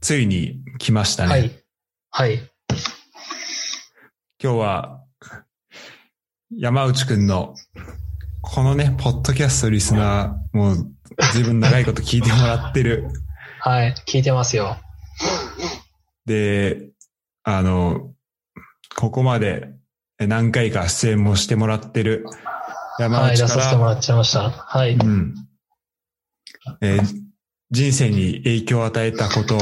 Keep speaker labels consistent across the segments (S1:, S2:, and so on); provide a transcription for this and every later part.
S1: ついに来ましたね。
S2: はい。はい。
S1: 今日は、山内くんの、このね、ポッドキャストリスナー、もう、ずいぶん長いこと聞いてもらってる。
S2: はい。聞いてますよ。
S1: で、あの、ここまでえ何回か出演もしてもらってる山
S2: はい。
S1: 内
S2: 出
S1: か
S2: させて
S1: ら、
S2: もらっちゃいました。はい。
S1: うん。えー人生に影響を与えたこと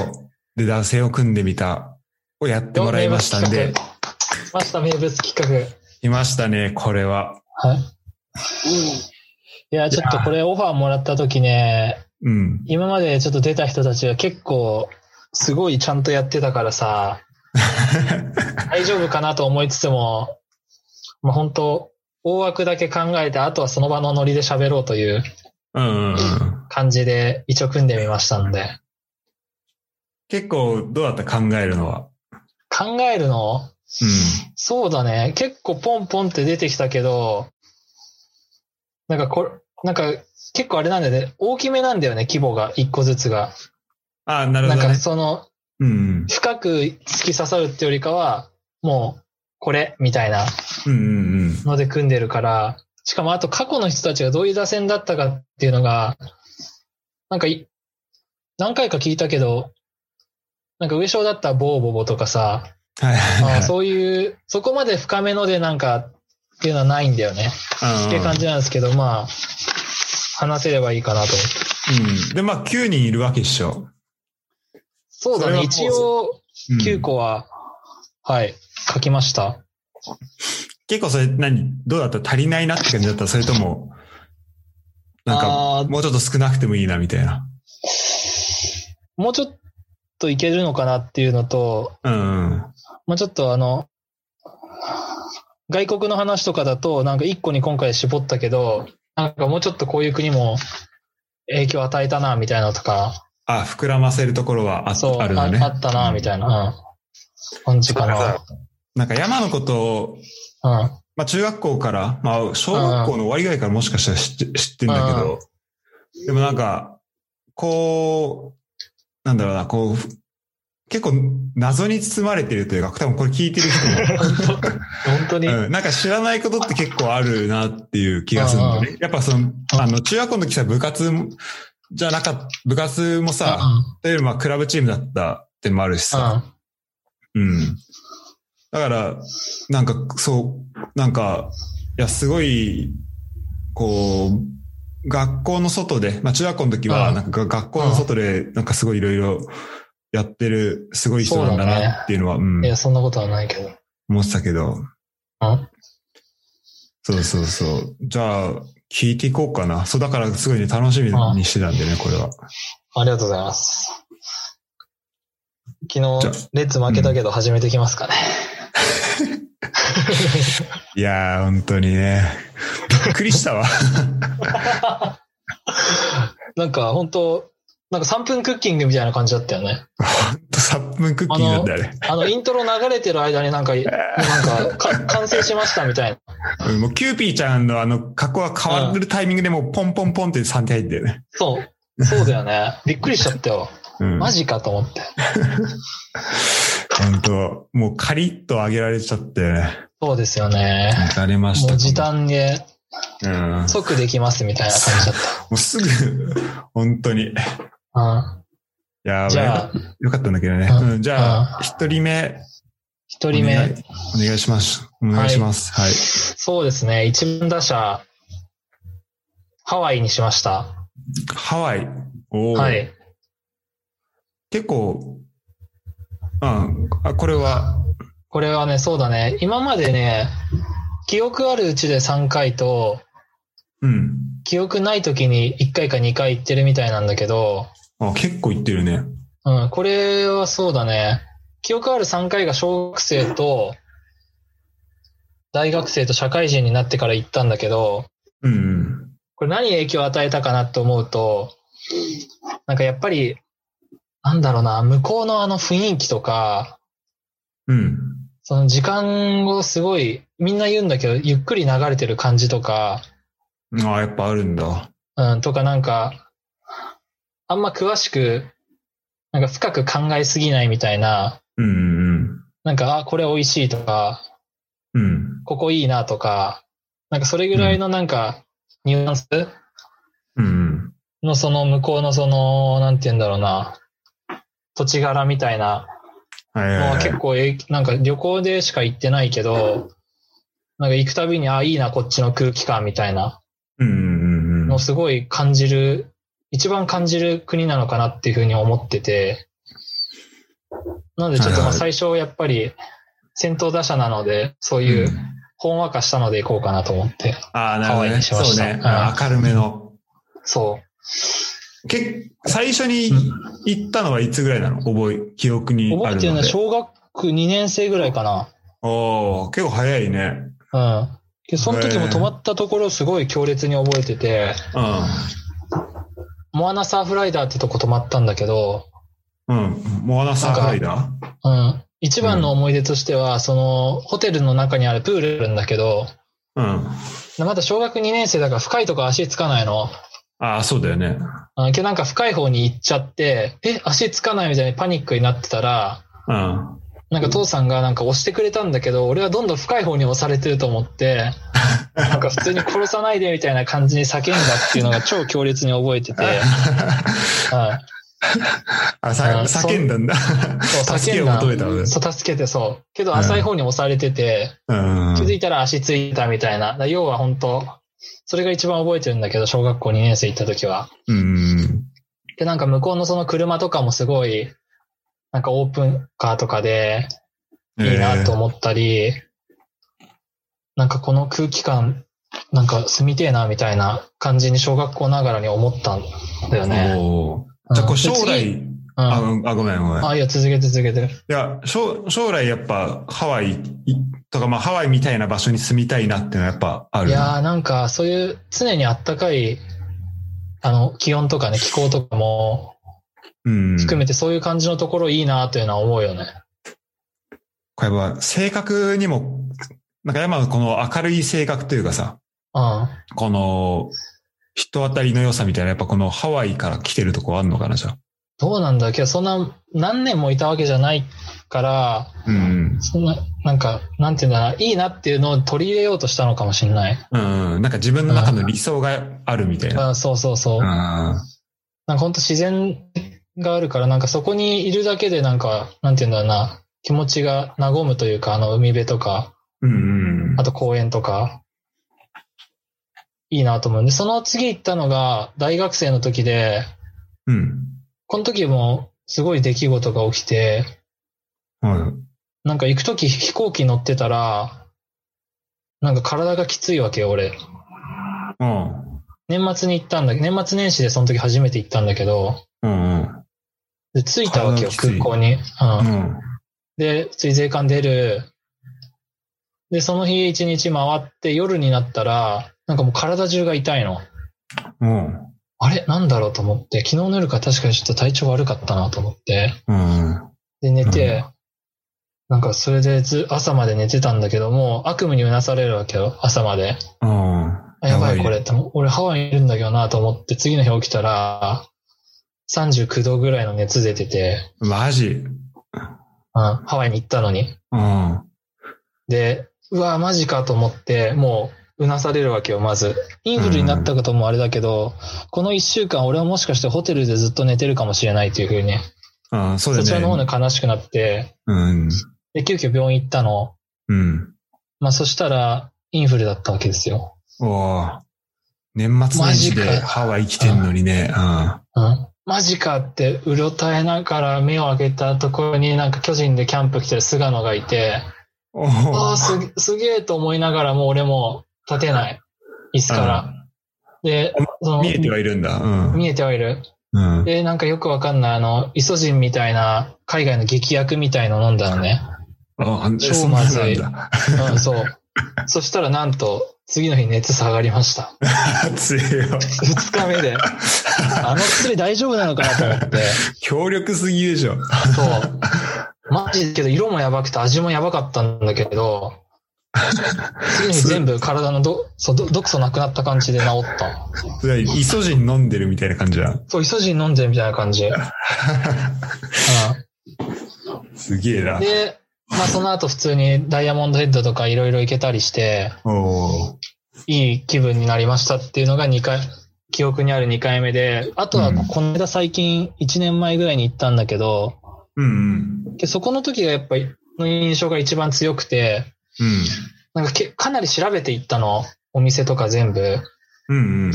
S1: で男性を組んでみたをやってもらいましたんで
S2: 名物、企画。来ました、名物企
S1: いましたね、これは。
S2: 画。はい。いや、ちょっとこれオファーもらった時ね、
S1: うん。
S2: 今までちょっと出た人たちが結構、すごいちゃんとやってたからさ、大丈夫かなと思いつつも、まあ本当大枠だけ考えて、あとはその場のノリで喋ろうという
S1: うんうんうん
S2: 感じで一応組んでみましたんで。
S1: 結構どうだった考えるのは。
S2: 考えるのそうだね。結構ポンポンって出てきたけど、なんかこれ、なんか結構あれなんだよね。大きめなんだよね、規模が、一個ずつが。
S1: うん。あ、なる
S2: な
S1: ほ
S2: ん
S1: ど
S2: か
S1: ね。
S2: その、
S1: うん
S2: 深く突き刺さるってよりかは、もう、これ、みたいな
S1: うん。うんうんうん。
S2: ので組んでるから、しかもあと過去の人たちがどういう打線だったかっていうのが、なんかい、何回か聞いたけど、なんか上昇だったボーボボとかさ、
S1: はいはい
S2: あ
S1: は
S2: ー
S1: い。
S2: そういう、そこまで深めのでなんかっていうのはないんだよね。
S1: うんうん
S2: っていう感じなんですけど、まあ、話せればいいかなと思って。
S1: うん。で、まあ9人いるわけっしょ。
S2: そ
S1: そ
S2: うだ
S1: れはも
S2: ね。
S1: う
S2: 一応、
S1: うん
S2: 9個は、はい、書きました。
S1: 結構それ何どうだった足りないなって感じだったそれとも、なん
S2: あ
S1: か
S2: ー、
S1: もうちょっと少なくてもいいなみたいな。
S2: もうちょっといけるのかなっていうのと、
S1: うんうん。
S2: もうちょっとあの、外国の話とかだと、なんか1個に今回絞ったけど、なんかもうちょっとこういう国も影響を与えたな、みたいなのとか、
S1: あ、膨らませるところはあ
S2: そう、
S1: あるの
S2: あ
S1: ね。
S2: あったな、みたいな、うん、感じかな。
S1: なんか山のことを、
S2: うん。
S1: まあ中学校から、まあ小学校の終わりぐらいからもしかしたら知って知ってんだけど、でもなんか、こう、なんだろうな、こう、結構謎に包まれてるというか、多分これ聞いてる人も
S2: 本当に。
S1: うん、なんか知らないことって結構あるなっていう気がするのね。やっぱその、あの、中学校の時さ、部活もじゃなかった、部活もさ、というよりまあクラブチームだったってのもあるし
S2: うん
S1: さ、うん。だから、なんか、そう、なんか、いや、すごい、こう、学校の外で、まあ中学校の時は、
S2: うん
S1: なんか学校の外で、なんかすごいいろいろやってる、すごい人なんだなっていうのは、う
S2: うん
S1: ん
S2: い、や、そんなことはないけど。
S1: 思ってたけど、
S2: うん
S1: そうそうそう。じゃあ、聞いていこうかな。そう、だからすごいね、楽しみにしてたんでね、これは。
S2: ありがとうございます。昨日
S1: じゃあ、
S2: レッツ負けたけど始めてきますかね。
S1: いやー、本当にね。びっくりしたわ。
S2: なんか、本当なんか3分クッキングみたいな感じだったよね。
S1: ほんと、3分クッキーなんだよね。
S2: あの、イントロ流れてる間にな んか、なんかか、完成しましたみたいな。
S1: うんもう、キューピーちゃんのあの、格好が変わるタイミングでもう、ポンポンポンって3点入ってるね。
S2: そう。そうだよね。びっくりしちゃったよ。
S1: うん。
S2: マジかと思って。
S1: 本当もう、カリッと上げられちゃってね。
S2: そうですよね。
S1: 疲れまし
S2: も
S1: た。
S2: う時短で
S1: うん。も
S2: 即できますみたいな感じだっ
S1: うすぐ、本当に。
S2: た。
S1: や
S2: う
S1: ば
S2: ん。じ
S1: い
S2: ゃあ、
S1: よかったんだけどね。
S2: うん
S1: うん、じゃあ、一人目。
S2: 一人目。
S1: お願い。お願いします。お願いします。はい。
S2: そうですね。一番打者、ハワイにしました。
S1: ハワイ。おー
S2: はい。
S1: 結構、うん、あ、これは、
S2: これはね、そうだね。今までね、記憶あるうちで3回と、
S1: うん。
S2: 記憶ない時に1回か2回行ってるみたいなんだけど、
S1: あ、結構いってるね。
S2: うん、これはそうだね。記憶ある3回が小学生と、大学生と社会人になってから行ったんだけど、
S1: うんうん。
S2: これ何影響を与えたかなと思うと、なんかやっぱり、なんだろうな、向こうのあの雰囲気とか、
S1: うん。
S2: その時間をすごい、みんな言うんだけど、ゆっくり流れてる感じとか、
S1: あ、やっぱあるんだ。
S2: うん、とかなんか、あんま詳しくなんか深く考えすぎないみたいな、
S1: うん
S2: なんか、あ、これ美味しいとか、
S1: うん。うん。
S2: ここいいなとか、なんかそれぐらいのなんか、ニュアンス
S1: うんうん。
S2: のその向こうのその、なんて言うんだろうな、土地柄みたいな
S1: はいはい、
S2: もう
S1: はい。
S2: 結構え、なんか旅行でしか行ってないけど、なんか行くたびに、あ、いいな、こっちの空気感みたいな
S1: うんうんうんう
S2: の
S1: ん
S2: を。すごい感じる、一番感じる国なのかなっていうふうに思ってて、なのでちょっとま
S1: は
S2: あ
S1: いは
S2: 最初やっぱり先頭打者なので、そうい
S1: ん
S2: うほんわかしたので行こうかなと思って、
S1: ああ、なるほど
S2: ハワイに
S1: ね。
S2: しま
S1: そう
S2: した
S1: ね
S2: は。
S1: 明るめの。
S2: そう。
S1: け最初に行ったのはいつぐらいなの覚え、記憶にあるので。
S2: 覚えてるのは小学2年生ぐらいかな。
S1: おー結構早いね。
S2: うん。でその時も泊まったところすごい強烈に覚えてて、モアナサーフライダーってとこ泊まったんだけど、
S1: うん。うん。モアナサーフライダー
S2: うん。一番の思い出としては、その、ホテルの中にあるプールあるんだけど、
S1: うん。
S2: まだ小学2年生だから深いとこ足つかないの。
S1: ああ、そうだよね。
S2: うん今日なんか深い方に行っちゃって、え、足つかないみたいにパニックになってたら、
S1: うん。
S2: なんか父さんがなんか押してくれたんだけど、俺はどんどん深い方に押されてると思って、なんか普通に殺さないでみたいな感じに叫んだっていうのが超強烈に覚えてて、 はい。
S1: あ、さ
S2: あそう
S1: 叫んだんだ。
S2: そう
S1: 助け
S2: 叫ん
S1: を
S2: だ
S1: 求めたのね。
S2: そう、助けてそう。けど浅い方に押されてて、
S1: うん。
S2: 気づいたら足ついたみたいな。だから要は本当それが一番覚えてるんだけど、小学校2年生行った時は。
S1: うん。
S2: で、なんか向こうのその車とかもすごい、なんかオープンカーとかでいいなと思ったり、なんかこの空気感、なんか住みてえなみたいな感じに小学校ながらに思ったんだよ
S1: え
S2: ね。
S1: おーじゃあ、こう、将
S2: うんで次
S1: 来、
S2: うん
S1: あ、うんあごめんごめん。
S2: あ、いや、続けて続けて。
S1: いや、将将来やっぱハワイとか、まあハワイみたいな場所に住みたいなっていうのはやっぱある。
S2: いやーなんかそういう常にあったかい、あの、気温とかね、気候とかも
S1: うん。
S2: 含めてそういう感じのところいいなというのは思うよね。
S1: これは性格にも、なんか山のこの明るい性格というかさ、
S2: うん。
S1: この人当たりの良さみたいな、やっぱこのハワイから来てるとこあんのかな、じゃあ。
S2: どうなんだけど、そんな何年もいたわけじゃないから、
S1: うん
S2: そんな、なんか、なんていうんだな、いいなっていうのを取り入れようとしたのかもしれない。
S1: うん。うん。なんか自分の中の理想があるみたいな。
S2: あそうそうそう。
S1: う
S2: なん
S1: ん。
S2: かほんと自然があるから、なんかそこにいるだけでなんか、なんていうんだろうな、気持ちが和むというか、あの、海辺とか、
S1: うんうん
S2: あ。と公園とか、いいなと思うんで、その次行ったのが大学生の時で、
S1: うん。
S2: この時もすごい出来事が起きて、
S1: うん。
S2: なんか行く時飛行機乗ってたら、なんか体がきついわけよ、俺。
S1: うん。
S2: 年末に行ったんだけど、年末年始でその時初めて行ったんだけど、
S1: うん。
S2: で、着いたわけよ、
S1: 体がきつい
S2: 空港に。
S1: う
S2: うん。
S1: ん。
S2: で、普通に税関出る。で、その日一日回って夜になったら、なんかもう体中が痛いの。
S1: うん。
S2: あれなんだろうと思って、昨日の夜から確かにちょっと体調悪かったなと思って、
S1: うん。
S2: で、寝て、なんかそれでず、朝まで寝てたんだけども、悪夢にうなされるわけよ、朝まで。
S1: うん。
S2: あや
S1: やば
S2: ば
S1: い
S2: い
S1: ね
S2: これって、俺ハワイにいるんだけどなと思って、次の日起きたら、39度ぐらいの熱出てて、
S1: マジ。
S2: うん、ハワイに行ったのに。
S1: うん。
S2: で、うわマジかと思って、もう、うなされるわけよ、まず。インフルになったこともあれだけど、この一週間俺はもしかしてホテルでずっと寝てるかもしれないというふうに。
S1: ああ、そうだよ
S2: そ
S1: ね。
S2: ちらの方で悲しくなって、
S1: うん。
S2: で、急遽病院行ったの。
S1: うん。
S2: まあ、そしたら、インフルだったわけですよ。
S1: おー年末年始
S2: マジ
S1: で
S2: か
S1: ハワイ来てんのにね。うん。
S2: うん。マジかって、うろたえながら目を開けたところになんか巨人でキャンプ来てる菅野がいて、
S1: お
S2: あ
S1: ー
S2: あ、すげ、すげえと思いながらもう俺も立てない。椅子から。で、そ
S1: うん
S2: の
S1: 見えてはいるんだ。うん。
S2: 見えてはいる。
S1: うん。
S2: で、なんかよくわかんない、あの、イソジンみたいな、海外の劇薬みたいの飲ん だのね。
S1: ああ、
S2: 超
S1: そんな
S2: ま
S1: ん
S2: ずい
S1: だ。
S2: うん、そう。そしたらなんと、次の日熱下がりました。
S1: 強いよ。
S2: 二日 目で。あの薬大丈夫なのかなと思って。
S1: 強力すぎでしょ。
S2: そう。マジでけど、色もやばくて味もやばかったんだけど、次の日全部体のど、そう、ど毒素なくなった感じで治った。
S1: それイソジン飲んでるみたいな感じだ。
S2: そう、イソジン飲んでるみたいな感じ。うん。
S1: すげえな。
S2: で、まあその後普通にダイヤモンドヘッドとかいろいろ行けたりして、
S1: おー
S2: いい気分になりましたっていうのが2回、記憶にある2回目で、あとは
S1: うん
S2: この間最近1年前ぐらいに行ったんだけど、
S1: うんうん。
S2: でそこの時がやっぱりの印象が一番強くて、
S1: うん。
S2: なんかけかなり調べていったの。お店とか全部。
S1: うんうん。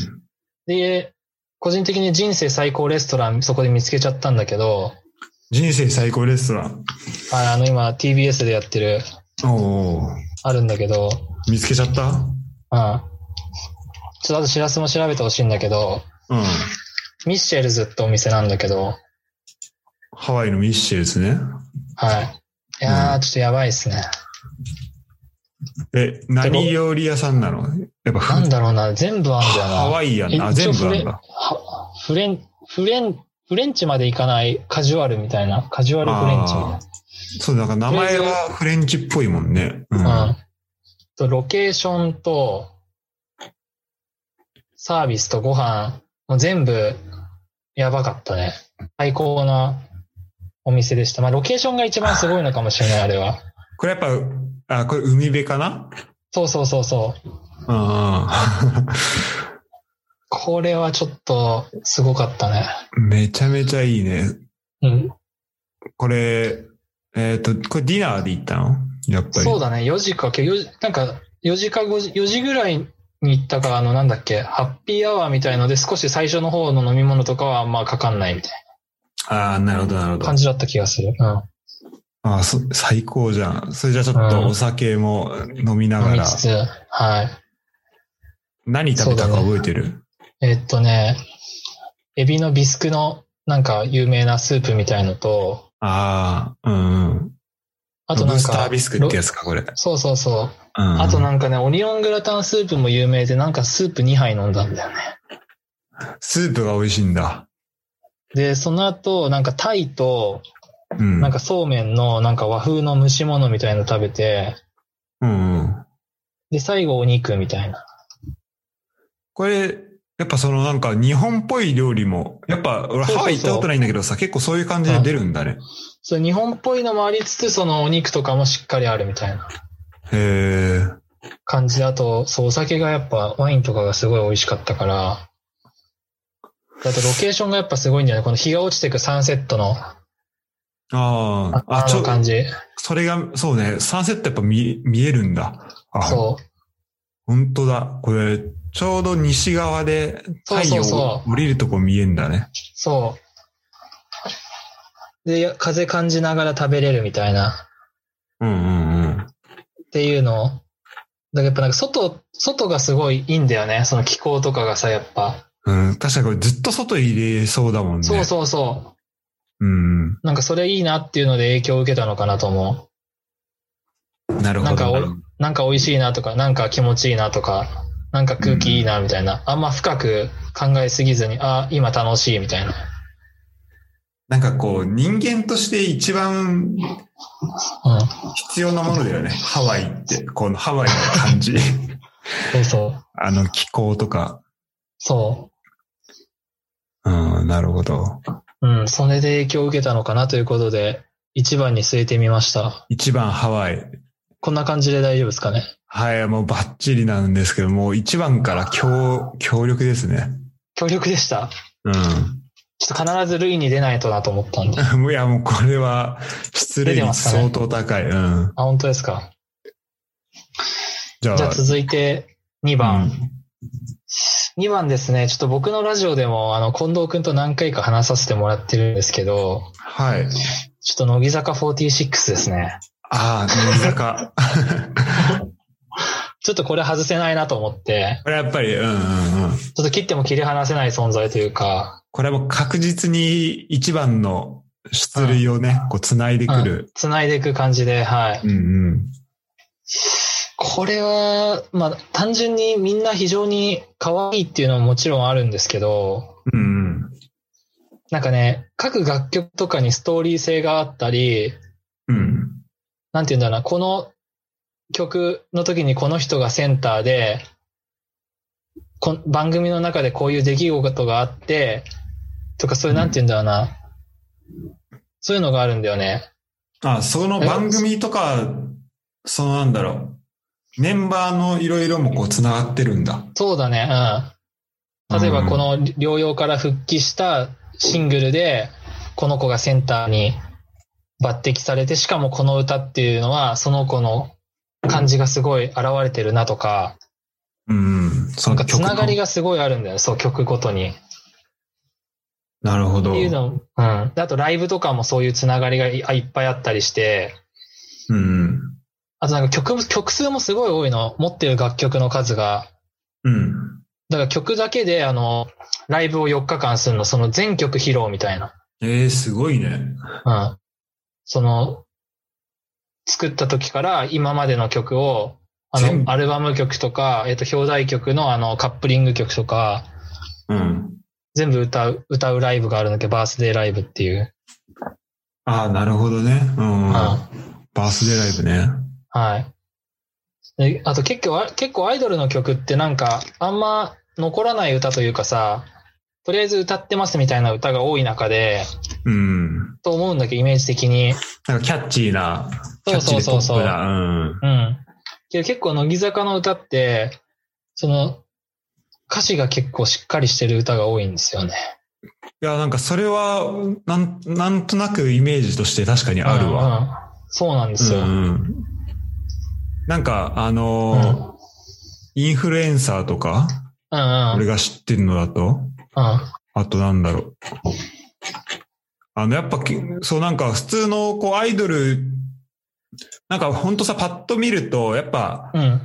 S2: で、個人的に人生最高レストランそこで見つけちゃったんだけど、
S1: 人生最高レストラン。
S2: ああの今 TBS でやってる、
S1: おお。
S2: あるんだけど、
S1: 見つけちゃった
S2: うん。ちょっとあと知らせも調べてほしいんだけど、
S1: うん。
S2: ミッシェルズってお店なんだけど、
S1: ハワイのミッシェルですね。
S2: はい。いやー、
S1: うん
S2: ちょっとやばいですね。
S1: え、何料理屋さんなのやっぱ
S2: なん
S1: フ、
S2: だろうな、全部あんだよな。
S1: ハワイやんな。あ、
S2: 一応
S1: 全部
S2: フ
S1: あ
S2: レ
S1: んだ。
S2: はフレン、フレン、フレンチまで行かないカジュアルみたいな、カジュアルフレンチみたいな。
S1: そう、なんか名前はフレンチっぽいもんね。うん。
S2: うんと、ロケーションと、サービスとご飯、もう全部、やばかったね。最高なお店でした。まあ、ロケーションが一番すごいのかもし れない、あれは。
S1: これやっぱ、あ、これ海辺かな
S2: そうそうそうそう。
S1: あ
S2: これはちょっと、すごかったね。
S1: あ。めちゃめちゃいいね。
S2: うん。
S1: これ、えっ、と、これディナーで行ったのやっぱり。
S2: そうだね、4時か、今日4時なんか、4時か5時、4時ぐらいに行ったから、あの、なんだっけ、ハッピーアワーみたいので、少し最初の方の飲み物とかはあんまかかんないみたい
S1: ああ、なるほど、なるほ
S2: な
S1: ど。
S2: 感じだった気がする。うん。
S1: ああ、そ、最高じゃん。それじゃあちょっ
S2: うん
S1: とお酒も飲みな
S2: 飲
S1: が
S2: み
S1: ら
S2: つ、つ、はい。
S1: 何食べたか
S2: そうだね
S1: 覚えてる、
S2: えっとね、エビのビスクのなんか有名なスープみたいのと、
S1: ああ、うんうん。
S2: あとな
S1: ロ
S2: ん
S1: ブスタ
S2: か
S1: ー、ビスクってやつか、これ。うん。
S2: そうそうそう。あ
S1: あ
S2: となんかね、オニオングラタンスープも有名で、なんかスープ2杯飲んだんだよね。
S1: スープが美味しいんだ。
S2: で、その後、なんかタイと、
S1: うん。
S2: なんかそうめんのなんか和風の蒸し物みたいの食べて、
S1: うんうん。
S2: で、最後お肉みたいな。
S1: これ、やっぱそのなんか日本っぽい料理も、やっぱ俺
S2: そうそうそう
S1: ハワイ行ったことないんだけどさ、結構そういう感じで出るんだね。
S2: そう、日本っぽいのもありつつ、そのお肉とかもしっかりあるみたいな
S1: へえ。
S2: 感じで、あと、そう、お酒がやっぱワインとかがすごい美味しかったから、あとロケーションがやっぱすごいんじゃないこの日が落ちてくサンセットの、
S1: ああ、
S2: あ
S1: あ、ち
S2: の
S1: ょ、
S2: 感じ。
S1: それが、そうね、サンセットやっぱ見、見えるんだ。あ、
S2: そう。
S1: 本当だ。これ、ちょうど西側で
S2: そう
S1: 太
S2: そう
S1: 陽
S2: そう
S1: 降りるとこ見えんだね。
S2: そう。で、風感じながら食べれるみたいな、
S1: うんうんうん。
S2: っていうのを。だからやっぱなんか外、外がすごいいいんだよね。その気候とかがさ、やっぱ。
S1: うん、確かにこれずっと外入れそうだもんね。。
S2: そうそうそう
S1: うん、
S2: う。なんかそれいいなっていうので影響を受けたのかなと思
S1: なるほど。
S2: なんか俺
S1: なるほど
S2: う。なんか美味しいなとか、なんか気持ちいいなとか、なんか空気いいなみたいな。あんま深く考えすぎずに、あ、今楽しいみたいな。
S1: なんかこう、人間として一番
S2: うん。
S1: 必要なものだよね。ハワイって、このハワイの感じ。
S2: そうそう。
S1: あの気候とか。
S2: そ
S1: うん、なるほど。
S2: う。うん。それで影響を受けたのかなということで、一番に据えてみました。
S1: 一番ハワイ。
S2: こんな感じで大丈夫ですかね。
S1: はい、もうバッチリなんですけど、もう一番から強、強力ですね。
S2: 協力でした。
S1: う
S2: ちょっと必ず類に出ないとなと思ったんで。あ、
S1: ん。いや、もうこれは、失礼
S2: 出
S1: 率
S2: てますかね
S1: 相当高い。うん。
S2: 本当ですか。
S1: じゃあ、
S2: じゃあ続いて2番。
S1: うん
S2: 2番ですね。ちょっと僕のラジオでも、あの、近藤くんと何回か話させてもらってるんですけど、
S1: はい。
S2: ちょっと乃木坂46ですね。
S1: ああ、乃木坂。
S2: ちょっとこれ外せないなと思って、
S1: これはやっぱり、うんうんうん。
S2: ちょっと切っても切り離せない存在というか、
S1: これはもう確実に一番の出塁をね、こう繋いでくる。
S2: 繋いでいく感じで、はい。
S1: うんうん。
S2: これは、まあ、単純にみんな非常に可愛いっていうのももちろんあるんですけど、
S1: うんうん。
S2: なんかね、各楽曲とかにストーリー性があったり、
S1: うん。
S2: なんて言うんだろうな、この曲の時にこの人がセンターで、こ番組の中でこういう出来事があって、とかそういう、なんて言うんだろうな。そういうのがあるんだよね。
S1: あ、その番組とか、そのなんだろう、メンバーのいろいろもこう繋がってるんだ。
S2: そうだね、うん。例えばこの療養から復帰したシングルで、この子がセンターに抜擢されて、しかもこの歌っていうのは、その子の感じがすごい現れてるなとか、
S1: うん。うん。そ
S2: な
S1: の
S2: んかつ
S1: 曲の
S2: ながりがすごいあるんだよね、そう、曲ごとに。っ
S1: なるほど。
S2: ていうの、うん。であとライブとかもそういうつながりがいあいっぱいあったりして、
S1: うん。
S2: あとなんか曲、曲数もすごい多いの、持ってる楽曲の数が。
S1: うん。
S2: だから曲だけで、あの、ライブを4日間するの、その全曲披露みたいな。
S1: えー、すごいね。
S2: うん。その、作った時から今までの曲を、あ
S1: 全部
S2: の、アルバム曲とか、えっ、と、表題曲のあの、カップリング曲とか、
S1: うん。
S2: 全部歌う、歌うライブがあるんだけど、バースデーライブっていう。
S1: ああ、なるほどね。うん。
S2: うん
S1: バースデーライブね。
S2: はい。であと結構あ、結構アイドルの曲ってなんか、あんま残らない歌というかさ、とりあえず歌ってますみたいな歌が多い中で、
S1: うん。
S2: と思うんだけど、イメージ的に。
S1: なんかキャッチーな、キャッ
S2: そう
S1: チーで
S2: そう
S1: ポ
S2: そ
S1: ッ
S2: うそう
S1: プな。うん。
S2: うん。けど結構乃木坂の歌って、その、歌詞が結構しっかりしてる歌が多いんですよね。
S1: いや、なんかそれは、なん、なんとなくイメージとして確かにあるわ。
S2: わ。うんそうなんです
S1: う
S2: よ。
S1: んうん。なんか、あ
S2: うん。うん
S1: のーインフルエンサーとか、
S2: うん。う
S1: 俺
S2: ん。
S1: が知ってるのだと、あとなんだろう。あの、やっぱき、そうなんか普通の、こう、アイドル、なんかほんとさ、パッと見ると、やっぱ、
S2: うん。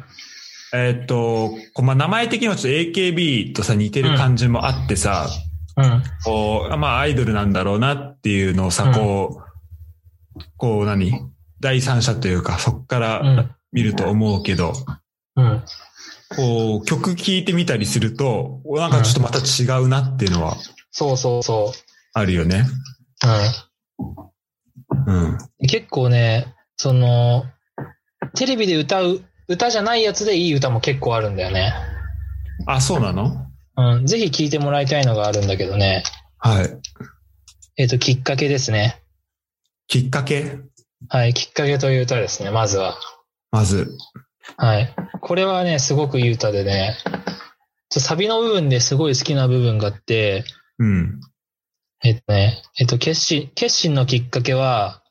S1: えーっと、こうまあ、名前的にもちょっと AKB とさ、似てる感じもあってさ、
S2: うん。
S1: こう、まあアイドルなんだろうなっていうのをさ、
S2: うん
S1: こう、こう何第三者というか、そっから見ると思うけど、
S2: うん。
S1: こう、曲聴いてみたりすると、おなんかちょっとまた違うなっていうのは
S2: そうそうそ
S1: あるよね。
S2: う。う
S1: うん。
S2: ん。結構ね、その、テレビで歌う、歌じゃないやつでいい歌も結構あるんだよね。
S1: あ、そうなの
S2: うん。ぜひ聴いてもらいたいのがあるんだけどね。
S1: はい。
S2: えっ、と、きっかけですね。
S1: きっかけ
S2: はい。きっかけという歌ですね、まずは。
S1: まず。
S2: はい。これはね、すごくいい歌でね、ちょサビの部分ですごい好きな部分があって、
S1: うん。
S2: えっとね、えっと、決心、決心のきっかけは、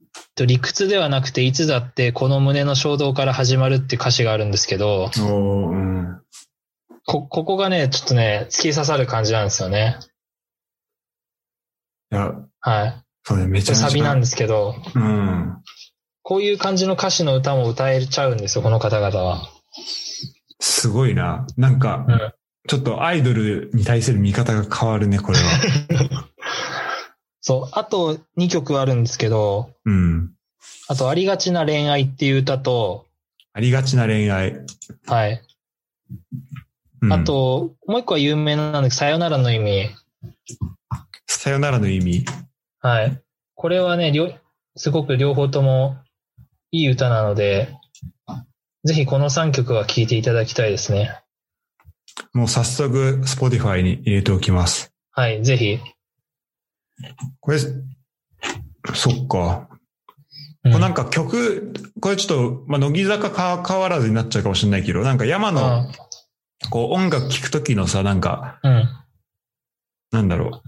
S2: えっと理屈ではなくて、いつだってこの胸の衝動から始まるって歌詞があるんですけど、
S1: おーうん。
S2: こ、ここがね、ちょっとね、突き刺さる感じなんですよね。
S1: いや、
S2: はい。
S1: それめ
S2: こ
S1: ちゃめち
S2: れ
S1: ゃ。。
S2: サビなんですすけど、
S1: うん。
S2: こういう感じの歌詞の歌も歌えちゃうんですよ、この方々は。
S1: すごいな。なんか、
S2: うん
S1: ちょっとアイドルに対する見方が変わるね、これ は。
S2: そう。あと2曲あるんですけど、
S1: うん。
S2: あと、ありがちな恋愛っていう歌と、
S1: ありがちな恋愛。
S2: はい。
S1: うん
S2: あ、と、もう一個は有名なんですさよならの意味。
S1: さよならの意味。
S2: はい。これはね、りょすごく両方ともいい歌なので、ぜひこの3曲は聴いていただきたいですね。
S1: もう早速、Spotify に入れておきます。
S2: はい、ぜひ。
S1: これ、そっか。
S2: うん
S1: これなんか曲、これちょっと、まあ、乃木坂か変わらずになっちゃうかもしれないけど、なんか山の、こう音楽聴くときのさ、なんか、
S2: うん。うん
S1: なんだろ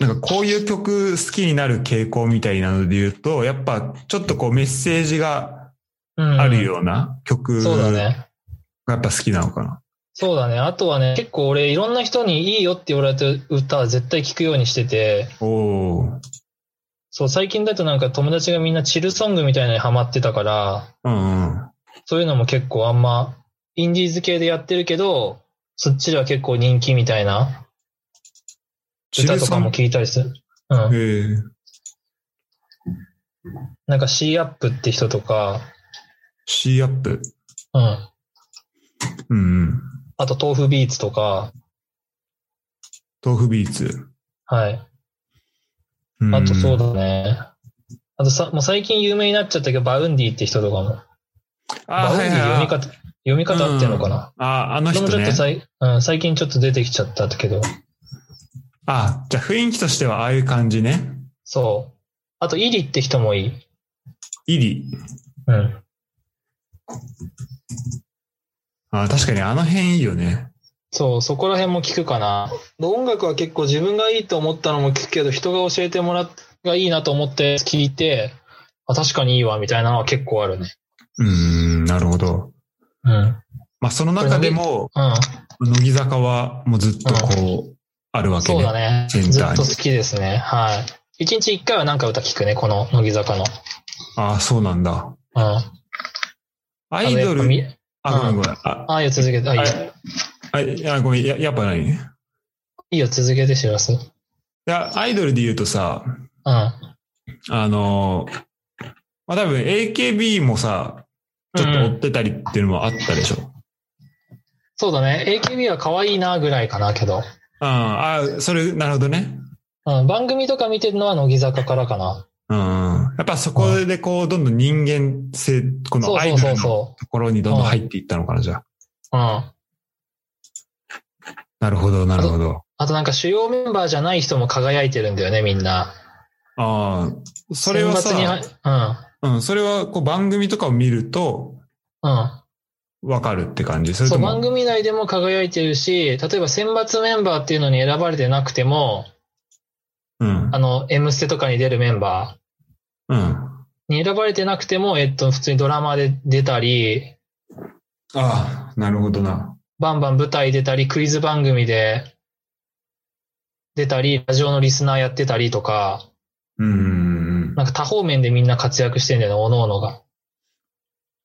S1: う。なんかこういう曲好きになる傾向みたいなので言うと、やっぱちょっとこうメッセージが
S2: うん。
S1: あるような曲
S2: そうだ
S1: がやっ
S2: ね。
S1: ぱ好きなのかな。
S2: そうだね。あとはね、結構俺いろんな人にいいよって言われた歌は絶対聴くようにしてて、
S1: おー。
S2: そう、最近だとなんか友達がみんなチルソングみたいなのにハマってたから、
S1: うんうん。
S2: そういうのも結構あんま、インディーズ系でやってるけど、そっちでは結構人気みたいな歌とかも聞いたりする。う
S1: へ
S2: ん。
S1: ー
S2: なんか C アップって人とか、
S1: シーアップ。
S2: うん。
S1: うんうん。
S2: あと豆腐ビーツとか、
S1: 豆腐ビーツ。
S2: はい。
S1: ん
S2: あとそう。だね。あとさ、もう最近有名になっちゃったけど、バウンディって人とかも。バ
S1: あ
S2: ウンディ読み
S1: あ、
S2: 方、読み方合ってんのかな、
S1: ああの
S2: で
S1: 人
S2: もちょっ
S1: ね
S2: と。さい、うん、最近ちょっと出てきちゃったけど。
S1: あ、じゃあ雰囲気としてはああいう感じね。
S2: そう。あと、イリって人もいい。
S1: イリ。
S2: うん。
S1: あ確かにあの辺いいよね。
S2: そう、そこら辺も聞くかな。音楽は結構自分がいいと思ったのも聞くけど、人が教えてもらっがいいなと思って聞いて、あ、確かにいいわ、みたいなのは結構あるね。
S1: うーん、なるほど。
S2: うん。うん。
S1: まあその中でも、乃木坂はもうずっとこう、あるわけ
S2: そうだ
S1: ね。
S2: ね。
S1: セン
S2: ず
S1: ター
S2: っ
S1: に
S2: と好きですね。はい。一日一回はなんか歌聞くね、この乃木坂の。
S1: ああ、そうなんだ。
S2: うん。あ
S1: ア
S2: の
S1: イド
S2: やっぱみ
S1: ル、あ、ごめんごめん。あ、
S2: あ、いいよ、続けて。あ、いいよ。
S1: あいやごめん、ややっぱ何い
S2: いいよ、続けて知らす。うん。
S1: や、アイドルで言うとさ、
S2: あ
S1: あのー、まあ多分 AKB もさ、ちょっと追ってたりっていうのもあったでしょ。
S2: そうだね。AKB は可愛いな、ぐらいかな、けど。
S1: ああ、それ、なるほどね。
S2: うん、番組とか見てるのは乃木坂からかな。
S1: うん。やっぱそこでこう、どんどん人間性、こ
S2: そ
S1: の
S2: う
S1: アイ
S2: そう
S1: ドル
S2: そう
S1: の
S2: そ
S1: ところにどんどん入っていったのかな、じゃあ。
S2: う。うん。
S1: なるほど、なるほど。
S2: あとなんか主要メンバーじゃない人も輝いてるんだよね、みんな。
S1: ああ、それは
S2: 選抜に
S1: さ、
S2: は
S1: うん、それはこう番組とかを見ると
S2: うん。うん。
S1: わかるって感じ。それ
S2: そ
S1: と
S2: う、
S1: も、
S2: 番組内でも輝いてるし、例えば選抜メンバーっていうのに選ばれてなくても、
S1: うん
S2: あ、の、M ステとかに出るメンバ
S1: うん。
S2: ーに選ばれてなくても、えっと、普通にドラマで出たり、
S1: ああ、なるほどな。
S2: バンバン舞台出たり、クイズ番組で出たり、ラジオのリスナーやってたりとか、
S1: うんうんうん。
S2: なんか多方面でみんな活躍してんだよね、おののが。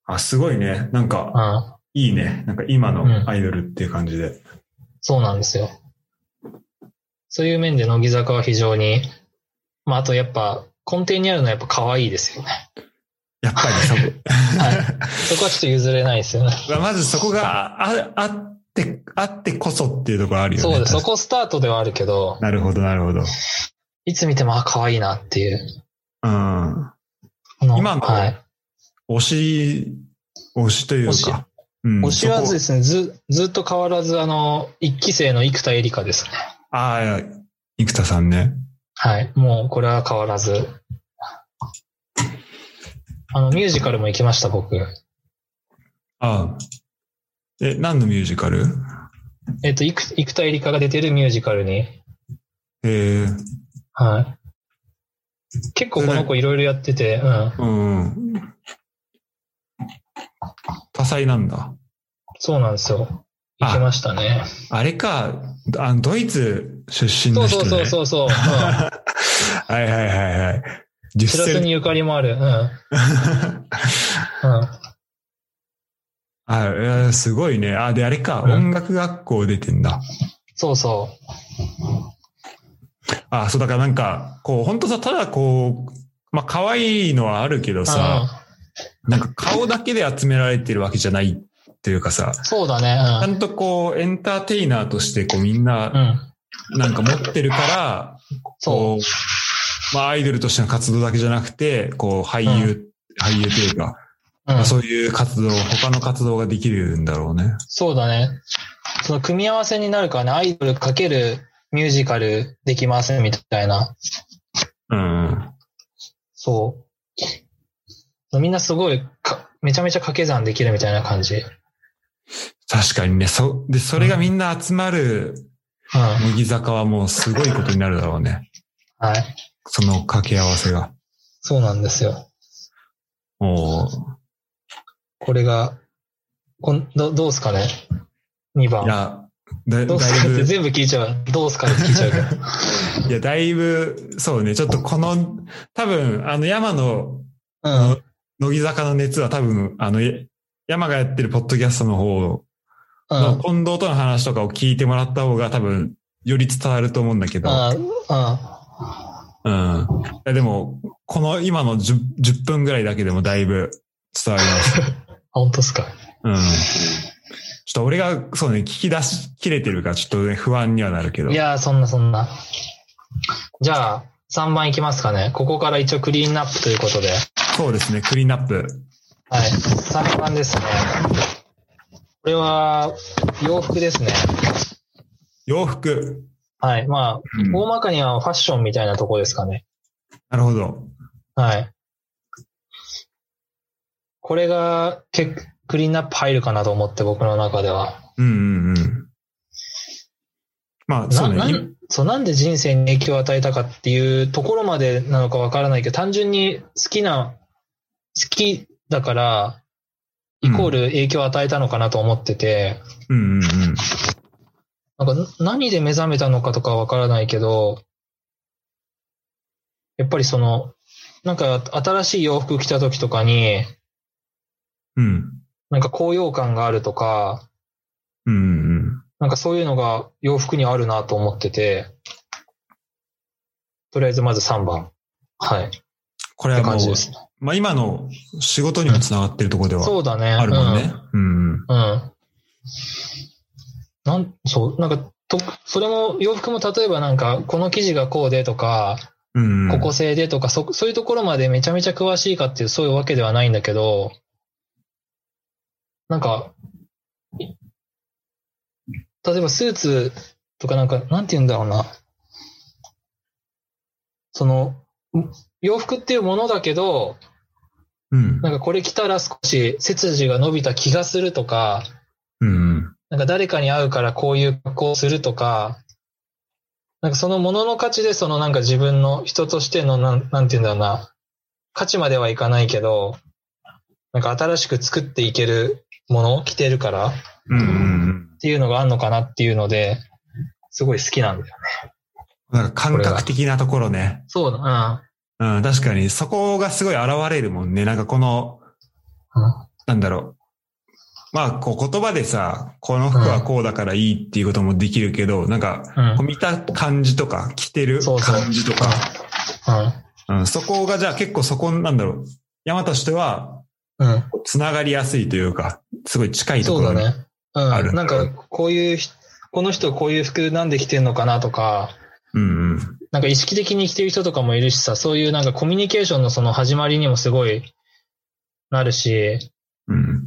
S1: あ、すごいね。なん
S2: う
S1: か、
S2: ん。
S1: いいね。なんか今
S2: うん
S1: のアイドルっていう感じで。
S2: そうなんですよ。そういう面で乃木坂は非常に、まあ、あとやっぱ、根底にあるのはやっぱ可愛いですよね。
S1: やっぱりそこ。
S2: はそこはちょっと譲れないですよね。
S1: まあまずそこがあああって、あってこそっていうところあるよね。
S2: そうです。そ
S1: 確か
S2: こスタートではあるけど、
S1: なるほど、なるほど。うん。
S2: いつ見ても、あ、可愛いなっていう。
S1: 推
S2: あの
S1: 今の
S2: はい。
S1: し、推しという
S2: 推し
S1: か。うん
S2: 推しはで
S1: そこ
S2: すね、ず、ずっと変わらず、あの、一期生の生田絵梨花ですね。
S1: ああ、生田さんね。
S2: はい。もう、これは変わらず。あの、ミュージカルも行きました、僕。
S1: ああ。え、何のミュージカル
S2: えっと、生生田絵梨花が出てるミュージカルに
S1: ええ
S2: はい。結構この子いろいろやってて、うん。
S1: うん。多彩なんだ。
S2: そうなんですよ。行きましたね。
S1: あれか、あドイツ出身
S2: そ
S1: の
S2: う
S1: 人
S2: そう
S1: ね。
S2: そうそうそう。うん
S1: はいはいはいはい。デュッ
S2: 知ら
S1: セ
S2: ず
S1: ル
S2: にゆかりもある。うん。うん。
S1: あ、いやすごいね。あ、で、あれか、
S2: うん
S1: 音楽学校出てんだ。
S2: そうそ
S1: あ、そう、だからなんか、こう、本当さ、ただこう、まあ、可愛いのはあるけど
S2: う。
S1: さ、なんか顔だけで集められてるわけじゃないっていうかさ、
S2: う
S1: ち
S2: ん、そうだね
S1: ゃ。んとこう、エンターテイナーとして、こう、みん
S2: うん。
S1: な、
S2: うん。
S1: なんか持ってるから、
S2: そ
S1: こう、まあ、アイドルとしての活動だけじゃなくて、こう、俳優、俳優というか、
S2: う。う
S1: まあ
S2: ん、
S1: そういう活動、他の活動ができるんだろうね。
S2: そうだね。その組み合わせになるからね、アイドルかけるミュージカルできますみたいな。
S1: うんうん。
S2: そう。みんなすごいか、めちゃめちゃ掛け算できるみたいな感じ。うん。
S1: 確かにね。そ、で、それがみんな集まる乃木坂はもうすごいことになるだろうね。
S2: はい。
S1: その掛け合わせが。
S2: そうなんですよ。
S1: おー
S2: これが、こんどどうすかね ?2
S1: い
S2: 番。
S1: や、だ
S2: どうす
S1: だい
S2: かって
S1: ぶ、
S2: 全部聞いちゃう。どうすかって聞いちゃうけど。
S1: いや、だいぶ、そうね、ちょっとこの、多分、あの、山の、
S2: うん。
S1: 乃木坂の熱は多分、あの、え山がやってるポッドキャストの方
S2: うん。う
S1: の
S2: ん。
S1: 近藤との話とかを聞いてもらった方が多分、より伝わると思うんだけど、うん。いやでも、この今の 10, 10分ぐらいだけでもだいぶ伝わります。
S2: 本当っすか。
S1: うん。ちょっと俺が、そうね、聞き出し、切れてるから、ちょっとね、不安にはなるけど。
S2: いやー、そんなそんな。じゃあ、 3番いきますかね。ここから一応クリーンナップということで。
S1: そうですね、クリーンナップ。
S2: はい。3番ですね。これは、洋服ですね。
S1: 洋服。
S2: はい。まあ、
S1: うん
S2: 大まかにはファッションみたいなとこですかね。
S1: なるほど。
S2: はい。これが、けクリーンナップ入るかなと思って、僕の中では。
S1: うんうんうん。まあ、そ
S2: な
S1: う
S2: な
S1: ね。い
S2: んそうなんで人生に影響を与えたかっていうところまでなのかわからないけど、単純に好きな、好きだから、イコール影響を与えたのかなと思ってて、
S1: うんうんうん。
S2: なんか何で目覚めたのかとかわからないけど、やっぱりその、なんか新しい洋服着た時とかに、
S1: うん。
S2: なんか高揚感があるとか、
S1: うんうんうん。
S2: なんかそういうのが洋服にはあるなと思ってて、とりあえずまず3番。はい。
S1: これ
S2: って
S1: はも
S2: 感
S1: う
S2: じ、ですね。
S1: まあ今の仕事にもつながってるところでは
S2: そうだね。
S1: あるもんね。うんうん。
S2: うん。うん。なん、そう、なんか、と、それも、洋服も例えばなんか、この生地がこうでとか、
S1: うんうん。
S2: ここ製でとか、そ、そういうところまでめちゃめちゃ詳しいかっていう、そういうわけではないんだけど、なんか、例えばスーツとかなんか、なんて言うんだろうな。その、ん洋服っていうものだけど、
S1: うん。
S2: なんかこれ着たら少し背筋が伸びた気がするとか、
S1: うん
S2: なんか誰かに会うからこういう格好をするとか、なんかそのものの価値でそのなんか自分の人としてのなん、なんて言うんだろうな、価値まではいかないけど、なんか新しく作っていけるものを着てるからっ
S1: うん。うんうんうん。
S2: ていうのがあるのかなっていうので、すごい好きなんだよ。
S1: なんか感覚的なところね。
S2: そうだ、うん。
S1: うん、確かに。そこがすごい現れるもんね。なんかこの、
S2: うん
S1: なんだろう。まあ、こう言葉でさ、この服はこうだからいいっていうこともできるけど、なんか、
S2: うん。
S1: こう見た感じとか、着てる
S2: そうそう
S1: 感じとか、うん、そこがじゃあ結構そこなんだろう。山としては、
S2: うん。うん。
S1: つながりやすいというか、すごい近いと
S2: そ
S1: こ
S2: う
S1: ろ
S2: だ
S1: に。
S2: ね。
S1: あ
S2: う
S1: る
S2: ん。なんかこういうひ、この人こういう服なんで着てんのかなとか、
S1: うんうん。
S2: なんか意識的に生きてる人とかもいるしさ、そういうなんかコミュニケーションのその始まりにもすごいなるし、
S1: うん。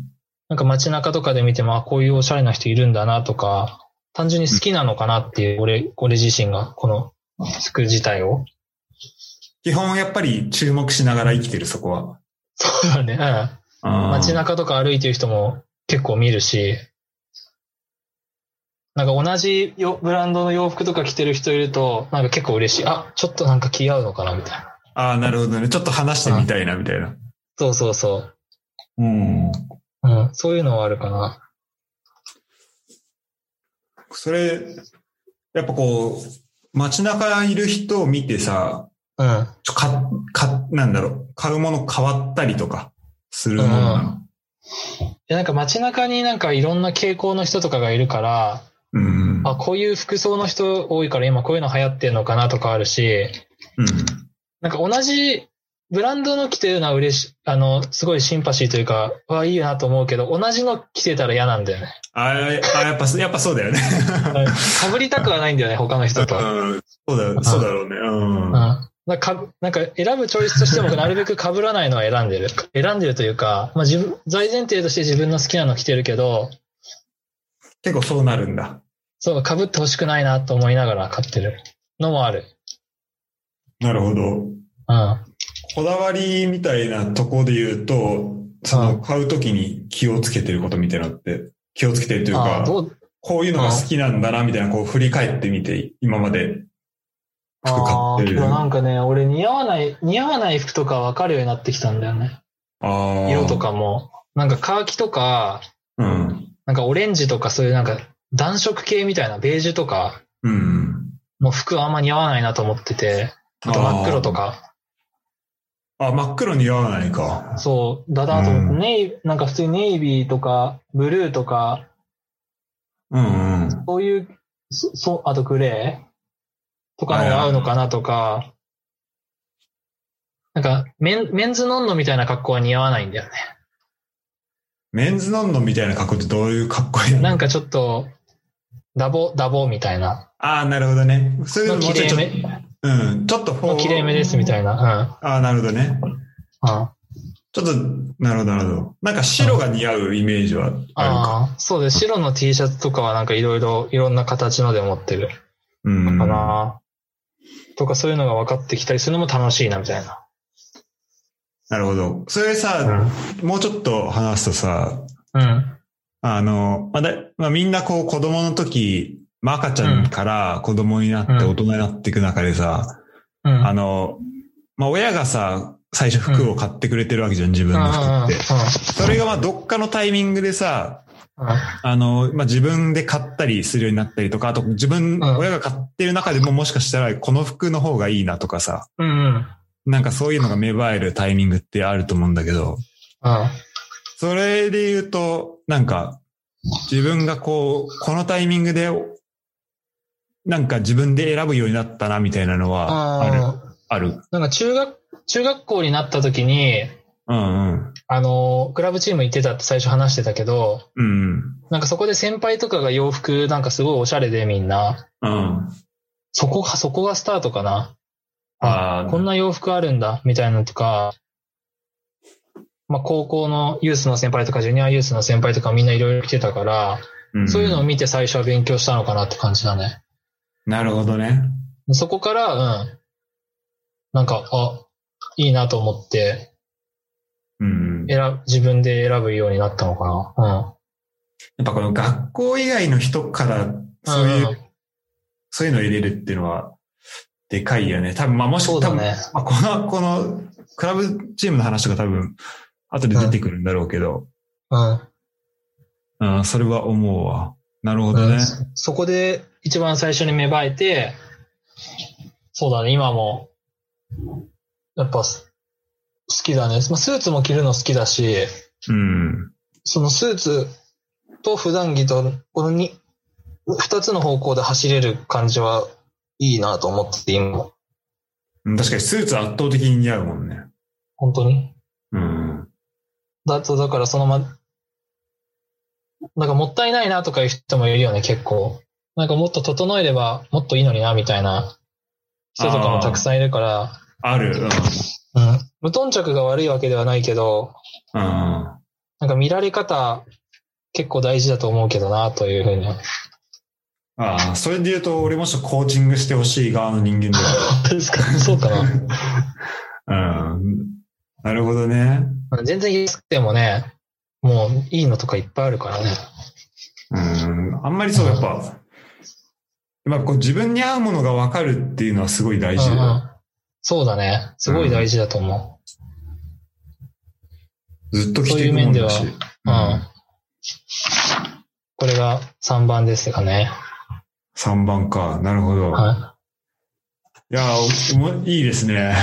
S2: なんか街中とかで見ても、あ、こういうおしゃれな人いるんだなとか、単純に好きなのかなっていう、俺、俺自身が、この服自体を。
S1: 基本やっぱり注目しながら生きてる、そこは。
S2: そうだね。う
S1: うん
S2: ん。街中とか歩いてる人も結構見るし、なんか同じよブランドの洋服とか着てる人いると、なんか結構嬉しい。あ、ちょっとなんか気合うのかなみたいな。
S1: ああ、なるほどね。ちょっと話してみたいな、みたいな。
S2: そうそうそ
S1: うん。
S2: う。うん。そういうのはあるかな。
S1: それ、やっぱこう、街中いる人を見てさ、
S2: うん。
S1: ちょか、か、なんだろう、買うもの変わったりとか、するものなの。
S2: いやなんか街中になんかいろんな傾向の人とかがいるから、
S1: うん。
S2: あ、こういう服装の人多いから今こういうの流行ってるのかなとかあるし、
S1: うん。
S2: なんか同じブランドの着てるのは嬉し、あの、すごいシンパシーというか、わ、いいなと思うけど、同じの着てたら嫌なんだよね。
S1: あーあー、やっぱ、やっぱそうだよね。
S2: 被りたくはないんだよね、他の人と。うん。
S1: うんそうだ、そうだろうね。うん。
S2: なんかかなんか選ぶチョイスとしてもなるべく被らないのは選んでる。選んでるというか、まあ自分、財前提として自分の好きなの着てるけど、
S1: 結構そうなるんだ。
S2: そう、被ってほしくないなと思いながら買ってるのもある。
S1: なるほど。
S2: うん。
S1: こだわりみたいなとこで言うと、その
S2: う
S1: 買うときに気をつけてることみたいなのって、気をつけてるという
S2: あ
S1: か、
S2: どう
S1: こういうのが好きなんだなみたいな、こう振り返ってみて、今まで服
S2: あ
S1: 買ってる。
S2: ーな
S1: あ
S2: んかね、俺似合わない、似合わない服とか分かるようになってきたんだよね。
S1: あ。
S2: 色と。かも。なんかカーキとか、
S1: うん。
S2: なんかオレンジとかそういうなんか暖色系みたいなベージュとか
S1: うん。
S2: の服あんま似合わないなと思ってて、あと真っ黒と
S1: あ
S2: か、
S1: ー。あ、真っ黒似合わないか。
S2: そう、だだと
S1: う
S2: 思
S1: ん
S2: って、ネイ、なんか普通にネイビーとか、ブルーとか、
S1: うんうん。
S2: そういう、そ、そう、あとグレーとかのが合うのかなとか、なんかメン、メンズノンノみたいな格好は似合わないんだよね。
S1: メンズノンノみたいな格好ってどういう格好や
S2: なんかちょっと、ダボ、ダボみたいな。
S1: ああ、なるほどね。そういう
S2: の
S1: のも
S2: 綺
S1: うちょい
S2: 麗
S1: ちょっ
S2: め。
S1: うん。ちょっとフォ
S2: の
S1: ー。
S2: 切れ目ですみたいな。
S1: ああ、なるほどね。
S2: うん。うん、あ
S1: ちょっと、なるほど、なるほど。なんか白が似合うイメージはあるか。
S2: あー、そうです。白の T シャツとかはなんかいろいろ、いろんな形ので持ってる
S1: うん。
S2: かな。とかそういうのが分かってきたりするのも楽しいなみたいな。
S1: なるほど。それさ、もうちょっと話すとさ、
S2: うん。うん。
S1: あの、まあだまあ、みんなこう子供の時、まあ、赤ちゃんから子供になって
S2: うん
S1: 大人になっていく中でさ、
S2: うん。
S1: あの、まあ、親がさ、最初服を買ってくれてるわけじゃん、自分の服って。それがまあ、どっかのタイミングでさ、
S2: うん。うん。
S1: あの、まあ、自分で買ったりするようになったりとか、あと自分、
S2: ん
S1: 親が買ってる中でももしかしたらこの服の方がいいなとかさ、
S2: うん。うん。
S1: なんかそういうのが芽生えるタイミングってあると思うんだけど、
S2: うん。
S1: それで言うと、なんか、自分がこう、このタイミングで、なんか自分で選ぶようになったな、みたいなのは、ある、あ
S2: あ
S1: る。
S2: なんか中学、中学校になった時に、
S1: うんうん。
S2: あの、クラブチーム行ってたって最初話してたけど、
S1: うん
S2: なんかそこで先輩とかが洋服なんかすごいおしゃれでみんな。
S1: うん。うん。
S2: そこが、そこがスタートかな。
S1: あー
S2: こんな洋服あるんだ、みたいなのとか、まあ高校のユースの先輩とかジュニアユースの先輩とかみんないろいろ来てたから、
S1: ん
S2: そういうのを見て最初は勉強したのかなって感じだね。
S1: なるほどね。
S2: そこから、うん。なんか、あ、いいなと思って、
S1: うんうん。や
S2: 選ぶ、自分で選ぶようになったのかな。
S1: っぱこの学校以外の人から、
S2: うん。
S1: そういう、
S2: ん
S1: そういうのを入れるっていうのは、でかいよね。多分、まあ、もし、
S2: そう
S1: 多
S2: だ
S1: 分、
S2: ね。
S1: まあ、この、この、クラブチームの話とか多分、後で出てくるんだろうけど、
S2: うん。
S1: うん、それは思うわ。なるほど
S2: う
S1: ね
S2: ん。そそこで一番最初に芽生えて、そうだね、今も、やっぱす好きだね。まあ、スーツも着るの好きだし、
S1: うん。
S2: そのスーツと普段着と、このに二つの方向で走れる感じはいいなと思ってて、今も。
S1: うん確かにスーツ圧倒的に似合うもんね。
S2: 本当に。
S1: うん。
S2: だと、だからそのま、なんかもったいないなとかいう人もいるよね、結構。なんかもっと整えればもっといいのにな、みたいな人とかもたくさんいるから、
S1: ある。うん。
S2: うん。無頓着が悪いわけではないけど、
S1: うん。
S2: なんか見られ方、結構大事だと思うけどな、というふうに。
S1: ああ、それで言うと、俺もちょっとコーチングしてほしい側の人間では
S2: ですかそ うかな。
S1: ある。うん。なるほどね。
S2: 全然安くてもね、もういいのとかいっぱいあるからね。
S1: うん。あんまりそう、やっぱ、まあ、こう自分に合うものが分かるっていうのはすごい大事だ
S2: う
S1: よ。
S2: んうんそうだね。すごい大事だと思
S1: ずっと着ていくもんだし。
S2: そういう面う。うん。これが3番ですかね。
S1: うん。3番か。なるほど。
S2: はい
S1: やー、おもいいですね。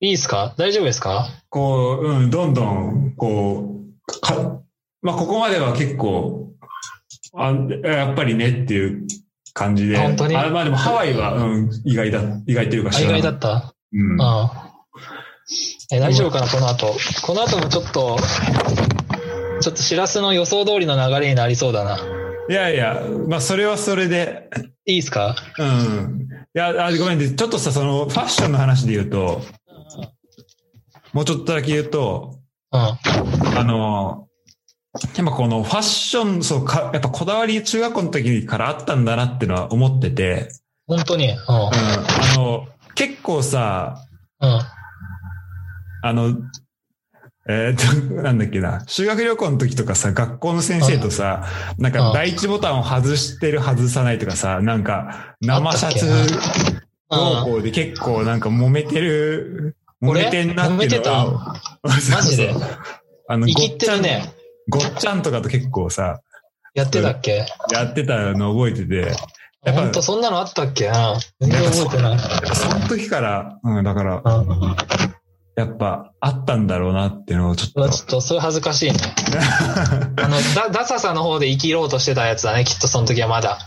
S2: い。いいですか大丈夫ですか
S1: こう、うん、どんどん、こう、か、まあ、ここまでは結構、あ、やっぱりねっていう感じで。
S2: 本当に
S1: あまあでもハワイは、うん、意外だ、意外というか
S2: あ意外だ
S1: っ
S2: った。
S1: うん。
S2: うん。え、大丈夫かなこの後。この後もちょっと、ちょっとしらすの予想通りの流れになりそうだな。
S1: いやいや、まあ、それはそれで、
S2: いいですか
S1: うん。いや、あごめんね。ちょっとさ、その、ファッションの話で言うと、もうちょっとだけ言うと、
S2: うん。
S1: あの、やっぱこのファッション、そうか、やっぱこだわり中学校の時からあったんだなってのは思ってて、
S2: 本当に。うん。
S1: うんあの、結構さ、
S2: うん。
S1: あの、えーっと、 なんだっけな、修学旅行の時とかさ、学校の先生とさ、なん
S2: う
S1: か
S2: ん
S1: 第一ボタンを外してる、外さないとかさ、なんか生シャツ
S2: あ
S1: 同
S2: っうん
S1: 行で結構なんか揉めてる、揉
S2: 俺
S1: めてんなっていうの
S2: 揉
S1: は。マ
S2: マ ジで。
S1: あの、
S2: 生
S1: ご
S2: き
S1: っ
S2: って
S1: ちゃ
S2: る
S1: ん、
S2: ね。
S1: ごっちゃんとかと結構さ、
S2: やってたっけ
S1: やってたの覚えてて、やっぱ
S2: 本当そんなのあったっけな全然覚えてない。
S1: その時から、うん、だから、
S2: うん。
S1: やっぱあったんだろうなっていうのをちょっ
S2: うわ
S1: と。
S2: ちょっと、それ恥ず かしいね。あの、だ、ダサさの方で生きろうとしてたやつだね、きっとその時はまだ。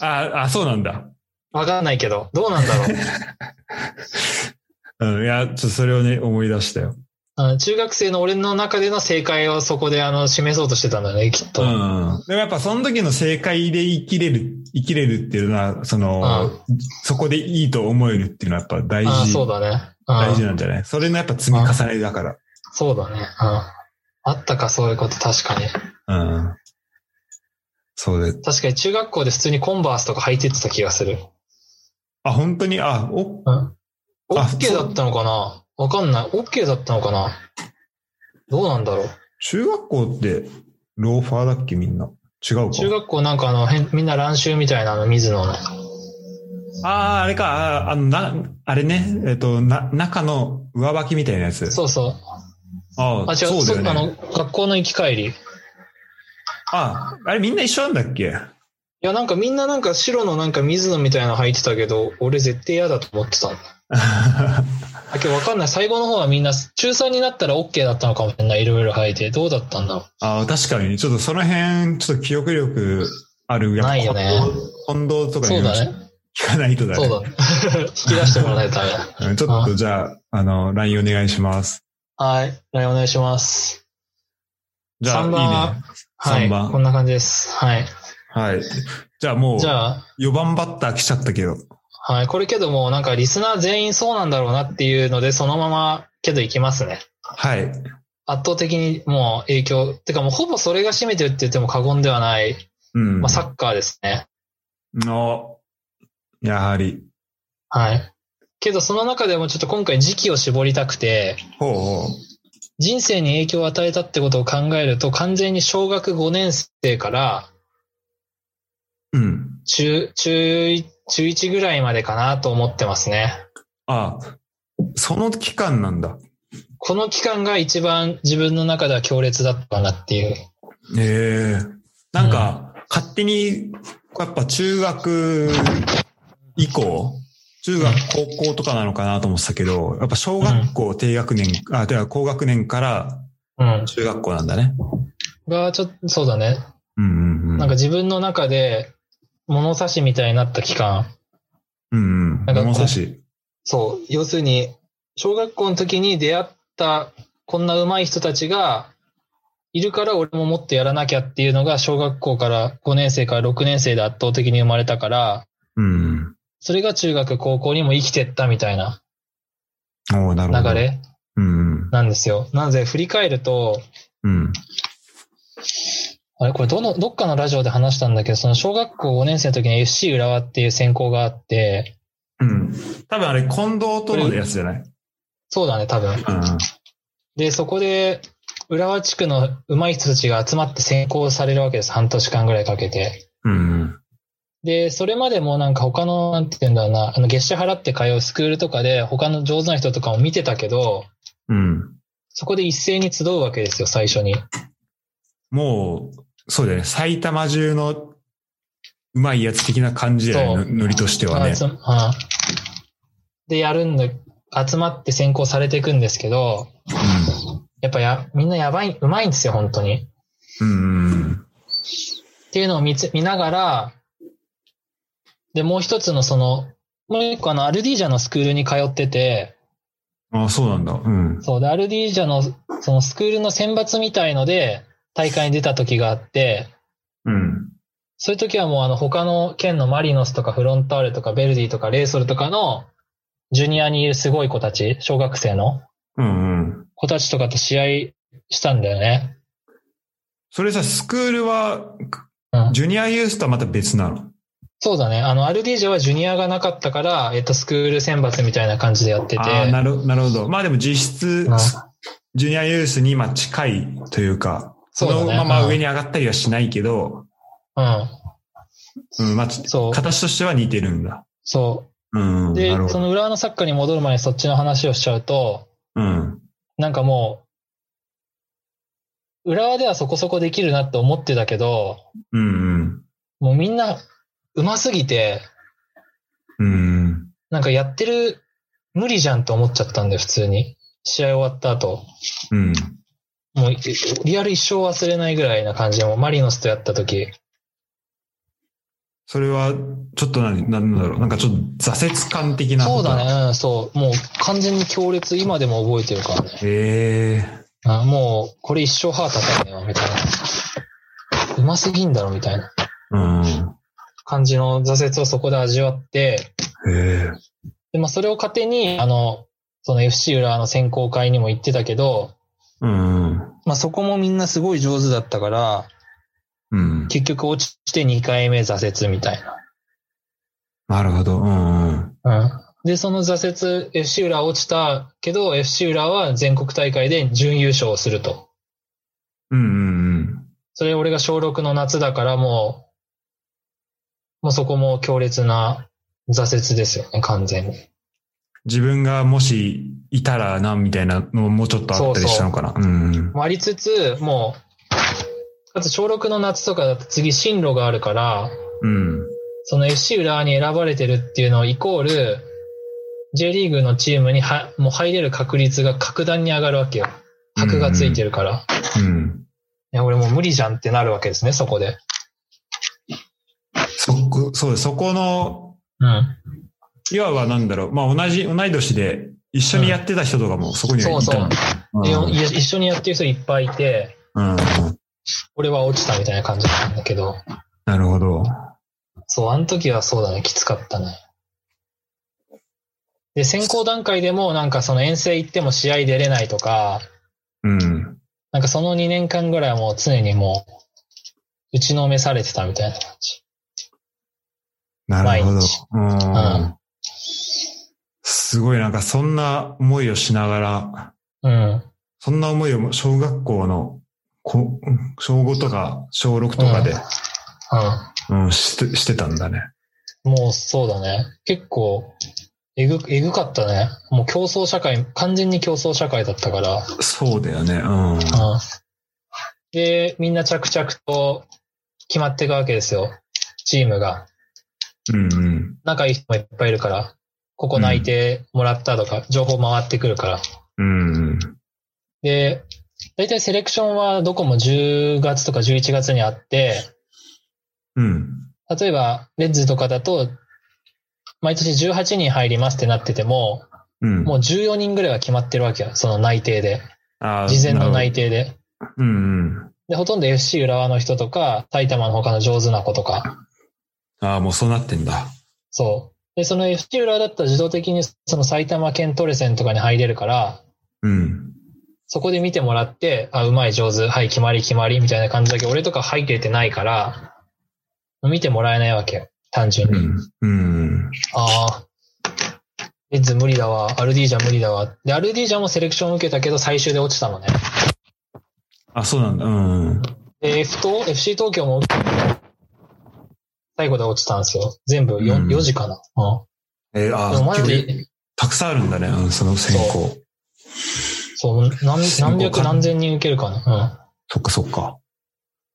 S1: あ、あ、そうなんだ。
S2: わかんないけ ど、どうなんだろう。
S1: うん、いや、ちょっとそれをね、思い出したよ。
S2: あの中学生の俺の中での正解をそこであの示そうとしてたんだね、きっと。
S1: うん。でもやっぱその時の正解で生きれる、生きれるっていうのは、その、そこでいいと思えるっていうのはやっぱ大事。
S2: ああそうだね。うん
S1: 大事なんじゃないそれのやっぱ積み重ねだから。
S2: そうだね。うんあったか、そういうこと、確かに。
S1: うん。そうで。
S2: 確かに中学校で普通にコンバースとか履いてってた気がする。
S1: あ、本当に、あ、お、
S2: オ
S1: あ
S2: ッケーだったのかなわかんない。オッケーだったのかなどうなんだろう。
S1: 中学校って、ローファーだっけみんな。違うか。
S2: 中学校なんかあの、へんみんな乱臭みたいなの、水野の。
S1: ああ、あれか、あーあの、な、あれね、えっと、な、中の上履きみたいなやつ。
S2: そうそう。
S1: あ
S2: あ、
S1: あ、
S2: 違う、
S1: そうだよ
S2: あ
S1: ね。
S2: の、学校の行き帰り。い
S1: ああ、あれみんな一緒なんだっけ
S2: や、なんかみんななんか白のなんか水野みたいなの履いてたけど、俺絶対嫌だと思ってたんだ。だけどわかんない。最後の方はみんな、中3になったらオッケーだったのかもしれない。いろいろ履いて。どうだったんだろう。
S1: ああ、確かに、ちょっとその辺、ちょっと記憶力ある。やっぱ
S2: ないよね
S1: 近藤近藤とか
S2: そ
S1: に
S2: う
S1: も
S2: だ
S1: 聞
S2: ね。
S1: かないとだ
S2: そう
S1: ね。
S2: だね。 引き出してもらえたら。
S1: うんちょっとじゃあ、あの、LINE お願いします。
S2: はい。LINE お願いします。
S1: じゃあ、いい
S2: 3番は
S1: ね。
S2: はい。
S1: 3番
S2: こんな感じです。はい。
S1: はい。じゃあもう、
S2: じゃあ、
S1: 4番バッター来ちゃったけど。
S2: はい。これけども、なんかリスナー全員そうなんだろうなっていうので、そのまま、けどいきますね。
S1: はい。
S2: 圧倒的にもう影響。てかもうほぼそれが占めてるって言っても過言ではない。
S1: うん。
S2: まあ、サッカーですね。
S1: の、やはり。
S2: はい。けどその中でもちょっと今回時期を絞りたくて、
S1: ほうほう。
S2: 人生に影響を与えたってことを考えると、完全に小学5年生から
S1: うん。
S2: 中、中、中1ぐらいまでかなと思ってますね。
S1: ああ、その期間なんだ。
S2: この期間が一番自分の中では強烈だったかなっていう。
S1: ええなんか、勝手に、やっぱ中学以降、中学、高校とかなのかなと思ってたけど、やっぱ小学校低学年、あ、では高学年から
S2: うん。
S1: 中学校なんだね。
S2: が、ちょっと、そうだね。
S1: うんうんうん。
S2: なんか自分の中で物差しみたいになった期間。
S1: うんうん。
S2: なんか
S1: 物差し。
S2: そう。要するに、小学校の時に出会ったこんな上手い人たちがいるから俺ももっとやらなきゃっていうのが小学校から5年生から6年生で圧倒的に生まれたから、
S1: うん
S2: それが中学高校にも生きてったみたいな
S1: うん。おおなる
S2: 流
S1: ほど。。
S2: れ
S1: うんうん。
S2: なんですよ。なので振り返ると、
S1: うん。
S2: あれこれどの、どっかのラジオで話したんだけど、その小学校5年生の時に FC 浦和っていう専攻があって、
S1: うん。多分あれ、近藤とのやつじゃない
S2: そうだね、多分。
S1: うん。
S2: で、そこで、浦和地区の上手い人たちが集まって選考されるわけです。半年間ぐらいかけて。
S1: うんうん。
S2: で、それまでもなんか他の、なんて言うんだろうな、あの、月謝払って通うスクールとかで他の上手な人とかを見てたけど、
S1: うん。
S2: そこで一斉に集うわけですよ、最初に。
S1: もう、そうだよね。埼玉中のうまいやつ的な感じだよね。
S2: そ
S1: ノリとしてはね
S2: 集。うんで、やるんで、集まって選考されていくんですけど、やっぱや、みんなやばい、上手いんですよ、本当に。
S1: うん。うんうん。
S2: っていうのを見つ見ながら、で、もう一つのその、もう一個あの、アルディージャのスクールに通ってて、
S1: ああ、そうなんだ。うん。
S2: そうで、アルディージャの、そのスクールの選抜みたいので、大会に出た時があって、
S1: うん。
S2: そういう時はもうあの、他の県のマリノスとかフロンターレとかベルディとかレイソルとかの、ジュニアにいるすごい子たち、小学生の
S1: うんうん。
S2: 子たちとかと試合したんだよね。
S1: それさ、スクールは、
S2: うん
S1: ジュニアユースとはまた別なの。
S2: そうだね。あの、アルディージャはジュニアがなかったから、えっと、スクール選抜みたいな感じでやってて。
S1: ああ、なるなるほど。まあでも実質
S2: うん、
S1: ジュニアユースにまあ近いというか、そのまま上に上がったりはしないけど、
S2: うん。
S1: うん、まあ、
S2: そう。
S1: 形としては似てるんだ。
S2: そ
S1: うん。
S2: う。で
S1: なる、ほ
S2: そ
S1: ど。
S2: の浦和のサッカーに戻る前にそっちの話をしちゃうと、
S1: うん。
S2: なんかもう、浦和ではそこそこできるなって思ってたけど、
S1: うん
S2: もうみんな上手すぎて、
S1: うん。うん。
S2: なんかやってる無理じゃんと思っちゃったんだよ、普通に。試合終わった後。
S1: うん。
S2: もう、リアル一生忘れないぐらいな感じで、もうマリノスとやった時。
S1: それは、ちょっと何、なんだろう、なんかちょっと挫折感的な。
S2: そうだ。ね、うんそう。もう完全に強烈、今でも覚えてるからね。
S1: ええ
S2: あもう、これ一生歯叩くよ、みたいな。うますぎんだろ、みたいな
S1: うん。
S2: 感じの挫折をそこで味わって、
S1: ええ
S2: で、まあ、それを糧に、あの、その FC 浦の選考会にも行ってたけど、
S1: うん。
S2: まあ、そこもみんなすごい上手だったから、
S1: うん。
S2: 結局落ちて2回目挫折みたい
S1: なるほど。うんうん。
S2: な。うん。で、その挫折、FC 浦落ちたけど、FC 浦は全国大会で準優勝すると。
S1: うんうんうん。
S2: それ俺が小6の夏だからもう、もうそこも強烈な挫折ですよね、完全に。
S1: 自分がもしいたらな、みたいなのももうちょっとあったりしたのかな。うん。
S2: もありつつ、もう、かつ小6の夏とかだと次進路があるから、
S1: うん。
S2: その FC 浦和に選ばれてるっていうのをイコール、J リーグのチームにはもう入れる確率が格段に上がるわけよ。箔がついてるから。い
S1: うん。
S2: や、俺もう無理じゃんってなるわけですね、そこで。
S1: そこ、そうです。そこの、
S2: うん。
S1: いわばなんだろう。まあ同じ、同い年で一緒にやってた人とかもそこにはいたのか
S2: で
S1: うん
S2: いや一緒にやってる人いっぱいいて、
S1: うん。
S2: 俺は落ちたみたいな感じなんだけど、
S1: なるほど。
S2: そう、あの時はそうだね、きつかったね。で、選考段階でもなんかその遠征行っても試合出れないとか、
S1: うん。
S2: なんかその2年間ぐらいはもう常にもう、打ちのめされてたみたいな感じ。
S1: なるほど
S2: 毎日。
S1: うん
S2: う。
S1: すごいなんかそんな思いをしながら、
S2: うん。
S1: そんな思いを小学校の、こ小5とか小6とかで、うん、して、してたんだね。
S2: うん。もうそうだね。結構、えぐ、えぐかったね。もう競争社会、完全に競争社会だったから。
S1: そうだよね。うん。
S2: うん。で、みんな着々と決まっていくわけですよ。チームが。
S1: うんうん。
S2: 仲いい人もいっぱいいるから。ここ泣いてもらったとか、情報回ってくるから。
S1: うん。
S2: で、大体セレクションはどこも10月とか11月にあって、
S1: うん。
S2: 例えば、レッズとかだと、毎年18人入りますってなってても、
S1: うん。
S2: もう14人ぐらいは決まってるわけよ。その内定で。
S1: あー
S2: 事前の
S1: なる
S2: 内定で。
S1: ほどうんうん。
S2: で、ほとんど FC 浦和の人とか、埼玉の他の上手な子とか、
S1: ああ、もうそうなってんだ。
S2: そう。で、その FC 浦和だったら自動的にその埼玉県トレセンとかに入れるから、
S1: うん。
S2: そこで見てもらって、あ、うまい、上手、はい、決まり、決まり、みたいな感じだけど、俺とか入れてないから、見てもらえないわけよ。単純
S1: う
S2: に。
S1: ん。うん。
S2: ああ。レッズ無理だわ。アルディージャ無理だわ。で、アルディージャもセレクション受けたけど、最終で落ちたのね。
S1: あ、そうなんだ。うん。
S2: で、F と、FC 東京も受け最後で落ちたんですよ。全部 4,、
S1: うん
S2: 4時かな。
S1: えー
S2: う
S1: あ
S2: ん。でも
S1: あ、
S2: マ
S1: 結
S2: ジ
S1: 構
S2: で、
S1: たくさんあるんだね。うん、その選考。
S2: そう、何何百何千人受けるかな。うん。
S1: そっかそっか。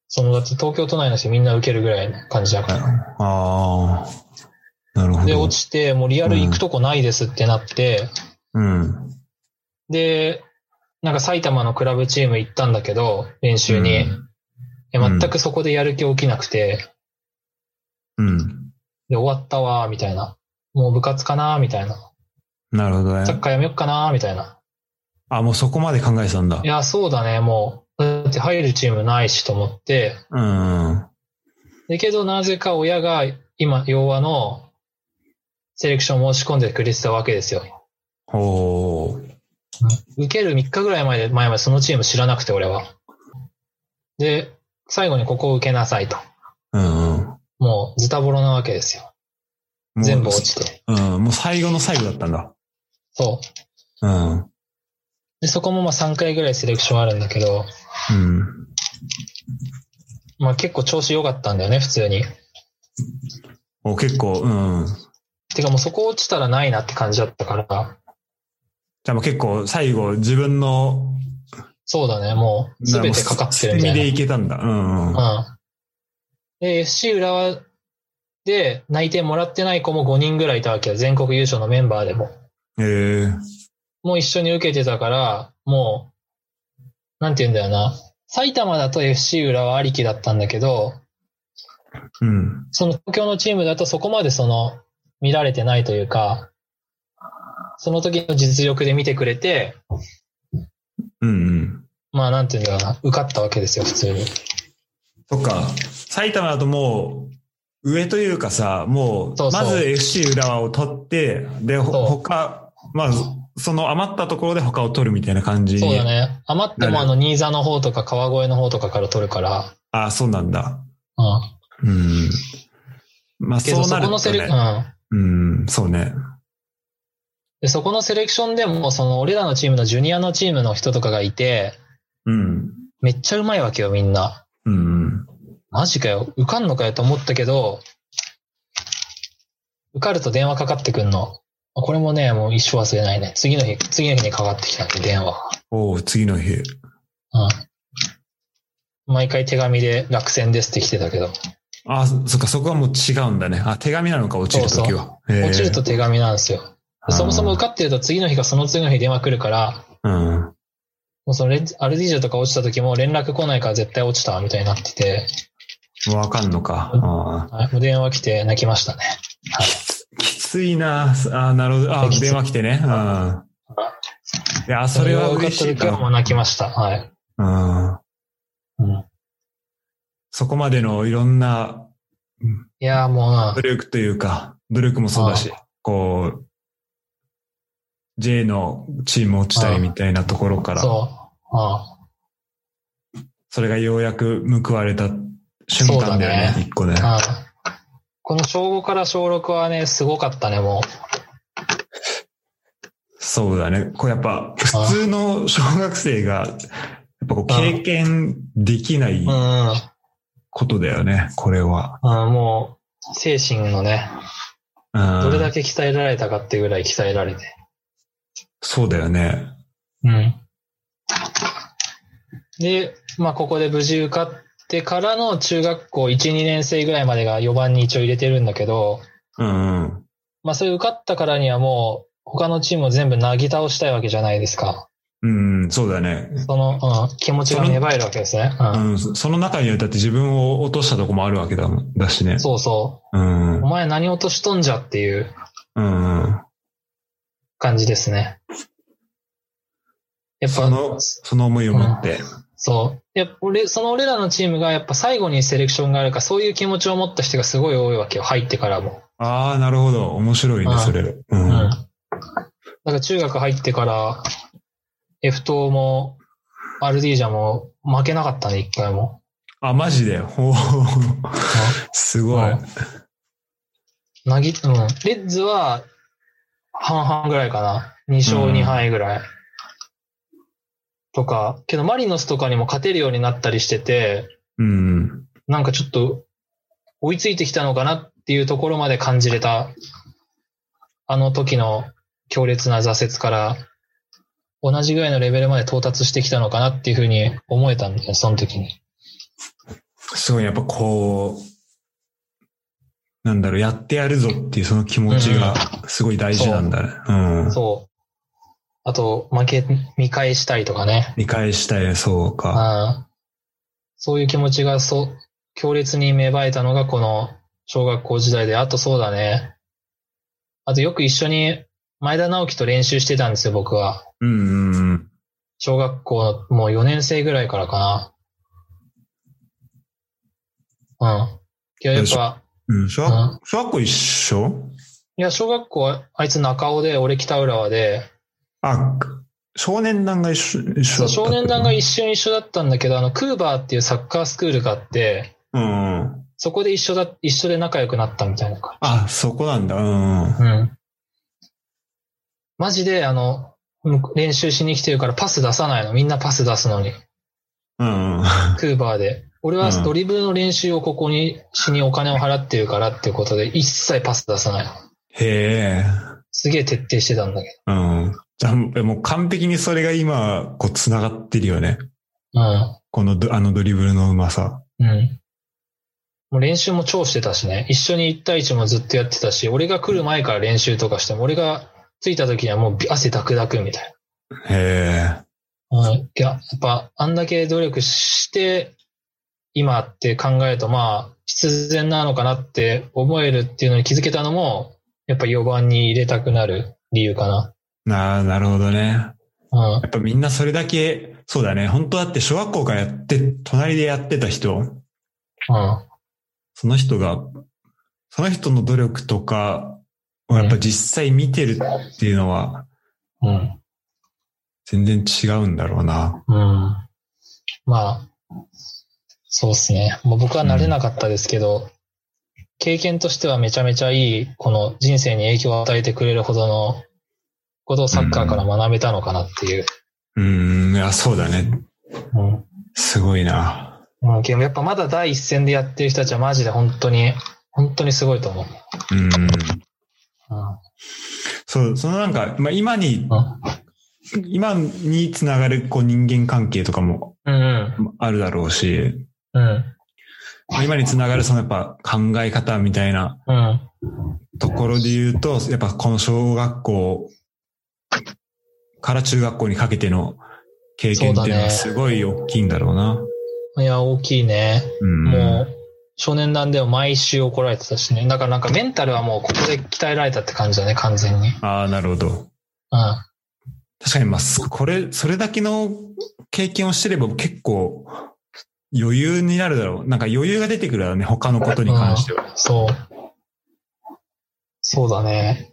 S2: その、だって東京都内の人みんな受けるぐらいの感じだから。
S1: ああー。なるほど。
S2: で、落ちて、もうリアル行くとこないですってなって、
S1: うん。
S2: で、なんか埼玉のクラブチーム行ったんだけど、練習に。
S1: うん
S2: いや全くそこでやる気起きなくて、
S1: うん。
S2: で、終わったわ、みたいな。もう部活かな、みたいな。
S1: なるほど
S2: サッ
S1: ね。
S2: カーやめよっかな、みたいな。
S1: あ、もうそこまで考えてたんだ
S2: い。や、そうだね、もう。だって入るチームないしと思って。
S1: うん。
S2: だけど、なぜか親が今、洋和のセレクション申し込んでくれてたわけですよ。
S1: ほう。
S2: 受ける3日ぐらい前で、前までそのチーム知らなくて、俺は。で、最後にここを受けなさいと。
S1: うんうん。
S2: もう、ズタボロなわけですよ。
S1: もう
S2: 全部落ちて。
S1: うん。もう最後の最後だったんだ。
S2: そう。
S1: うん。
S2: で、そこもまあ3回ぐらいセレクションあるんだけど、
S1: うん。
S2: まあ結構調子良かったんだよね、普通に。
S1: お結構、うん。じ
S2: てかもうそこ落ちたらないなって感じだったから、
S1: ゃあもう結構最後自分の、
S2: そうだね、もう全てかかってるみ
S1: み
S2: た
S1: で
S2: い
S1: いけたんだ。うんうん。
S2: な。うん。で、FC 浦和で内定もらってない子も5人ぐらいいたわけよ、全国優勝のメンバーでも。
S1: ええ。
S2: もう一緒に受けてたから、もう、なんて言うんだよな。埼玉だと FC 浦和ありきだったんだけど、
S1: うん。
S2: その東京のチームだとそこまでその見られてないというか、その時の実力で見てくれて、
S1: うんうん。
S2: まあなんていうんだろうな、受かったわけですよ、普通に。
S1: そっか。埼玉だともう、上というかさ、も、
S2: そううそう
S1: まず FC 浦和を取って、で、ほ
S2: そう
S1: 他、まあ、その余ったところで他を取るみたいな感じに。
S2: そうだね。余っても
S1: な
S2: あ
S1: る
S2: の、新座の方とか川越の方とかから取るから、
S1: ああ、そうなんだ。
S2: うん。
S1: うん。まあ、
S2: けど
S1: そう
S2: そ
S1: な
S2: こ
S1: る
S2: の
S1: と
S2: セレ、う
S1: ね。
S2: ん。
S1: うん、そうね。
S2: で、そこのセレクションでも、その、俺らのチームのジュニアのチームの人とかがいて、
S1: うん。
S2: めっちゃうまいわけよ、みんな。
S1: うん。
S2: マジかよ、受かんのかよと思ったけど、受かると電話かかってくんの。あこれもね、もう一生忘れないね。次の日、次の日にかかってきたんで、電話
S1: おう次の日。
S2: が。うん。毎回手紙で落選ですって来てたけど、
S1: ああ、そっか、そこはもう違うんだね。あ、手紙なのか、落ちるときは。へえ
S2: 落ちると手紙なんですよ。でそもそも受かってると次の日かその次の日電話来るから、
S1: うん。
S2: もうそのレンアルディージョとか落ちた時も連絡来ないから絶対落ちたみたいになってて、
S1: わかんのか。ああ
S2: はいもう電話来て泣きましたね。
S1: きついな。ああ、なるほど。ああ
S2: きつい
S1: 電話来てね。うん。いや、それは嬉しい
S2: 受かっ
S1: か
S2: た時はもう泣きました。はい。
S1: うん。
S2: うん、
S1: そこまでのいろんない
S2: やーもうな
S1: 努、力というか、努力もそうだし、こう、J のチーム落ちたいみたいなところから、
S2: そう。うん
S1: それがようやく報われた瞬間だよ
S2: そうだ
S1: ね、一個ね。
S2: うんこの小5から小6はね、すごかったね、も。
S1: そうだね。これやっぱ、普通の小学生が、やっぱこう経験できないう
S2: うん。うん
S1: ことだよね、これは。
S2: もう、精神のね、
S1: うん
S2: どれだけ鍛えられたかっていうぐらい鍛えられて。
S1: そうだよね。
S2: うん。で、まあ、ここで無事受かってからの中学校1、2年生ぐらいまでが4番に一応入れてるんだけど、
S1: うんうん。
S2: まあ、それ受かったからにはもう、他のチームを全部なぎ倒したいわけじゃないですか。
S1: うん、そうだね。
S2: その、うん、気持ちが芽生えるわけですね。うん。
S1: うん、その中にはだって自分を落としたとこもあるわけだもんだしね。
S2: そうそうう。
S1: ん。う
S2: お
S1: ん
S2: 前何落としとんじゃっていう。
S1: うん。
S2: 感じですね。やっぱ
S1: そ、の、その思いを持って。
S2: そう。やっぱ俺、その俺らのチームがやっぱ最後にセレクションがあるから、そういう気持ちを持った人がすごい多いわけよ。入ってからも。
S1: ああ、なるほど。面白いね
S2: う、ん
S1: それ。う。
S2: うんん。だから中学入ってから、F 党も、アルディージャも負けなかったね、一回も。
S1: あ、マジで。ほう。すごい。
S2: なぎ、うん。レッズは、半々ぐらいかな。2勝2敗ぐらい。とか、けどマリノスとかにも勝てるようになったりしてて、
S1: うん。
S2: なんかちょっと追いついてきたのかなっていうところまで感じれた、あの時の強烈な挫折から、同じぐらいのレベルまで到達してきたのかなっていうふうに思えたんだよ、その時に。
S1: すごい、やっぱこう、なんだろう、やってやるぞっていうその気持ちがすごい大事なんだね。うん。
S2: そう。あと、負け、見返したりとかね。
S1: 見返したい、そうか。
S2: ああそういう気持ちがそう、強烈に芽生えたのがこの小学校時代で、あとそうだね。あとよく一緒に前田直樹と練習してたんですよ、僕は。
S1: うんうんうん。
S2: 小学校のもう4年生ぐらいからかな。うん。いや、やっぱ、
S1: うん、小
S2: うん
S1: 学小学校一緒
S2: いや、小学校はあいつ中尾で、俺北浦和で、
S1: あ、少年団が一緒一緒だったって
S2: 少
S1: こと
S2: 年団が一瞬一緒だったんだけど、あの、クーバーっていうサッカースクールがあって、
S1: うんうん。
S2: そこで一緒だ、一緒で仲良くなったみたいな感
S1: あ、そこなんだ。うんうん。
S2: じ。うん。マジで、あの、向こう練習しに来てるからパス出さないの。みんなパス出すのに。
S1: うんうん。
S2: クーバーで。俺は
S1: うん
S2: ドリブルの練習をここにしにお金を払ってるからっていうことで、一切パス出さない。
S1: へえ。
S2: すげえ徹底してたんだけ
S1: うん。じゃあ、もう完璧にそれが今、こう、繋がってるよね。
S2: ど。
S1: このド、あのドリブルのうまさ。
S2: うん。うん。もう練習も超してたしね。一緒に1対1もずっとやってたし、俺が来る前から練習とかしても、俺が着いた時にはもう汗ダクダクみたい
S1: へえ。
S2: な。うん。いや、やっぱあんだけ努力して、今って考えると、まあ、必然なのかなって思えるっていうのに気づけたのも、やっぱ4番に入れたくなる理由かな。
S1: なあ、なるほどね。
S2: うん
S1: や。っぱみんなそれだけ、そうだね。本当だって小学校からやって、隣でやってた人、
S2: うん。
S1: その人が、その人の努力とかをやっぱ実際見てるっていうのは
S2: うん。
S1: 全然違うんだろうな。
S2: うん。まあ、そうですね。もう僕は慣れなかったですけど、経験としてはめちゃめちゃいい、この人生に影響を与えてくれるほどのことをサッカーから学べたのかなっていう。
S1: うーん、いや、そうだね。
S2: うん。
S1: すごいな。
S2: うん、けどやっぱまだ第一線でやってる人たちはマジで本当に、本当にすごいと思う。
S1: うん。
S2: うん。
S1: そう、そのなんか、まあ、今に、
S2: うん
S1: 今につながるこう人間関係とかも
S2: うん
S1: あるだろうし、
S2: うん。うん。
S1: まあ今につながるそのやっぱ考え方みたいな
S2: うん。
S1: ところで言うと、やっぱこの小学校から中学校にかけての経験っていうのは
S2: そ
S1: すごい大きいんだろうな。
S2: いや、大きいね。
S1: うん
S2: もう、少年団では毎週怒られてたしね。だからなんかメンタルはもうここで鍛えられたって感じだね、完全に。うん。
S1: ああ、なるほど。確かにまあ、すこれ、それだけの経験をしてれば結構余裕になるだろう。なんか余裕が出てくるだろうね、他のことに関しては。
S2: そう。そうだね。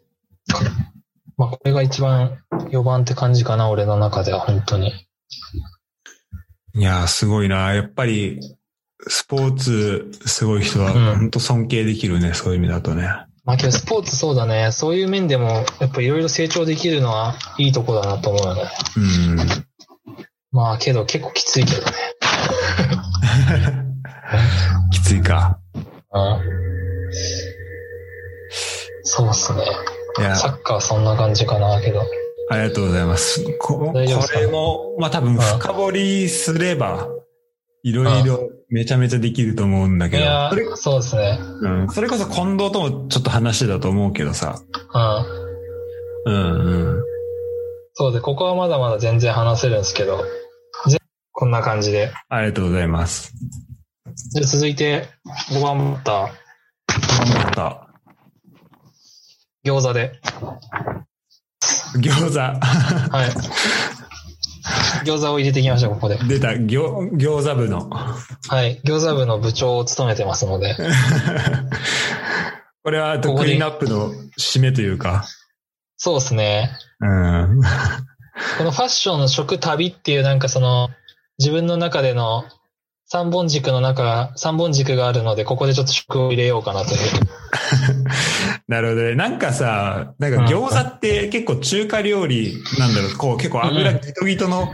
S2: まあ、これが一番4番って感じかな、俺の中では、本当に。
S1: いやー、すごいな。やっぱり、スポーツすごい人は
S2: うん
S1: 本当尊敬できるね、そういう意味だとね。
S2: まあ、けどスポーツそうだね。そういう面でも、やっぱいろいろ成長できるのはいいとこだなと思うよね。
S1: うん。
S2: まあ、けど結構きついけどね。
S1: きついか。
S2: うん。そうっすね。
S1: いやー
S2: サッカーはそんな感じかな、けど。
S1: ありがとうございます。ここ
S2: 大丈夫ですか
S1: れも、まあ多分深掘りすれば、いろいろめちゃめちゃできると思うんだ
S2: い
S1: けど、
S2: や
S1: それ,、
S2: ー、そうですね。
S1: うん、それこそ近藤ともちょっと話してたと思うけどさ。
S2: うん。
S1: うんうん。
S2: そうで、ここはまだまだ全然話せるんですけど、ぜこんな感じで。
S1: ありがとうございます。
S2: じゃあ続いて、5番バッター、
S1: 頑張った。
S2: 餃子で。
S1: 餃子。
S2: はい。餃子を入れていきましょう、ここで。
S1: 出た、餃餃子部の。
S2: はい。餃子部の部長を務めてますので。
S1: これはあと
S2: ここ
S1: ク
S2: で
S1: リーンアップの締めというか。
S2: そうですね。
S1: うん。
S2: このファッションの食旅っていうなんかその、自分の中での三本軸の中、三本軸があるので、ここでちょっと食を入れようかなという。
S1: なるほどね。なんかさ、なんか餃子って結構中華料理なんだろう、こう結構油ギトギトの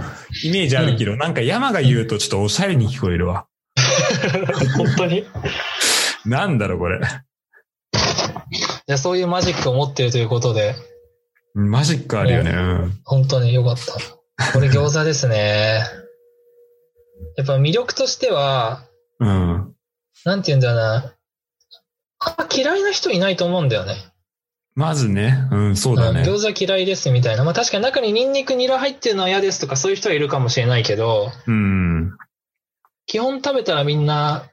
S1: イメージあるけど、なんか山が言うとちょっとおしゃれに聞こえるわ。
S2: 本当にい
S1: なんだろうこれ。
S2: や、そういうマジックを持ってるということで、
S1: マジックあるよね。うん
S2: 本当に良かった。これ餃子ですね。 やっぱ魅力としては、
S1: うん。
S2: なんて言うんだろうな。あ嫌いな人いないと思うんだよね。
S1: まずね、うん、そうだね。
S2: 餃子嫌いですみたいな。まあ確かに中にニンニクニラ入ってるのは嫌ですとかそういう人はいるかもしれないけど、
S1: うん。
S2: 基本食べたらみんな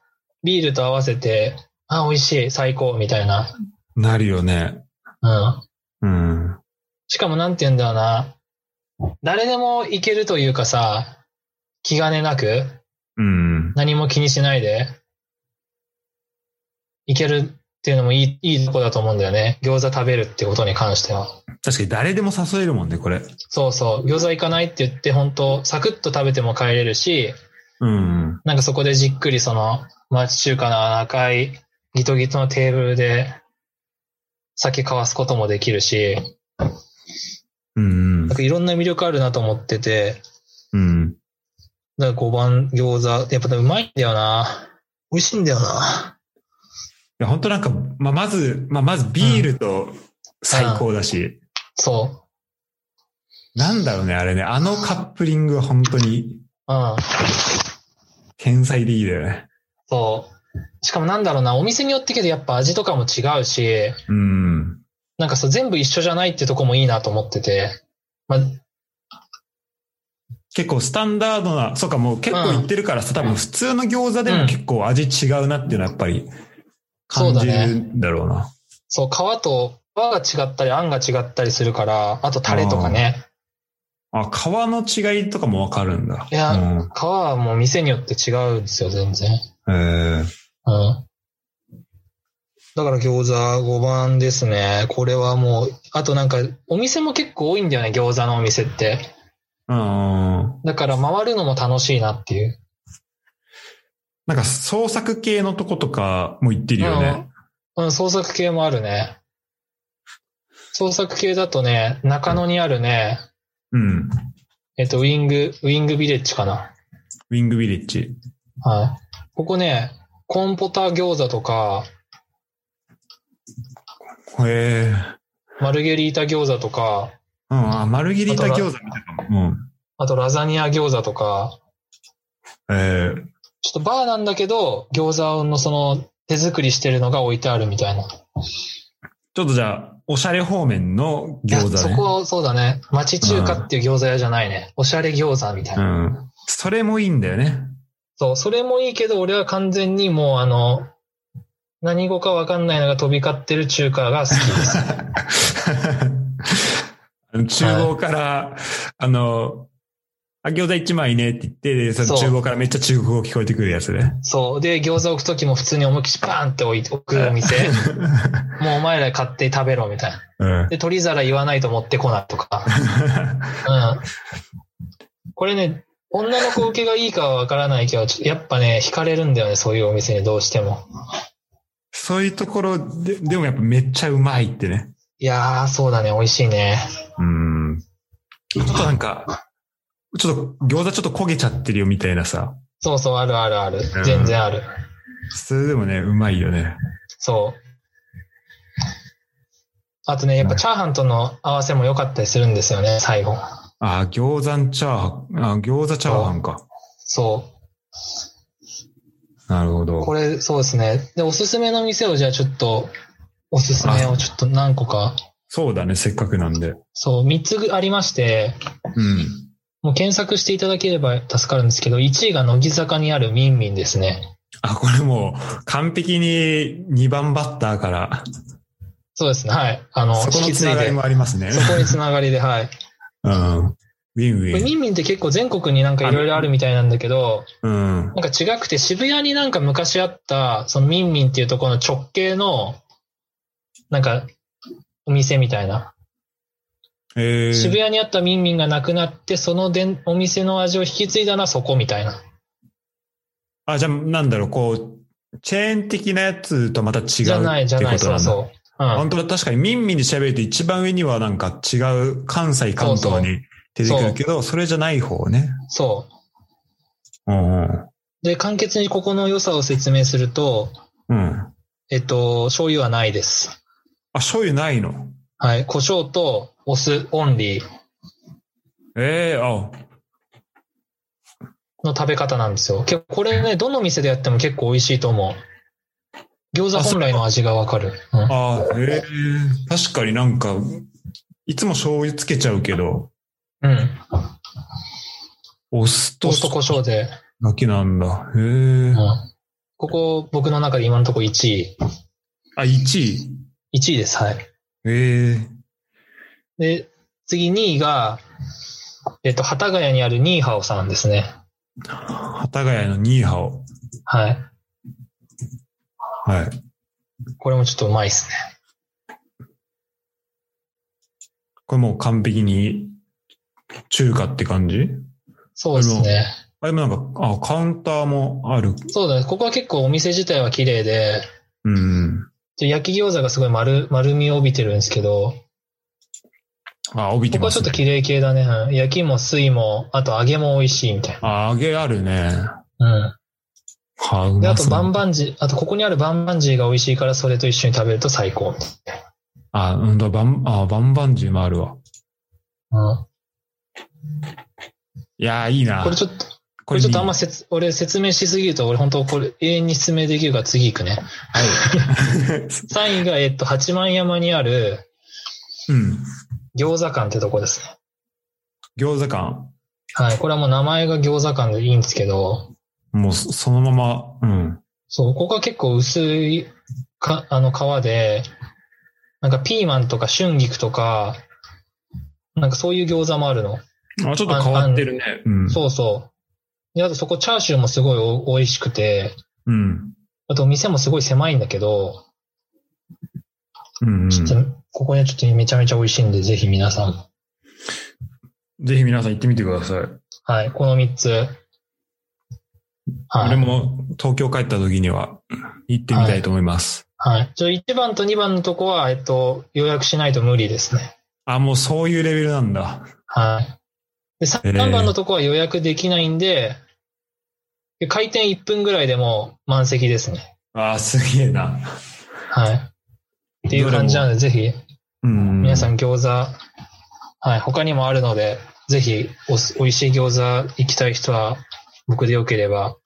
S2: ビールと合わせて、あ、美味しい、最高みたいな。
S1: なるよね。
S2: うん。
S1: うん。
S2: しかもなんて言うんだろうな。誰でもいけるというかさ、気兼ねなく、
S1: うん。
S2: 何も気にしないで、いけるっていうのもいい、いいとこだと思うんだよね。餃子食べるってことに関しては。
S1: 確かに誰でも誘えるもんね、これ。
S2: そうそう。餃子行かないって言って、本当サクッと食べても帰れるし、
S1: うん。
S2: なんかそこでじっくりその、町中華の赤いギトギトのテーブルで、酒交わすこともできるし、
S1: うん
S2: なん。かいろんな魅力あるなと思ってて、
S1: うん。
S2: だから5番餃子、やっぱうまいんだよな。美味しいんだよな。
S1: いや、本当なんか、まあ、まず、まあ、まずビールと最高だし。
S2: そう。
S1: なんだろうね、あれね。あのカップリングは本当に
S2: うん。
S1: 天才でいいだよね。
S2: そう。しかもなんだろうな、お店によってけどやっぱ味とかも違うし、
S1: うん。
S2: なんかそう全部一緒じゃないってとこもいいなと思ってて、まあ、
S1: 結構スタンダードな、そうかもう結構いってるからさ、多分普通の餃子でも結構味違うなっていうのはやっぱり感じるんだろうな。
S2: そう、皮と、皮が違ったり、あんが違ったりするから、あとタレとかね。
S1: あ、皮の違いとかもわかるんだ。
S2: いや
S1: うん
S2: 皮はもう店によって違うんですよ、全然。
S1: えー
S2: うん。だから餃子5番ですね。これはもう、あとなんか、お店も結構多いんだよね、餃子のお店って。
S1: うん。
S2: だから回るのも楽しいなっていう。
S1: なんか創作系のとことかも行ってるよね。
S2: うん、創作系もあるね。創作系だとね、中野にあるね、
S1: うん。
S2: えっと、ウィング、ウィングビレッジかな。
S1: ウィングビリッジ。
S2: はい。ここね、コンポタ餃子とか、
S1: へえ。
S2: マルゲリータ餃子とか、
S1: うん、あ、マルゲリータ餃子みたいかも。うん。
S2: あとラザニア餃子とか、
S1: えー
S2: ちょっとバーなんだけど、餃子のその手作りしてるのが置いてあるみたいな。
S1: ちょっとじゃあ、おしゃれ方面の
S2: いや
S1: 餃子ね。
S2: そこはそうだね。町中華っていう餃子屋じゃないね。おしゃれ餃子みたいうな。
S1: ん。それもいいんだよね。
S2: そう、それもいいけど、俺は完全にもうあの、何語かわかんないのが飛び交ってる中華が好きです。
S1: あの厨房から、あの、あ、餃子一枚ねって言って、でその
S2: そう
S1: 厨房からめっちゃ中国語聞こえてくるやつね。
S2: そう。で、餃子置くときも普通に思いっきりバーンって置いて置くお店。 もうお前ら買って食べろみたいな。
S1: うん。
S2: で、取り皿言わないと持ってこないとか。うん。これね、女の子受けがいいかはわからないけど、ちょっとやっぱね、惹かれるんだよね、そういうお店にどうしても。
S1: そういうところで、でもやっぱめっちゃうまいってね。
S2: いやー、そうだね、美味しいね。
S1: うん。ちょっとなんか、ちょっと餃子ちょっと焦げちゃってるよみたいなさ。
S2: そうそう、あるあるある
S1: うん。
S2: 全然ある。
S1: それでもね、うまいよね。
S2: そう。あとね、やっぱチャーハンとの合わせも良かったりするんですよね、最後。
S1: あ、餃子チャーハン、あ、餃子チャーハンか。
S2: そ
S1: なるほ
S2: う。こ
S1: ど。
S2: れ、そうですね。で、おすすめの店をじゃあちょっと、おすすめをちょっと何個か、
S1: そうだね、せっかくなんで。
S2: そう、3つぐありまして、
S1: うん。
S2: もう検索していただければ助かるんですけど、1位が乃木坂にあるミンミンですね。
S1: あ、これもう完璧に2番バッターから、
S2: そうですね。はい。あの、
S1: そこ
S2: 引
S1: の
S2: き
S1: つ
S2: 継
S1: ないがり
S2: で。
S1: もありますね。
S2: そこにつながりで、はい。
S1: うん。ウィンウ
S2: これ
S1: ィン。
S2: ミンミンって結構全国になんかいろいろあるみたいなんだけど、
S1: うん。
S2: なんか違くて渋谷になんか昔あった、そのミンミンっていうところの直系の、なんか、お店みたいな。
S1: えー、
S2: 渋谷にあったミンミンがなくなって、そのでんお店の味を引き継いだのはそこみたいな。
S1: あ、じゃあ、なんだろう、こう、チェーン的なやつとまた違うって
S2: じ
S1: こと
S2: ゃ
S1: なんだ。
S2: ない、じゃない、そうそう。うん
S1: 本。当だ、確かに、ミンミンで調べると一番上にはなんか違う関西、関東に出てくるけど、それじゃない方ね。
S2: そ
S1: うんうん。
S2: う。で、簡潔にここの良さを説明すると、
S1: うん。あ、
S2: えっと、醤油はないです。
S1: 醤油ないの
S2: はい。胡椒とお酢オンリー
S1: ええあ、
S2: の食べ方なんですよ。結構これね、どの店でやっても結構美味しいと思う。餃子本来の味がわかる。うん
S1: あ、ええ確かになんか、いつも醤油つけちゃうけど、
S2: うん。
S1: お酢と
S2: トースト胡椒で。
S1: だけなんだ。へえ
S2: うん。ここ、僕の中で今のところ1位。
S1: あ、1位。
S2: 1位です。はい。
S1: ええ
S2: で、次2位が、えっと、幡ヶ谷にあるニーハオさんですね。
S1: 幡ヶ谷のニーハオ。
S2: はい。
S1: はい。
S2: これもちょっとうまいですね。
S1: これもう完璧に中華って感じ
S2: そうですね。
S1: あ、でもなんか、あ、カウンターもある。
S2: そうだね。ここは結構お店自体は綺麗で、
S1: うん。
S2: で焼き餃子がすごい丸、丸みを帯びてるんですけど、
S1: あ、帯び
S2: こ
S1: て
S2: こ
S1: ま
S2: はち
S1: す、
S2: ょっ
S1: ね。
S2: と綺麗系だね。うん焼きも水も、あと揚げも美味しいみたい
S1: あ、揚げあるね。
S2: な。
S1: はあ、う
S2: うん。で、あ
S1: ま
S2: と
S1: そう
S2: バンバンジー、あとここにあるバンバンジーが美味しいからそれと一緒に食べると最高。
S1: あ、うんだ、バン、あ、バンバンジーもあるわ。
S2: うん。
S1: いやー、いいな。
S2: これちょっと、
S1: こ
S2: これちょっとあん
S1: いい
S2: ま説、俺説明しすぎると、俺本当これ永遠に説明できるから次行くね。
S1: はい。
S2: 3位が、えっと、八幡山にある
S1: うん。
S2: 餃子館ってとこですね。
S1: 餃子館。
S2: はい。これはもう名前が餃子感でいいんですけど、
S1: もうそそのまま、うん。
S2: そう、ここが結構薄いか、あの皮で、なんかピーマンとか春菊とか、なんかそういう餃子もあるの。
S1: あ、ちょっと変わってるね。うん。
S2: そうそう。で、あとそこチャーシューもすごいお美味しくて、
S1: うん。
S2: あとお店もすごい狭いんだけど、
S1: うん、うん。
S2: ちょっと
S1: ぜ、
S2: ここね、ちょっとめちゃめちゃ美味しいんで、ぜひ皆さん。
S1: ひ皆さん行ってみてください。
S2: はい、この3つ。は
S1: 俺
S2: い。
S1: も東京帰った時には行ってみたいと思います。
S2: はい。ちょ、1番と2番のとこは、えっと、予約しないと無理ですね。
S1: あ、もうそういうレベルなんだ。
S2: はい。で、3
S1: えー
S2: 番のとこは予約できないんで、で開店1分ぐらいでもう満席ですね。
S1: あ、すげえな。
S2: はい。っていう感じなので、ぜひ、
S1: うん。
S2: 皆さ
S1: ん。
S2: ん餃子、はい、他にもあるので、ぜひおす、美味しい餃子行きたい人は、僕でよければ、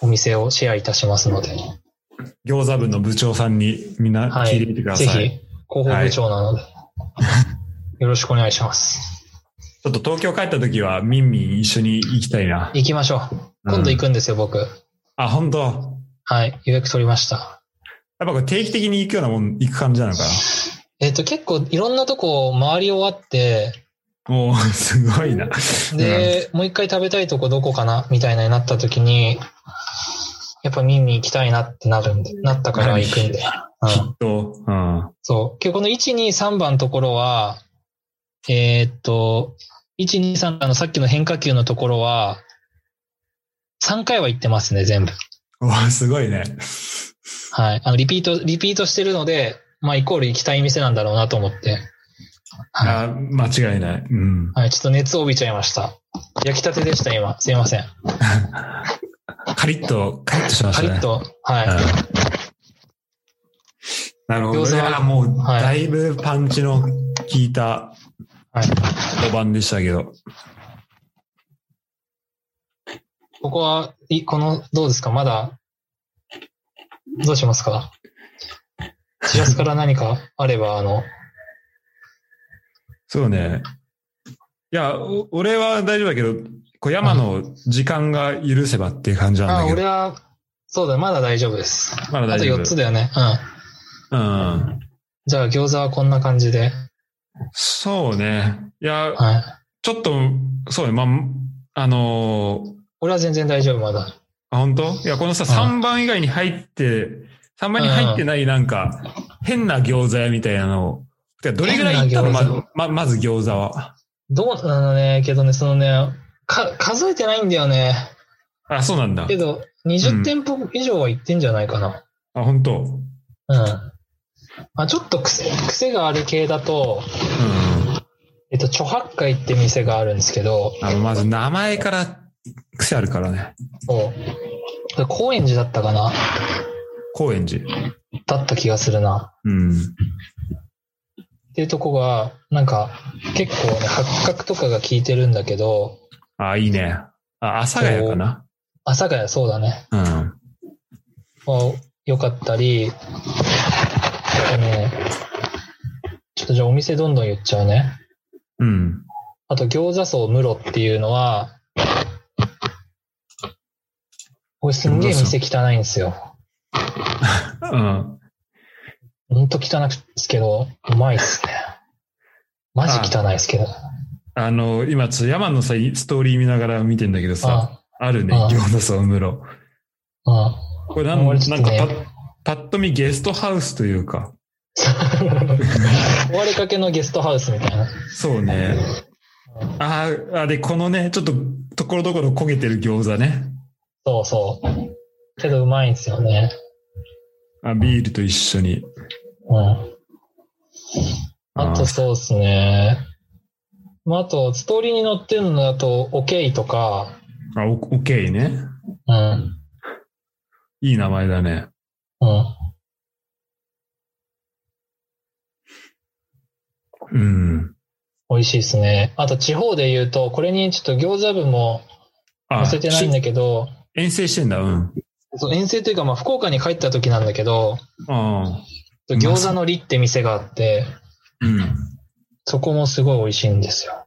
S2: お店をシェアいたしますので、
S1: 餃子部の部長さんにみんな
S2: は
S1: 聞いてみ
S2: い
S1: てく、ださ
S2: ぜ
S1: い。
S2: ひ、広報部長なので、よろしくお願いします。
S1: ちょっと東京帰った時はミンミン一緒に行きたいな。
S2: 行きましょう。今度行
S1: うん
S2: くんですよ、僕。
S1: あ、本当。
S2: はい、予約取りました。
S1: やっぱこれ定期的に行くようなもん、行く感じなのか
S2: えっ、と、結構いろんなとこ回り終わって、
S1: な。もう、すごいな。
S2: で、もう一回食べたいとこどこかなみたいなになった時に、やっぱ見に行きたいなってなるんで、なったから行くんで。う
S1: き
S2: ん、
S1: っと、うん。
S2: そう。結構この1、2、3番のところは、えーっと、1、2、3あのさっきの変化球のところは、3回は行ってますね、全部。
S1: うわ、すごいね。
S2: はい。あの、リピート、リピートしてるので、まあ、イコール行きたい店なんだろうなと思って。はい。
S1: あ間違いない。うん。
S2: はい、ちょっと熱を帯びちゃいました。焼きたてでした、今。すいません。
S1: カリッと、カリッとしまし
S2: カ
S1: た
S2: リ
S1: ね。
S2: ッと。はい。
S1: うんなるほど。い
S2: 餃子は
S1: や、もう、
S2: はい
S1: だいぶパンチの効いた
S2: はい。
S1: 5番でしたけど。
S2: ここは、い、この、どうですかまだ、どうしますか知らすから何かあれば、あの、
S1: そうね。いや、お俺は大丈夫だけど、こう山の時間が許せばっていう感じなん
S2: あ、
S1: だけ
S2: 俺
S1: ど。
S2: は、そうだ、まだ大丈夫です。
S1: まだ
S2: あ
S1: 大
S2: と
S1: 丈夫。
S2: 4つだよね。うん。
S1: うん。
S2: じゃあ、餃子はこんな感じで。
S1: そうね。いや、
S2: はい。
S1: ちょっと、そうね。まあ、あのー
S2: 俺は全然大丈夫、まだ。
S1: あ、本当？いや、このさ、
S2: ん
S1: 3番以外に入って、3番に入ってないなんか、変な餃子屋みたいなのを、てかどれぐらい行ったの
S2: 変
S1: ま
S2: な餃
S1: ず、ま、まず餃子は。
S2: どうなのね、けどね、そのね、か、数えてないんだよね。
S1: あ、そうなんだ
S2: け。ど、
S1: うん
S2: 20店舗以上は行ってんじゃないかな。
S1: あ、本当。うん。
S2: うん。まあ、ちょっと癖、癖がある系だと、えっと、著白海って店があるんですけど、
S1: あの、まず名前から癖あるからね。
S2: そう。高円寺だったかな
S1: 高円寺。
S2: だった気がするな。
S1: うん。
S2: っていうとこが、なんか、結構ね、八角とかが効いてるんだけど、
S1: あ、いいね。あ、阿佐ヶ谷かな。
S2: 阿佐ヶ谷そうだね。
S1: うん。
S2: も良かったり、あとね、ちょっとじゃあお店どんどん言っちゃうね。
S1: うん。
S2: あと餃子荘室っていうのは、これすんげえ店汚いんですよ。
S1: うん。
S2: ほんと汚くっすけど、うまいっすね。マジ汚いっすけど。
S1: あの、今、ちょっと山のさ、ストーリー見ながら見てんだけどさ、
S2: あ
S1: あるね
S2: あ、
S1: 餃子総室。
S2: あ、
S1: これなん
S2: 俺ち
S1: な
S2: ょっ
S1: ん
S2: と
S1: か
S2: ね
S1: パ、パッと見ゲストハウスというか。
S2: 終わりかけのゲストハウスみたいな。
S1: そうね。あーあ、で、このね、ちょっと、ところどころ焦げてる餃子ね。
S2: そうそう。けどうまいんですよね。
S1: あビールと一緒に。
S2: うん。あ
S1: あ
S2: と
S1: ー
S2: そうですね。まあ、あと、ストーリーに載ってるのだと、オケイとか、
S1: あ、オッケーね。
S2: うん、
S1: いい名前だね。
S2: うん。
S1: うん。
S2: 美味しいですね。あと、地方で言うと、これにちょっと餃子部も
S1: あ
S2: 載せてないんだけど、
S1: し遠征してんだ、うん。
S2: そう遠征というか、まあ、福岡に帰った時なんだけど、
S1: あまそう
S2: 餃子のりって店があって、
S1: あ。うん。
S2: そこもすごい美味しいんですよ。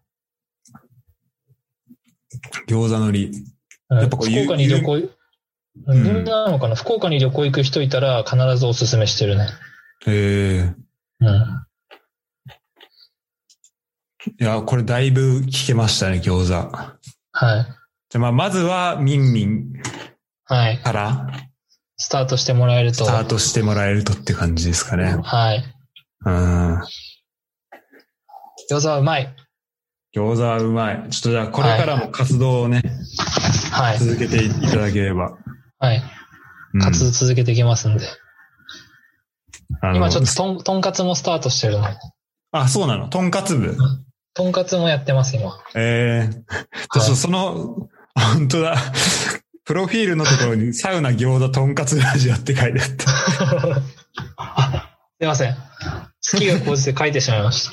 S1: 餃子のり。
S2: うん
S1: やっぱこう
S2: 福岡に
S1: 有
S2: 旅行、
S1: ん
S2: 有名なのかな福岡に旅行行く人いたら必ずおすすめしてるね。
S1: え
S2: うん。
S1: えいや、これだいぶ聞けましたね、餃子。じゃ
S2: はい。
S1: あまあ、まずは、みんみん
S2: はい。
S1: から
S2: スタートしてもらえると。
S1: スタートしてもらえるとって感じですかね。
S2: はい。
S1: うん。
S2: 餃子はうまい。
S1: 餃子はうまい。ちょっとじゃあ、これからも活動をね、
S2: はい。
S1: 続けていただければ。
S2: はい。
S1: うん
S2: 活動続けていきますんで。
S1: あの
S2: 今ちょっととん、とんかつもスタートしてるの。
S1: あ、そうなの。とんかつ部。
S2: とんかつもやってます、今。
S1: ええ
S2: はい
S1: そその、 本当だ。プロフィールのところに、サウナ、餃子、とんかつラジオって書いてあった。
S2: すいません。好きが高じて書いてしまいまし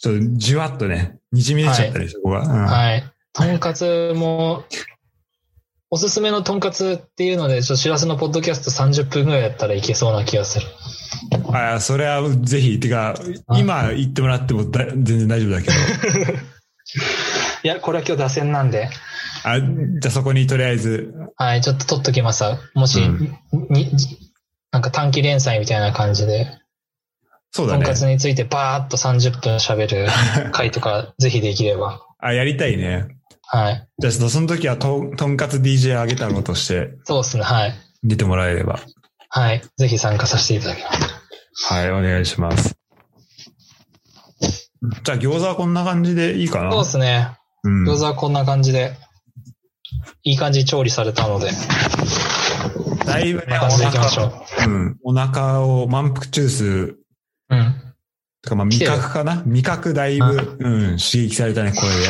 S1: ちょっと、じわっとね、にじみ出ちゃったり、そこが。うん
S2: た。はい。とんかつも、おすすめのとんかつっていうので、ちょっと知らせのポッドキャスト30分ぐらいやったらいけそうな気がする。
S1: あそれはぜひ、てか、
S2: はい
S1: 今言ってもらってもだ全然大丈夫 だけど。
S2: いや、これは今日打線なんで。
S1: あ、じゃあそこにとりあえず、
S2: はい、ちょっと取っときますわ。もし、
S1: うん
S2: に、なんか短期連載みたいな感じで、
S1: そう
S2: と
S1: だ
S2: ん
S1: ね
S2: か。つについてバーっと30分喋 る回とか、ぜひできれば。
S1: あ、やりたいね。
S2: はい。
S1: じゃあそその時はと、とんかつ DJ あげたのとして
S2: そうですね、はい。
S1: 出てもらえれば。
S2: はい。ぜひ参加させていただきます。
S1: はい、お願いします。じゃあ餃子はこんな感じでいいかな
S2: そうですね。
S1: うん
S2: 餃子はこんな感じで、いい感じに調理されたので、こ
S1: だいぶ
S2: ん
S1: ね、
S2: な
S1: お
S2: 感じでいきましょ
S1: 腹
S2: う。
S1: うん、お腹を満腹中枢、
S2: うん。
S1: とかまあ味覚かな味覚だいぶ、
S2: はい
S1: うん、刺激されたね、これで。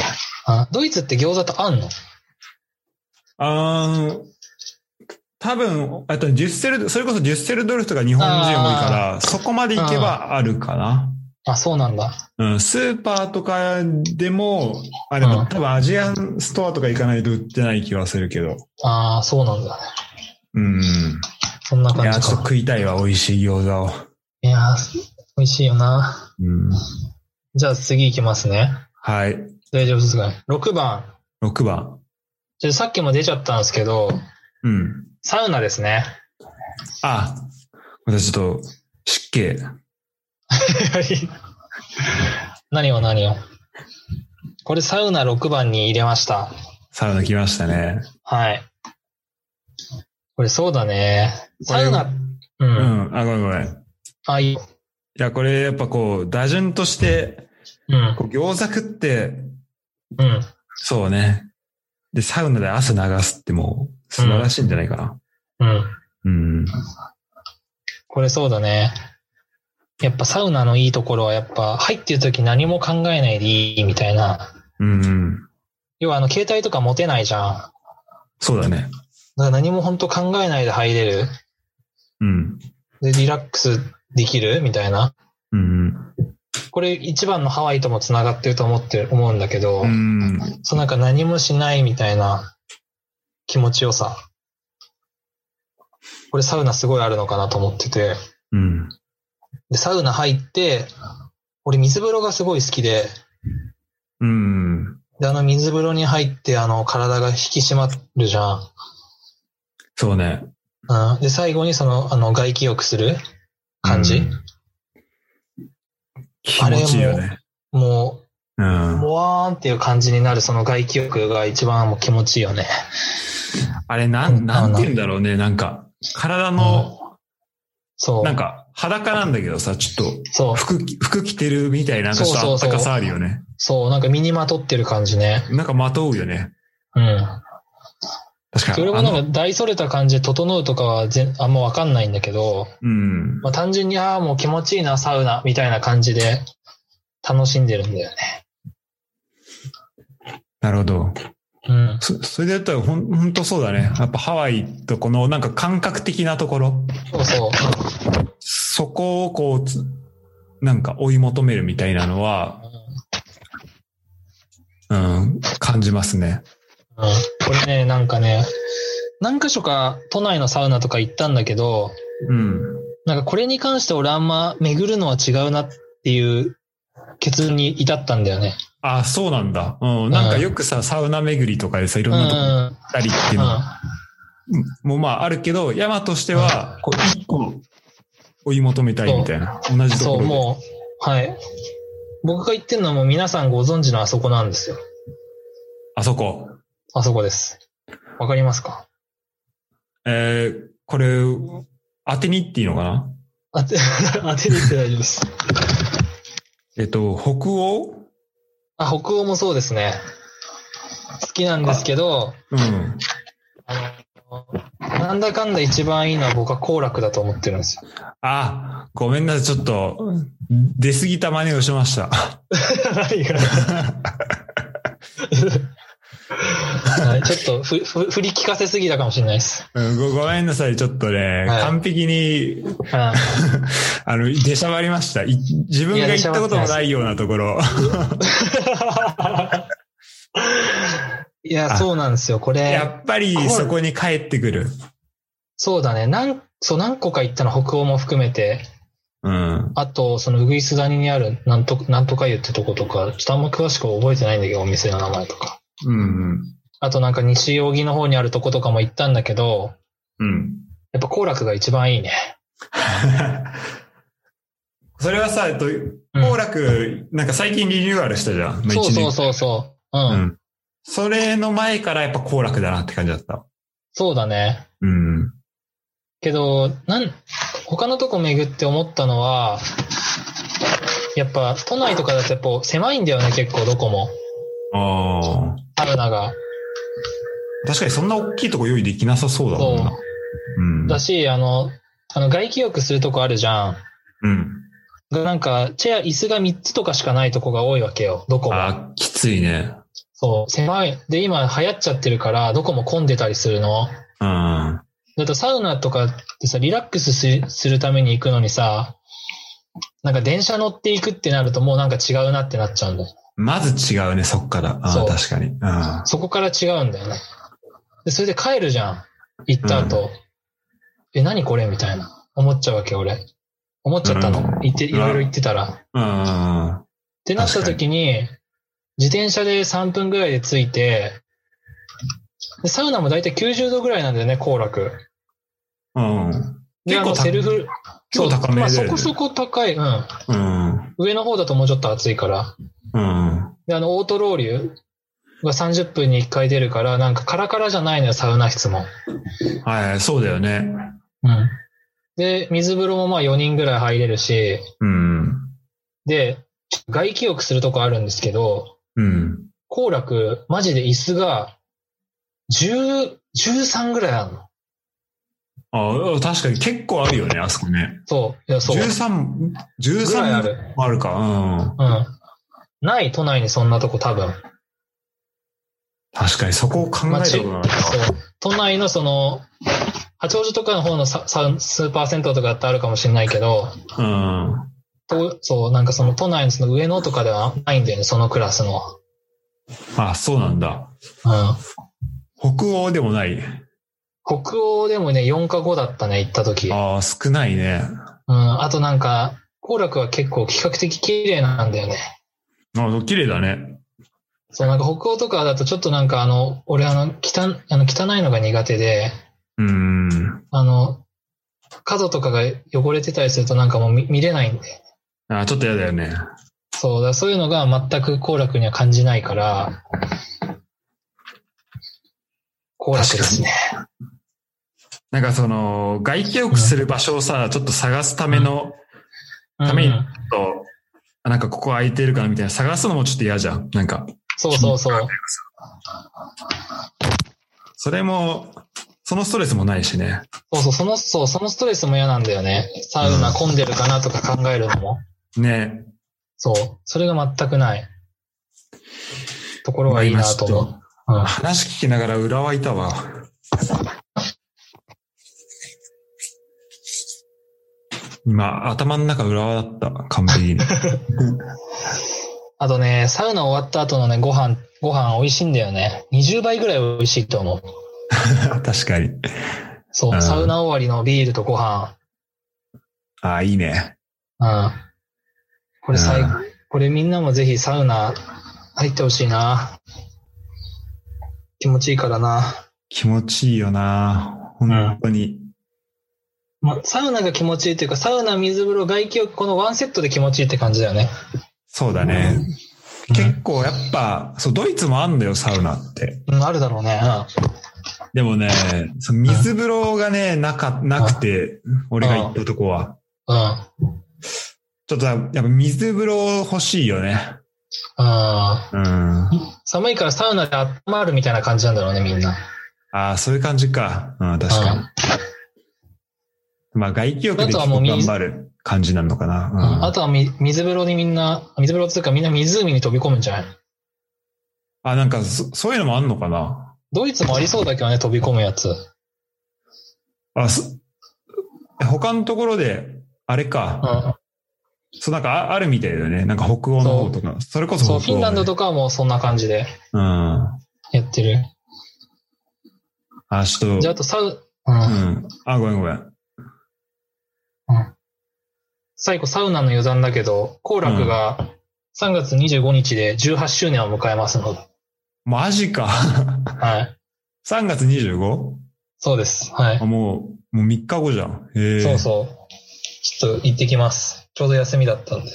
S2: あドイツって餃子ってあんの
S1: あー多分、あと、ジュッセル、それこそジュッセルドルフとか日本人多いから、そこまで行けばあるかな。
S2: あ、そうなんだ。
S1: うん、スーパーとかでも、あ、で
S2: う
S1: も
S2: ん
S1: 多分アジアンストアとか行かないと売ってない気はするけど。
S2: ああ、そうなんだ。
S1: うん。
S2: そんない感
S1: や、
S2: じ
S1: ちょっと
S2: か。
S1: 食いたいわ、美味しい餃子を。
S2: いやー、美味しいよな。
S1: うん。
S2: じゃあ次行きますね。
S1: はい。
S2: 大丈夫ですかね。6番。
S1: 6番。
S2: ちょっとさっきも出ちゃったんですけど、
S1: うん。
S2: サウナですね。
S1: あ、私ちょっと、湿気。
S2: 何を何を。これサウナ6番に入れました。
S1: サウナ来ましたね。
S2: はい。これそうだね。
S1: これ
S2: サウナ、う。
S1: うんん。あ、ごめんごめん。
S2: あ、いいよ。
S1: いや、これやっぱこう、打順として、
S2: うん
S1: こ。う餃子食って、
S2: うん。
S1: そうね。で、サウナで汗流すってもう、素晴らしいんじゃないかな。
S2: うん。
S1: うん。
S2: これそうだね。やっぱサウナのいいところはやっぱ入ってる時何も考えないでいいみたいな。
S1: うん。うん、
S2: 要はあの携帯とか持てないじゃん。だか
S1: そうだね。
S2: ら何も本当考えないで入れる。
S1: うん。
S2: で、リラックスできるみたいな。
S1: うん。
S2: これ一番のハワイとも繋がってると思ってる、思うんだけど、
S1: うん。
S2: そのなんか何もしないみたいな気持ちよさ。これサウナすごいあるのかなと思ってて。
S1: うん。
S2: で、サウナ入って、俺水風呂がすごい好きで、
S1: うん。
S2: で、あの水風呂に入って、あの体が引き締まるじゃ
S1: そうね。
S2: ん。うん。で、最後にその、あの外気浴する感じ。
S1: うん気持ちいいよね。
S2: も
S1: う
S2: う、
S1: ん。
S2: もわーんっていう感じになるその外気浴が一番もう気持ちいいよね。
S1: あれ、なん、なんて言うんだろうね。なんか、体の、
S2: そう。
S1: なんか、裸なんだけどさ、ちょっ
S2: そ
S1: と、
S2: う。
S1: 服、服着てるみたいな、なんかちょっとあったかさあるよね。
S2: そう。なんか身にまとってる感じね。
S1: なんかまとうよね。
S2: うん。
S1: 確かに。
S2: それもなん
S1: あ
S2: か
S1: の
S2: 大それた感じで整うとかは全あんまわかんないんだけど、
S1: うん。
S2: まあ、単純にああもう気持ちいいなサウナみたいな感じで楽しんでるんだよね。
S1: なるほど。
S2: うん。
S1: そそれでやったらほん、ほんとそうだね。やっぱハワイとこのなんか感覚的なところ、
S2: そう そう。
S1: そこをこうつ、なんか追い求めるみたいなのは、うん、感じますね。
S2: うん、これね、なんかね、何箇所か都内のサウナとか行ったんだけど、
S1: うん。
S2: なんかこれに関して俺あんま巡るのは違うなっていう結論に至ったんだよね。
S1: あ、そうなんだ。うん。なんかよくさ、サウナ巡りとかでさ、いろんなとこ行ったりっていうのはもうまああるけど、山としては、こう、一個追い求めたいみたいな。同じと
S2: そ
S1: こ
S2: う、
S1: ろで。
S2: もう、はい。僕が言ってるのはもう皆さんご存知のあそこなんですよ。
S1: あそこ。
S2: あそこです。わかりますか
S1: えー、これ、当てにっていうのかな
S2: 当て、 当てに行って大丈夫です。
S1: えっと、北欧
S2: あ、北欧もそうですね。好きなんですけど、
S1: うん。
S2: あの、なんだかんだ一番いいのは僕は行楽だと思ってるんですよ。
S1: あ、ごめんなさい。ちょっと、出過ぎた真似をしました。
S2: 何がはい、ちょっとふふ振り聞かせすぎたかもしれないです。
S1: うんごごめんなさい。ちょっとね、
S2: はい
S1: 完璧に、
S2: は
S1: あの、出しゃばりました。い自分が行ったこともないようなところ。
S2: い、いや、
S1: あ
S2: そうなんですよ。これ。
S1: やっぱりそこに帰ってくる。
S2: そうだね。なん、そう、何個か行ったの、北欧も含めて。
S1: うん。
S2: あと、その、ウグイス谷にある、なんと、なんとか湯ってとことか、ちょっとあんま詳しく覚えてないんだけど、お店の名前とか。
S1: うん。
S2: あとなんか、西扇の方にあるとことかも行ったんだけど、
S1: うん。
S2: やっぱ行楽が一番いいね。
S1: それはさ、えっと、
S2: うん
S1: 幸楽、なんか最近リニューアルしたじゃん。まあ
S2: そう
S1: 一
S2: そ
S1: 年
S2: うそうそう。うん。
S1: うん。それの前からやっぱ幸楽だなって感じだった。
S2: そうだね。
S1: うん。
S2: けど、なん、他のとこ巡って思ったのは、やっぱ、都内とかだとやっぱ狭いんだよね、結構どこも。
S1: ああ。
S2: サウナが。
S1: 確かにそんな大きいとこ用意できなさそうだもんな
S2: そ。
S1: うん。
S2: だし、あの、あの、外気浴するとこあるじゃん。
S1: うん。
S2: がなんか、チェア、椅子が3つとかしかないとこが多いわけよ。どこも。
S1: あーきついね。
S2: そう、狭い。で、今流行っちゃってるから、どこも混んでたりするの。
S1: うん。
S2: だとサウナとかってさ、リラックスすするために行くのにさ、なんか電車乗っていくってなるともうなんか違うなってなっちゃうんだよ。
S1: まず違うね、そっから。あ
S2: そ
S1: あ、
S2: う
S1: 確かに。うん。
S2: そこから違うんだよね。で、それで帰るじゃん。行った後。え、何これみたいな。思っちゃうわけ、俺。思っちゃったの。
S1: うん
S2: 行って、いろいろ行ってたら。
S1: うん。
S2: ってなった時に、自転車で3分ぐらいで着いて、でサウナもだいたい90度ぐらいなんだよね、行楽。
S1: うん。
S2: で、
S1: 結
S2: あ
S1: 構
S2: の、
S1: た
S2: セルフ、
S1: 結構高め
S2: まあ
S1: だよ
S2: そ
S1: ね
S2: こそこ高い、うん。
S1: うん。
S2: 上の方だともうちょっと暑いから。
S1: うん。
S2: で、あの、オートロウリュが30分に1回出るから、なんかカラカラじゃないのよ、サウナ室も。
S1: はい、そうだよね。
S2: うん。で、水風呂もまあ4人ぐらい入れるし、
S1: うん。
S2: で、ちょっと外気浴するとこあるんですけど、
S1: うん。
S2: 行楽、マジで椅子が、10、13ぐらいあるの。
S1: ああ、確かに結構あるよね、あそこね。
S2: そう。いや、そう。
S1: 13、
S2: ぐらいあ
S1: 13
S2: る。
S1: もあるか。うん。
S2: うん。ない、都内にそんなとこ多分。
S1: 確かにそこを考えたことなかっ
S2: そう。都内のその、八王子とかの方のささスーパー銭湯とかだってあるかもしれないけど、
S1: た。うん。
S2: とそう、なんかその都内のその上野とかではないんだよね、そのクラスの。
S1: あ、そうなんだ。
S2: うん。
S1: 北欧でもない。
S2: 北欧でもね、4か5だったね、行った時。うん。
S1: ああ、少ないね。
S2: あとなんか、行楽は結構比較的綺麗なんだよね。
S1: あ綺麗だね。
S2: そう、なんか北欧とかだとちょっとなんかあの、俺あの、汚、あの、汚いのが苦手で、
S1: うん。
S2: あの、角とかが汚れてたりするとなんかもう見見れないんで。
S1: あちょっと嫌だよね。
S2: そうだ、そういうのが全く行楽には感じないから、行楽ですね。
S1: なんかその、外気浴する場所をさ、ちょっと探すための、
S2: うん
S1: ために、と、あなんかここ空いてるかなみたいな、探すのもちょっと嫌じゃん。なんか、
S2: そうそうそう。
S1: それも、そのストレスもないしね。
S2: そうそう、その、そう、そのストレスも嫌なんだよね。サウナ混んでるかなとか考えるのも。
S1: ね。
S2: そう。それが全くない。ところがいいなと思う。うん
S1: 話聞きながら裏はいたわ。今、頭の中裏輪だった。完璧 に。
S2: あとね、サウナ終わった後のね、ご飯、ご飯美味しいんだよね。20倍ぐらい美味しいと思う。
S1: 確かに。
S2: そう、
S1: うん
S2: サウナ終わりのビールとご飯。
S1: ああ、いいね。
S2: うん。これ最
S1: う
S2: これみんなもぜひサウナ入ってほしいな。気持ちいいからな。
S1: 気持ちいいよな。本当に。
S2: まあ、サウナが気持ちいいというか、サウナ、水風呂、外気浴、このワンセットで気持ちいいって感じだよね。
S1: そうだね。
S2: うん
S1: 結構やっぱ、そう、ドイツもあんだよ、サウナって。
S2: うん、あるだろうね。
S1: でもね、その水風呂がね、なか、なくて、俺が行ったとこは。
S2: うん。うん。
S1: ちょっとやっぱ水風呂欲しいよね。
S2: あ
S1: うん。あ
S2: あ。寒いからサウナで温まるみたいな感じなんだろうね、みんな。
S1: あー、そういう感じか。うん、確かに。まあ、外気浴で
S2: あ
S1: 結
S2: とはも
S1: 構
S2: う水
S1: 頑張る感じなのか
S2: うん
S1: な。うん、
S2: あとはみ水風呂にみんな、水風呂っていうかみんな湖に飛び込むんじゃない
S1: あ、なんかそ、そういうのもあんのかな
S2: ドイツもありそうだけどね、飛び込むやつ。
S1: あ、す、他のところで、あれか。
S2: う
S1: そう、なんかああるみたいだよね。なんか北欧の方とか。それこ
S2: ん。
S1: そ北
S2: そ
S1: 欧、
S2: う、フィンランド
S1: と
S2: とかはもうそんな感じで
S1: うん。あ、
S2: やってる。
S1: ちょっ
S2: じゃ
S1: と。
S2: あ、あとサウ、うん。
S1: うん。あ、ごめんごめん。
S2: 最後、サウナの余談だけど、幸楽が3月25日で18周年を迎えますので。
S1: マジか。
S2: はい。
S1: 3月 25?
S2: そうです。はい
S1: あ、。もう、もう3日後じゃん。へえ。
S2: そう
S1: う。
S2: そう。ちょっと行ってきます。ちょうど休みだったんで。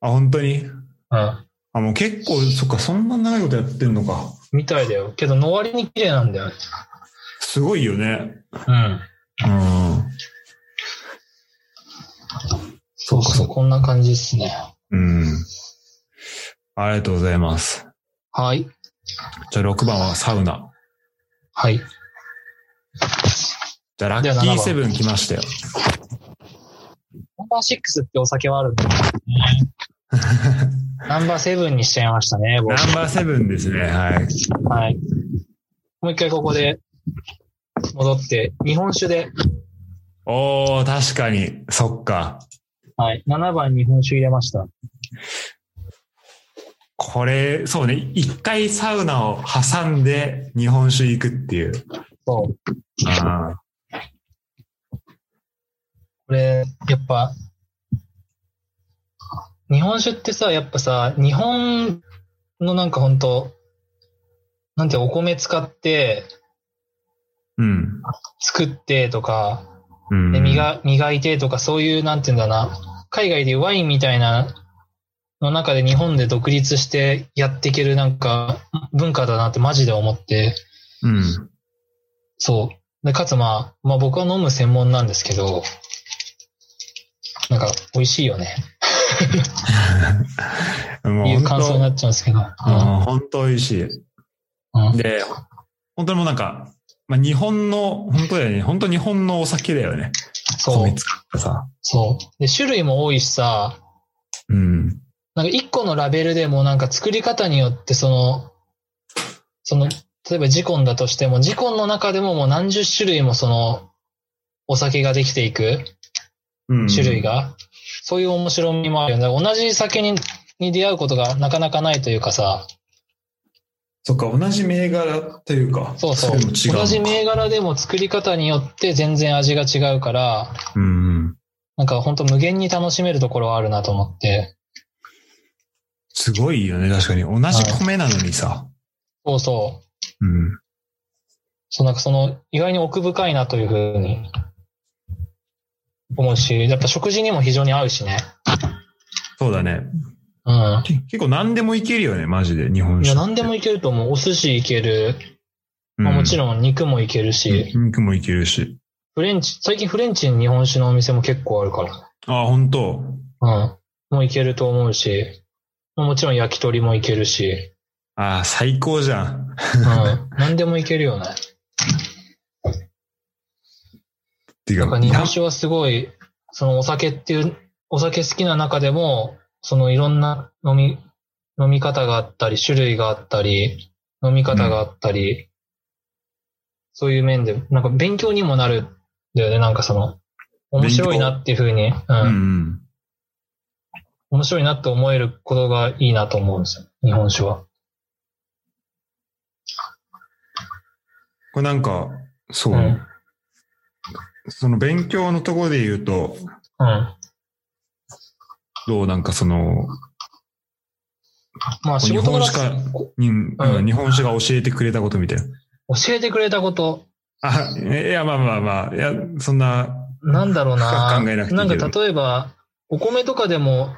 S1: あ、本当に
S2: うん。
S1: あ、もう結構、そっか、そんな長いことやってんのか。
S2: みたいだよ。けど、の割に綺麗なんだよね。
S1: すごいよね。
S2: うん。
S1: うん。
S2: そう
S1: か
S2: そう。こんな感じですね。
S1: うん。ありがとうございます。
S2: はい。
S1: じゃあ6番はサウナ。
S2: はい。
S1: じゃあラッ
S2: では
S1: キ
S2: 7
S1: ー
S2: 番
S1: セブン来ましたよ。
S2: ナンバー6ってお酒はあるん だよね。ナンバー7にしちゃいましたね、僕
S1: ナ。ンバーセブンですね。はい。
S2: はい。もう一回ここで戻って、日本酒で、
S1: おー、確かに。そっか。
S2: はい。7番日本酒入れました。
S1: これ、そうね。一回サウナを挟んで日本酒行くっていう。
S2: そう。
S1: あー
S2: これ、やっぱ、日本酒ってさ、やっぱさ、日本のなんかほんと、なんてお米使って、
S1: うん。
S2: 作ってとか、
S1: うん。
S2: で磨磨いてとか、そういう、なんていうんだな、海外でいうワインみたいなの中で日本で独立してやっていけるなんか文化だなってマジで思って、
S1: うん。
S2: そう。で、かつまあ、まあ僕は飲む専門なんですけど、なんか美味しいよね。って
S1: も
S2: いうう感想にな
S1: 本
S2: っちゃうんですけど。
S1: 当、うん、本当美味しい。
S2: うんうん
S1: で、本当にもうなんか、まあ、日本の、本当だよね。本当日本のお酒だよね。
S2: そ
S1: 米
S2: う。
S1: 使ったさ。
S2: そう。で、種類も多いしさ、
S1: うん。
S2: なんか一個のラベルでもなんか作り方によってその、その、例えばジコンだとしても、ジコンの中でももう何十種類もその、お酒ができていく
S1: うん、
S2: 種類。が、そういう面白みもあるよね。同じ酒にに出会うことがなかなかないというかさ、
S1: そっか、同じ銘柄というか。
S2: そうそう。
S1: れも違うのか
S2: 同じ銘柄でも作り方によって全然味が違うから、
S1: うんうん。
S2: なんか本当無限に楽しめるところはあるなと思って。
S1: すごいよね、確かに。同じ米なのにさ。
S2: そうそう。
S1: うん。
S2: そう、なんかその、意外に奥深いなというふうに思うし、やっぱ食事にも非常に合うしね。
S1: そうだね。
S2: うん。
S1: け結構何でもいけるよね、マジで、日本
S2: い
S1: 酒。
S2: や、何でもいけると思う。お寿司いける。まあ、もち
S1: ん。
S2: ろん肉もいけるし、
S1: うん肉もいけるし。
S2: フレンチ、最近フレンチに日本酒のお店も結構あるか
S1: ああ、本当
S2: ら。うん。もういけると思うし、まあもちろん焼き鳥もいけるし、
S1: ああ、最高じゃん。
S2: うん。何でもいけるよね。
S1: ていう
S2: なん
S1: か、
S2: か日本酒はすごい、そのお酒っていう、お酒好きな中でも、そのいろんな飲み、飲み方があったり、種類があったり、飲み方があったり、そういう面で、なんか勉強にもなるんだよね、なんかその、面白いなっていうふうに、うん、
S1: うんうん。
S2: 面白いなって思えることがいいなと思うんですよ、日本酒は。
S1: これなんか、そうう。
S2: ん。うん。
S1: その勉強のところで言うと、
S2: あ
S1: どうなんかその、
S2: まあ仕
S1: 日
S2: 事
S1: 本
S2: 柄
S1: 史か、にうん日本史が教えてくれたことみたいな。
S2: 教えてくれたこと、
S1: あ、いや、まあまあまあ、いや、そんな、
S2: なんだろうな。
S1: 深く考えなくていいけど
S2: んか例えば、お米とかでも、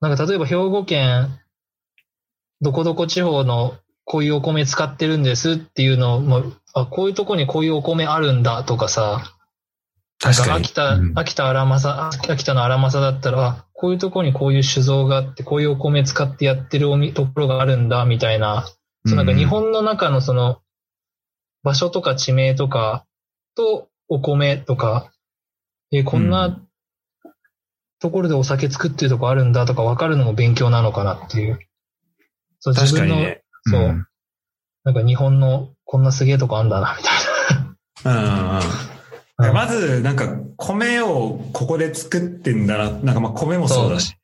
S2: なんか例えば兵庫県、どこどこ地方のこういうお米使ってるんですっていうのを、もうあこういうとこにこういうお米あるんだとかさ、なん
S1: 確かに。
S2: 秋田、
S1: うん
S2: 秋田荒政、秋田の荒政だったら、あこういうとこにこういう酒造があって、こういうお米使ってやってるおみところがあるんだみたいな、そうなんか日本の中のその、場所とか地名とか、とお米とか、え、こん
S1: う
S2: なところでお酒作ってるとこあるんだとか分かるのも勉強なのかなっていう。そう、
S1: 確かに
S2: の、
S1: ね。
S2: そう、
S1: ん
S2: なんか日本のこんなすげえとこあんだな、みた
S1: うんう
S2: い
S1: んうんいや
S2: な。
S1: まず、なんか、米をここで作ってんだな。なんかまあ、米もそうだし。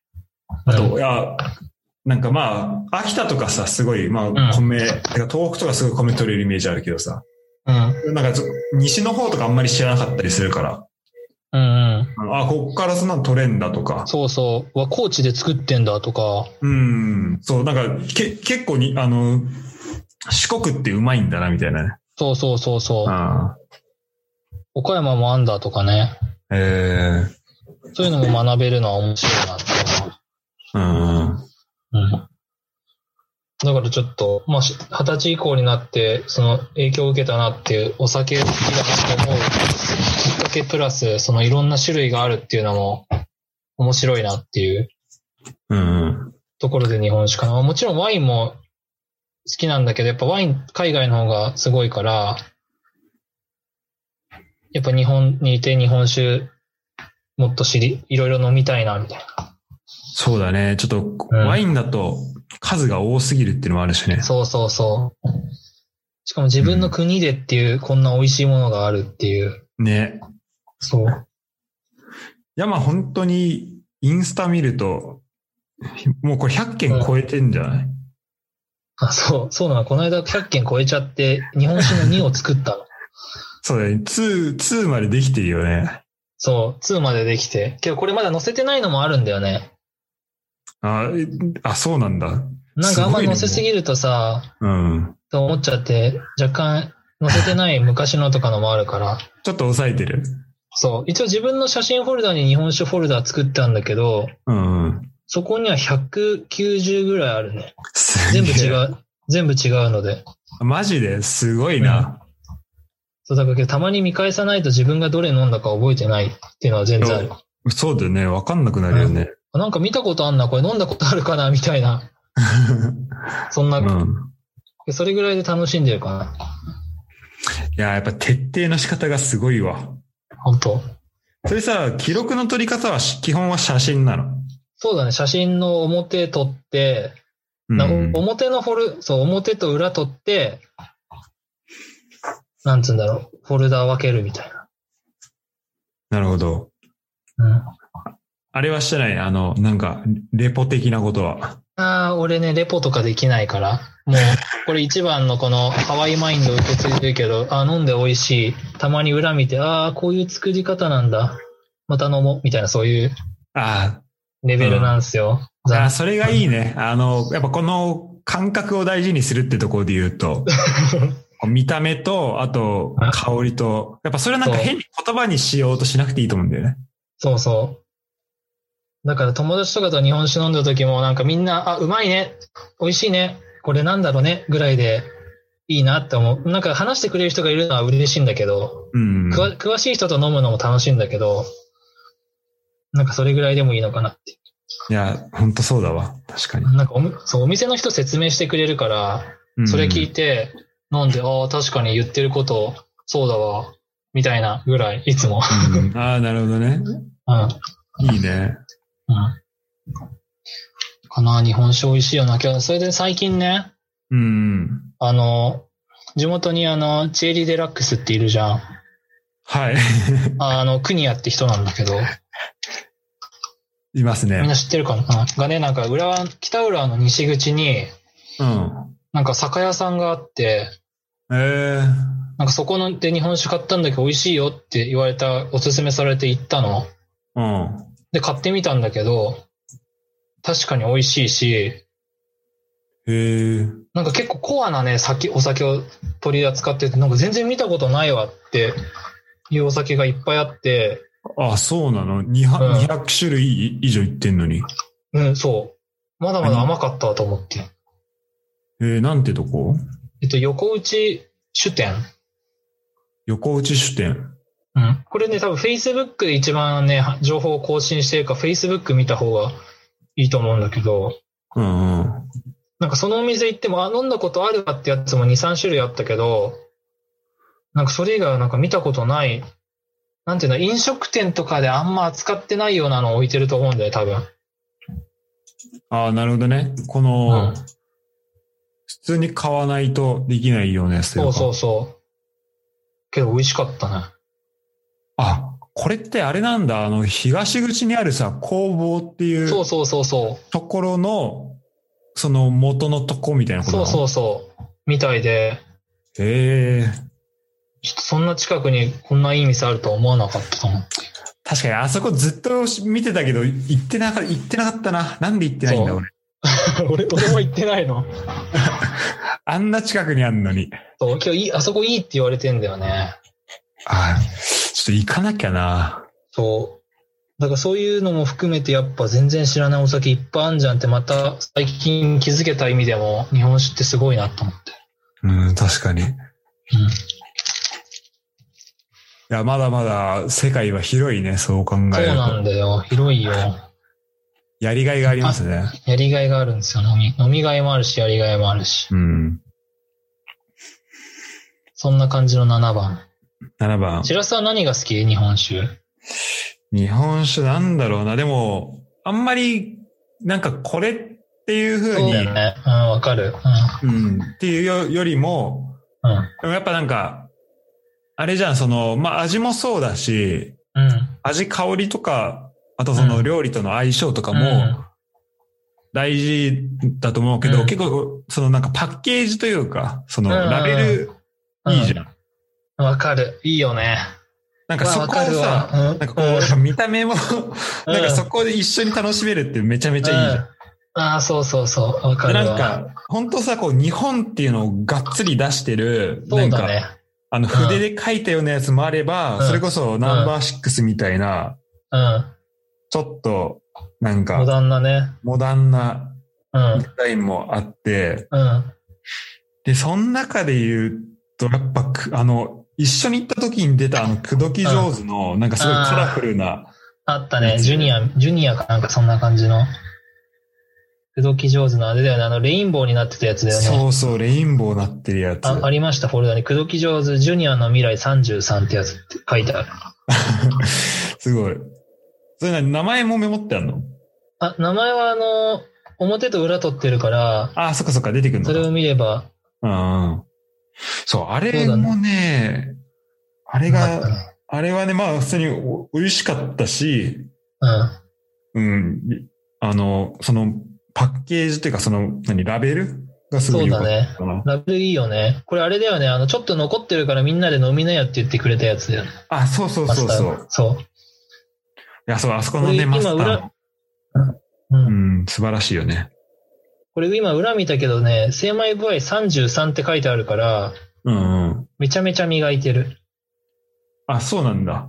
S1: あ
S2: うん
S1: と、いや、なんかまあ、秋田とかさ、すごい、まあ、米、てか東北とかすごい米取れるイメージあるけどさ。
S2: うん、
S1: なんか、西の方とかあんまり知らなかったりするから。
S2: うん、うん。
S1: あ、こっからそんなの取れんだとか。
S2: そうそう。和高地で作ってんだとか。
S1: うん。そう、なんか、け、結構に、あの、四国ってうまいんだな、みたいなね。
S2: そうそうそうそう。
S1: あ
S2: 岡山もあんだとかね。
S1: あ。ええ
S2: そういうのも学べるのは面白いなって思う。
S1: うん。
S2: うんだからちょっと、まあ、し二十歳以降になって、その影響を受けたなっていう、お酒好きだなと思うきっかけプラス、そのいろんな種類があるっていうのも面白いなっていう
S1: うん。
S2: ところで日本酒かな。まあもちろんワインも好きなんだけど、やっぱワイン海外の方がすごいから、やっぱ日本にいて日本酒もっと知り、いろいろ飲みたいなみたい
S1: そうだね。ちょっと、
S2: うん
S1: ワインだと数が多すぎるっていうのもあるしね
S2: な。。そうそうそう。しかも自分の国でっていう、こんな美味しいものがあるっていう。
S1: ね。
S2: そう。
S1: いや、まあ本当に、インスタ見ると、もうこれ100件超えてんじゃない、
S2: あ、そう、そうなの。この間100件超えちゃって、日本酒の2を作ったの。
S1: そうだね。2、2までできてるよね。
S2: そう、2までできて。けどこれまだ載せてないのもあるんだよね。
S1: あ、えあそうなんだ。
S2: なんかあんます
S1: ごいね
S2: 載せすぎるとさ、
S1: うん。
S2: と思っちゃって、若干載せてない昔のとかのもあるから。
S1: ちょっと抑えてる。
S2: そう。一応自分の写真フォルダに日本酒フォルダ作ったんだけど、
S1: うんうん。
S2: そこには190ぐらいあるね。
S1: すげえ
S2: 全部違。う。全部違うので。
S1: マジですごいな。
S2: そう、だからけどたまに見返さないと自分がどれ飲んだか覚えてないっていうのは全然ある。
S1: そうだよね。わかんなくなるよね。
S2: あなんか見たことあんな、これ飲んだことあるかなみたいな。 そんな、
S1: うん。
S2: それぐらいで楽しんでるかな。
S1: いや、やっぱ徹底の仕方がすごいわ。
S2: 本当
S1: それさ、記録の取り方はし基本は写真なの。
S2: そうだね、写真の表撮って、
S1: うん
S2: な表のフォル、そう、表と裏撮って、なんつうんだろう、フォルダ分けるみたい
S1: なるほど。
S2: な。
S1: あれはしてない。あの、なんか、レポ的なことは。
S2: うん、ああ、俺ね、レポとかできないから、もう、これ一番のこのハワイマインド受け継いでるけど、あー飲んで美味しい。たまに裏見て、ああ、こういう作り方なんだ。また飲もう。みたいな、そういう
S1: あ
S2: レベルなんですよ。
S1: あ、
S2: ざ
S1: あそれがいいね。あの、やっぱこの感覚を大事にするってところで言うと、 見た目と、あと、香りと、やっぱそれはなんか
S2: そう
S1: 変に言葉にしようとしなくていいと思うんだよね。
S2: そうそう。だから友達とかと日本酒飲んだ時もなんかみんな、あ、うまいね。美味しいね。これなんだろうね。ぐらいでいいなって思う。なんか話してくれる人がいるのは嬉しいんだけど、
S1: うん。
S2: くわ詳しい人と飲むのも楽しいんだけど、なんかそれぐらいでもいいのかなって。
S1: いや、ほんとそうだわ。確かに。
S2: なんかおみそうお店の人説明してくれるから、
S1: うん
S2: それ聞いて飲んで、ああ、確かに言ってること、そうだわ。みたいなぐらい、いつも。
S1: うんああ、なるほどね。
S2: うん。
S1: いいね。
S2: うんかな、日本酒美味しいよな。今日、それで最近ね、
S1: うん。
S2: あの、地元にあの、チエリ・デラックスっているじゃん。
S1: はい。
S2: あの、クニアって人なんだけど、
S1: います
S2: みん
S1: ね。
S2: な知ってるかながね、なんか浦和、北浦和の西口に、
S1: うん。
S2: なんか酒屋さんがあって、
S1: ええ
S2: なんかそこので日本酒買ったんだけど美味しいよって言われた、おすすめされて行ったの。
S1: うん。
S2: で、買ってみたんだけど、確かに美味しいし、
S1: へえ。
S2: なんか結構コアなね、先、お酒を取り扱ってて、なんか全然見たことないわっていうお酒がいっぱいあって、
S1: あ、そうなの ?200、
S2: うん
S1: 200種類以上いってんのに。
S2: うん、そう。まだまだ甘かったわと思って。
S1: えー、なんてとこ
S2: えっと、横内酒店。
S1: 横内酒店。
S2: うん。これね、多分 Facebook で一番ね、情報を更新してるから、Facebook 見た方がいいと思うんだけど、
S1: うんうん。
S2: なんかそのお店行っても、あ、飲んだことあるわってやつも2、3種類あったけど、なんかそれ以外はなんか見たことない、なんていうの、飲食店とかであんま扱ってないようなのを置いてると思うんだよ、多分。
S1: ああ、なるほどね。こ
S2: う
S1: の、
S2: ん
S1: 普通に買わないとできないようなやつとい
S2: そうう
S1: か
S2: そうそう。けど美味しかったね。
S1: あ、これってあれなんだ。あの、東口にあるさ、工房ってい
S2: そううそうそうそ
S1: ところの、その元のとこみたいな
S2: う。
S1: ことな
S2: そ
S1: の
S2: うそうそう。みたいで、
S1: へえ。
S2: ちょっとそんな近くにこんないい店あるとは思わなかったと思う。
S1: 確かにあそこずっと見てたけど、行ってなか行ってなかったな。なんで行ってないんだ
S2: そう
S1: 俺。
S2: 俺、俺も行ってないの。
S1: あんな近くにあんのに。
S2: そう、今日いい、あそこいいって言われてんだよね。
S1: ああ、ちょっと行かなきゃな。
S2: そう。だからそういうのも含めてやっぱ全然知らないお酒いっぱいあんじゃんってまた最近気づけた意味でも日本酒ってすごいなと思って。
S1: うん、確かに。い
S2: うん。
S1: や、まだまだ世界は広いね、そう考
S2: そ
S1: え
S2: う
S1: る
S2: な
S1: と。
S2: んだよ。広いよ。
S1: やりがいがありますね。
S2: やりがいがあるんですよ。飲み、飲みがいもあるし、やりがいもあるし。
S1: うん。
S2: そんな感じの7番。
S1: 7番。
S2: 白洲は何が好き日本酒。
S1: 日本酒なんだろうな。でも、あんまり、なんかこれっていう風
S2: そう
S1: に、
S2: だよね。うん、わかる。
S1: うん、っていうよよりも、
S2: うん。うん。
S1: でもやっぱなんか、あれじゃん、その、まあ、味もそうだし、
S2: うん。
S1: 味、香りとか、あとその
S2: うん
S1: 料理との相性とかも大事だと思うけど、
S2: うん
S1: 結構、そのなんかパッケージというか、その
S2: うんうんうん
S1: ラベル
S2: うん
S1: いいじゃん。
S2: うん。わかる。いいよね。
S1: なんかそこを
S2: わわ
S1: さ、
S2: うん
S1: なんかこう、なんか見た目も、なんかそこで一緒に楽しめるってめちゃめちゃいいじゃん。
S2: うんああ、そうそうそう。わか
S1: で
S2: る
S1: な
S2: わ。
S1: んか、本当さ、こう、日本っていうのをがっつり出してる、
S2: そう
S1: なん
S2: だ
S1: か、
S2: ね。
S1: あの、筆で書いたようなやつもあれば、
S2: うん
S1: それこそナンバーシックスみたいな、
S2: うん。
S1: ちょっと、なん
S2: モ
S1: か、
S2: ダンなね。
S1: モダンな
S2: うん。
S1: ラインもあって、
S2: うん。
S1: で、その中で言うと、やっぱく、あの、一緒に行った時に出た、あの、くどき上手の、なんかすごいカラフルな、
S2: あったね。ジュニア、ジュニアかなんかそんな感じの。口説き上手なあれだよね。あの、レインボーになってたやつだよね。
S1: そうそう、レインボーなってるやつ。
S2: あありました、フォルダに。口説き上手、ジュニアの未来33ってやつって書いてある。
S1: すごい。それな、名前もメモってあんの
S2: あ、名前はあの、表と裏取ってるから、
S1: あ、そっかそっか、出てくるのか
S2: それを見れば、
S1: うんうんそう、あれ
S2: そうだ
S1: もね、あれ
S2: わかった
S1: が、
S2: ね。
S1: あれはね、まあ、普通にお美味しかったし、う
S2: うん。
S1: ん、いあの、その、パッケージっていうか、その、何、ラベルがすごい良かったかな。
S2: ラベルいいよね。これあれだよね。あの、ちょっと残ってるからみんなで飲みなよって言ってくれたやつだよね。
S1: あ、そうそうそうそ
S2: マスター
S1: う。
S2: がそう。
S1: いや、そう、あそこの
S2: これ
S1: ね、マ
S2: 今
S1: スター
S2: 裏
S1: も。
S2: うん
S1: うん、素晴らしいよね。
S2: これ今裏見たけどね、精米部合33って書いてあるから、
S1: うんうん。
S2: めちゃめちゃ磨いてる。
S1: あ、そうなんだ。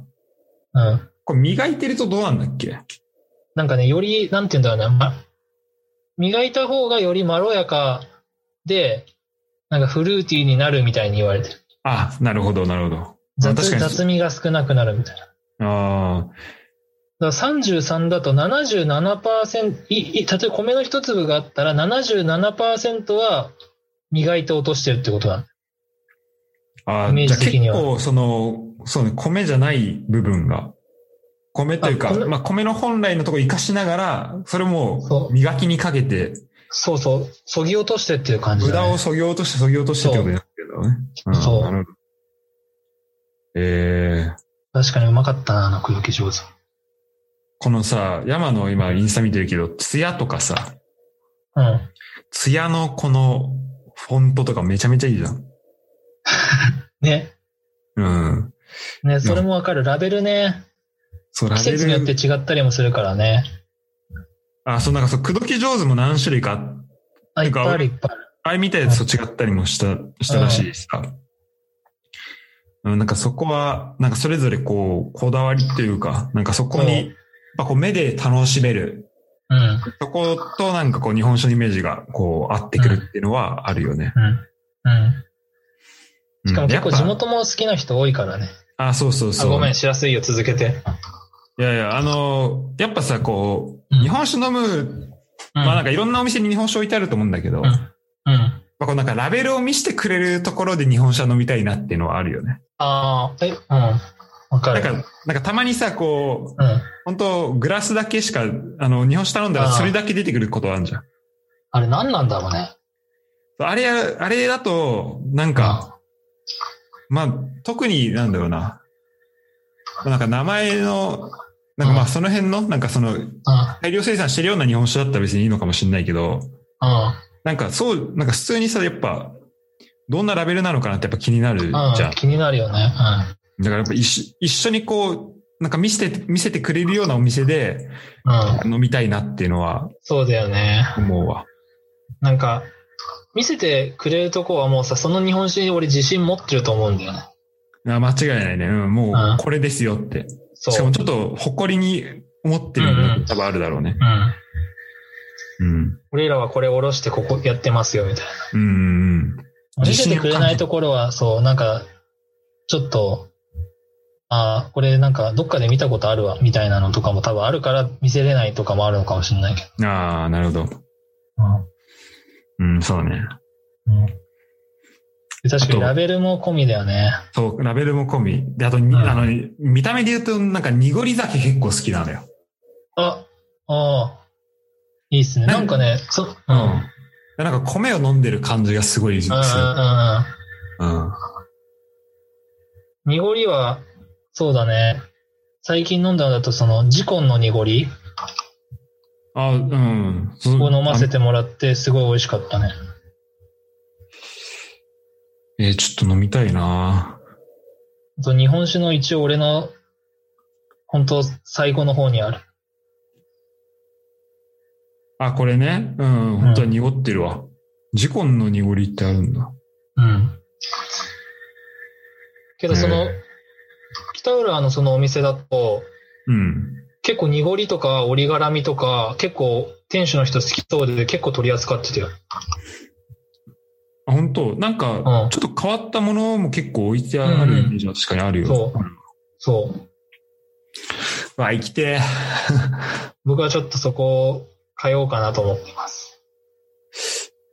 S2: うん。
S1: これ磨いてるとどうなんだっけ
S2: なんかね、より、なんて言うんだろうな、ま、磨いた方がよりまろやかで、なんかフルーティーになるみたいに言われてる。
S1: あ、なるほど、なるほど。まあ確か
S2: 雑
S1: に
S2: 雑味が少なくなるみたいな。
S1: あ
S2: だから33だと77%、いい例えば米の一粒があったら77%は磨いて落としてるってことなの。
S1: あ、ああ
S2: イメー
S1: じゃあ
S2: ジ的に
S1: 結
S2: は
S1: 構、その、そうね、米じゃない部分が、米というか、
S2: あ米
S1: まあ米の本来のところ生かしながら、それ
S2: そ
S1: も
S2: う
S1: 磨きにかけて、
S2: そうそう、そぎ落としてっていう感じ
S1: 無
S2: だ、
S1: 駄
S2: ね
S1: を。削ぎ落として削ぎ落としてってことになってるんだろうね。ん
S2: そう
S1: なるほどえー、
S2: 確かにうまかったな、あの、くどき上手。
S1: このさ、山の今インスタ見てるけど、ツヤとかさ、
S2: うん。
S1: ツヤのこのフォントとかめちゃめちゃいいじゃん。
S2: ね。
S1: うん。
S2: ね、それもわかる。ラベルね。
S1: そう、ラ
S2: 季
S1: ベ
S2: 節によって
S1: ル。
S2: 違ったりもするからね。
S1: あ、そう、なんかそう、口説き上手も何種類か
S2: あ、いっぱいあるいっぱいある。
S1: あれ見たやつと違ったりもした、したらしいですか。うん、なんかそこは、なんかそれぞれこう、こだわりっていうか、なんかそこ
S2: うん
S1: に、まあこう目で楽しめる。
S2: うん。
S1: そことなんかこう日本酒のイメージがこう合ってくるっていうのはあるよね。
S2: うん。うん。しかも
S1: うん
S2: 結構地
S1: やっ
S2: 元も好きな人多いからね。
S1: ぱあ、そうそう
S2: あ、
S1: そう。
S2: ごめん、しらすいよ、続けて。
S1: いやいや、あのーやっぱさ、こう、
S2: うん
S1: 日本酒飲む、
S2: うん。
S1: まあなんかいろんなお店に日本酒置いてあると思うんだけど、
S2: うん
S1: ま
S2: うん。
S1: あこうなんかラベルを見せてくれるところで日本酒は飲みたいなっていうのはあるよね。
S2: ああ、え、うん。わか
S1: な
S2: る。
S1: んか、なんかたまにさ、こう、
S2: うん。
S1: 本当グラスだけしか、あの、日本酒頼んだら
S2: あー
S1: それだけ出てくることあるじゃん。
S2: あれ何なんだろうね。
S1: あれや、あれだと、なんか、まあ、特になんだろうな。まあなんか名前の、なんかま
S2: う
S1: あ
S2: ん
S1: その辺の、なんかその、
S2: うん。
S1: 大量生産してるような日本酒だったら別にいいのかもしれないけど、
S2: うん。
S1: なんかそう、なんか普通にさ、やっぱ、どんなラベルなのかなってやっぱ気になるじ
S2: うん。
S1: ゃん。
S2: 気になるよね。
S1: だからやっぱ一緒一緒にこう、なんか見せて、見せてくれるようなお店で
S2: うん。うん。
S1: 飲みたいなっていうのは
S2: そうだよね。
S1: 思うわ。
S2: なんか、見せてくれるとこはもうさ、その日本酒に俺自信持ってると思うんだよね。
S1: あ間違いないね。うん、も
S2: ああ
S1: うこれですよって。
S2: そう。
S1: しかもちょっと誇りに思ってる
S2: うんう
S1: の
S2: ん
S1: も多分あるだろうね。
S2: うん。
S1: うん。
S2: 俺らはこれおろしてここやってますよ、みたい
S1: うんうん
S2: な。見
S1: 自
S2: せ
S1: 信
S2: て
S1: を
S2: く
S1: 感じ
S2: れないところは、そう、なんか、ちょっと、ああ、これなんかどっかで見たことあるわ、みたいなのとかも多分あるから見せれないとかもあるのかもしれないけど。
S1: うん。ああ、なるほど。うん、そうね。
S2: うん。うん、確かにラベルも込みだよね。
S1: そう、ラベルも込み。で、あとに、
S2: うん
S1: あの、見た目で言うと、なんか濁り酒結構好きなのよ。
S2: あ、ああ、いいっすね。
S1: なん
S2: なんかね、そ、うん。
S1: う
S2: うんうんうん。
S1: ん。なんか米を飲んでる感じがすごいする。うん。
S2: 濁りは、そうだね。最近飲んだのだと、その、ジコンの濁り
S1: あ、うん。そ
S2: を飲ませてもらって、すごい美味しかったね。
S1: あえーちょっと飲みたいな
S2: あと日本酒の一応俺の、本当最後の方にある。
S1: あ、これね。うん、本当は濁ってるわ。ジコンの濁りってあるんだ。
S2: うん。けどその
S1: へえ、
S2: 北浦のそのお店だと、
S1: うん。
S2: 結構濁りとか折り絡みとか、結構店主の人好きそうで結構取り扱ってたよ。
S1: あ、本当なん
S2: う
S1: か
S2: ん、
S1: ちょっと変わったものも結構置いてあるイメージは確かにあるよ。
S2: そうそう。
S1: うわ、生きてえ。
S2: 僕はちょっとそこを変えようかなと思ってます。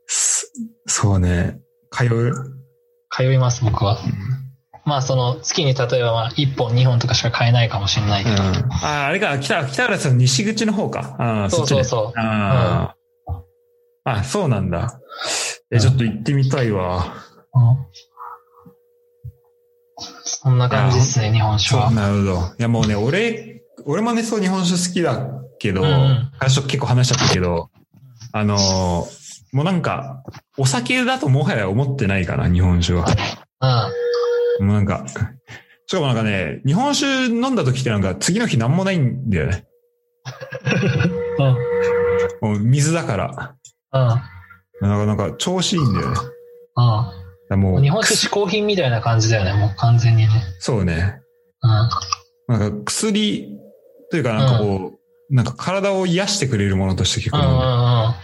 S1: すそうね。通う
S2: 通います、僕は。まあ、その、月に例えば、まあ、1本、2本とかしか買えないかもしれないけ
S1: うん。
S2: ど。
S1: あ、あれか、北、北原さん西口の方か。あー
S2: そ
S1: そっ
S2: うそう
S1: ちね。
S2: そ
S1: あーあ、そうなんだ。え、ちょっと行ってみたいわ。
S2: う。うんそんな感じですね、日本酒
S1: そ
S2: は
S1: う、。なるほど。いや、もうね、俺、俺もね、そう日本酒好きだけど、
S2: うんうん
S1: 最初結構話しちゃったけど、あのーもうなんか、お酒だともはや思ってないかな、日本酒は。
S2: うん。
S1: もうなんか、しかもなんかね、日本酒飲んだ時ってなんか、次の日なんもないんだよね。
S2: うん。
S1: もう水だから。
S2: うん。
S1: なんか、なんか、調子いいんだよね。だか
S2: う
S1: らも
S2: ん。
S1: う、
S2: 日本酒嗜好品みたいな感じだよね、もう完全にね。
S1: そうね。
S2: うん。
S1: なんか、薬というか、なんかこう、なんか体を癒してくれるものとして結構
S2: うんう
S1: 飲んで
S2: んうん。
S1: る。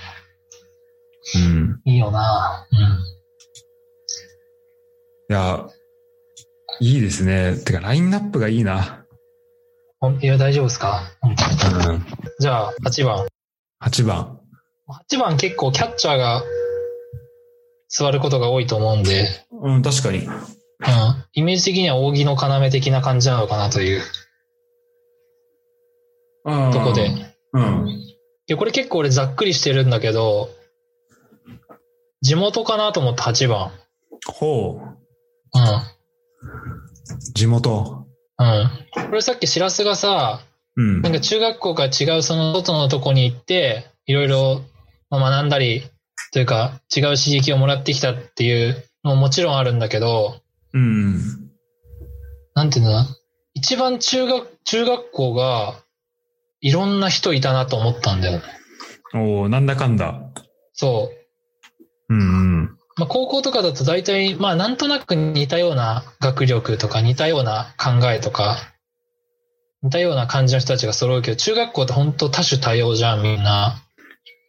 S1: うん。
S2: いいよなうん。
S1: いや、いいですね。てか、ラインナップがいいな。
S2: ほんいや、大丈夫ですか、うん
S1: うん。
S2: じゃあ、8番。
S1: 8番。
S2: 8番結構キャッチャーが座ることが多いと思うんで、
S1: うん、確かに。
S2: うん、イメージ的には扇の要的な感じなのかなという
S1: うん
S2: とこで。
S1: うん。
S2: で、これ結構俺ざっくりしてるんだけど、地元かなと思って8番。
S1: ほう。
S2: う
S1: 地元。
S2: ん。うん。これさっきしらすがさ、
S1: うん。
S2: なんか中学校から違うその外のとこに行って、いろいろまあ学んだり、というか違う刺激をもらってきたっていうのももちろんあるんだけど、
S1: うん。
S2: なんていうんだ一番中学、中学校が、いろんな人いたなと思ったんだよね。
S1: おーなんだかんだ。
S2: そう。
S1: うんうん。
S2: まあ、高校とかだと大体、まあ、なんとなく似たような学力とか、似たような考えとか、似たような感じの人たちが揃うけど、中学校って本当多種多様じゃん、みんな。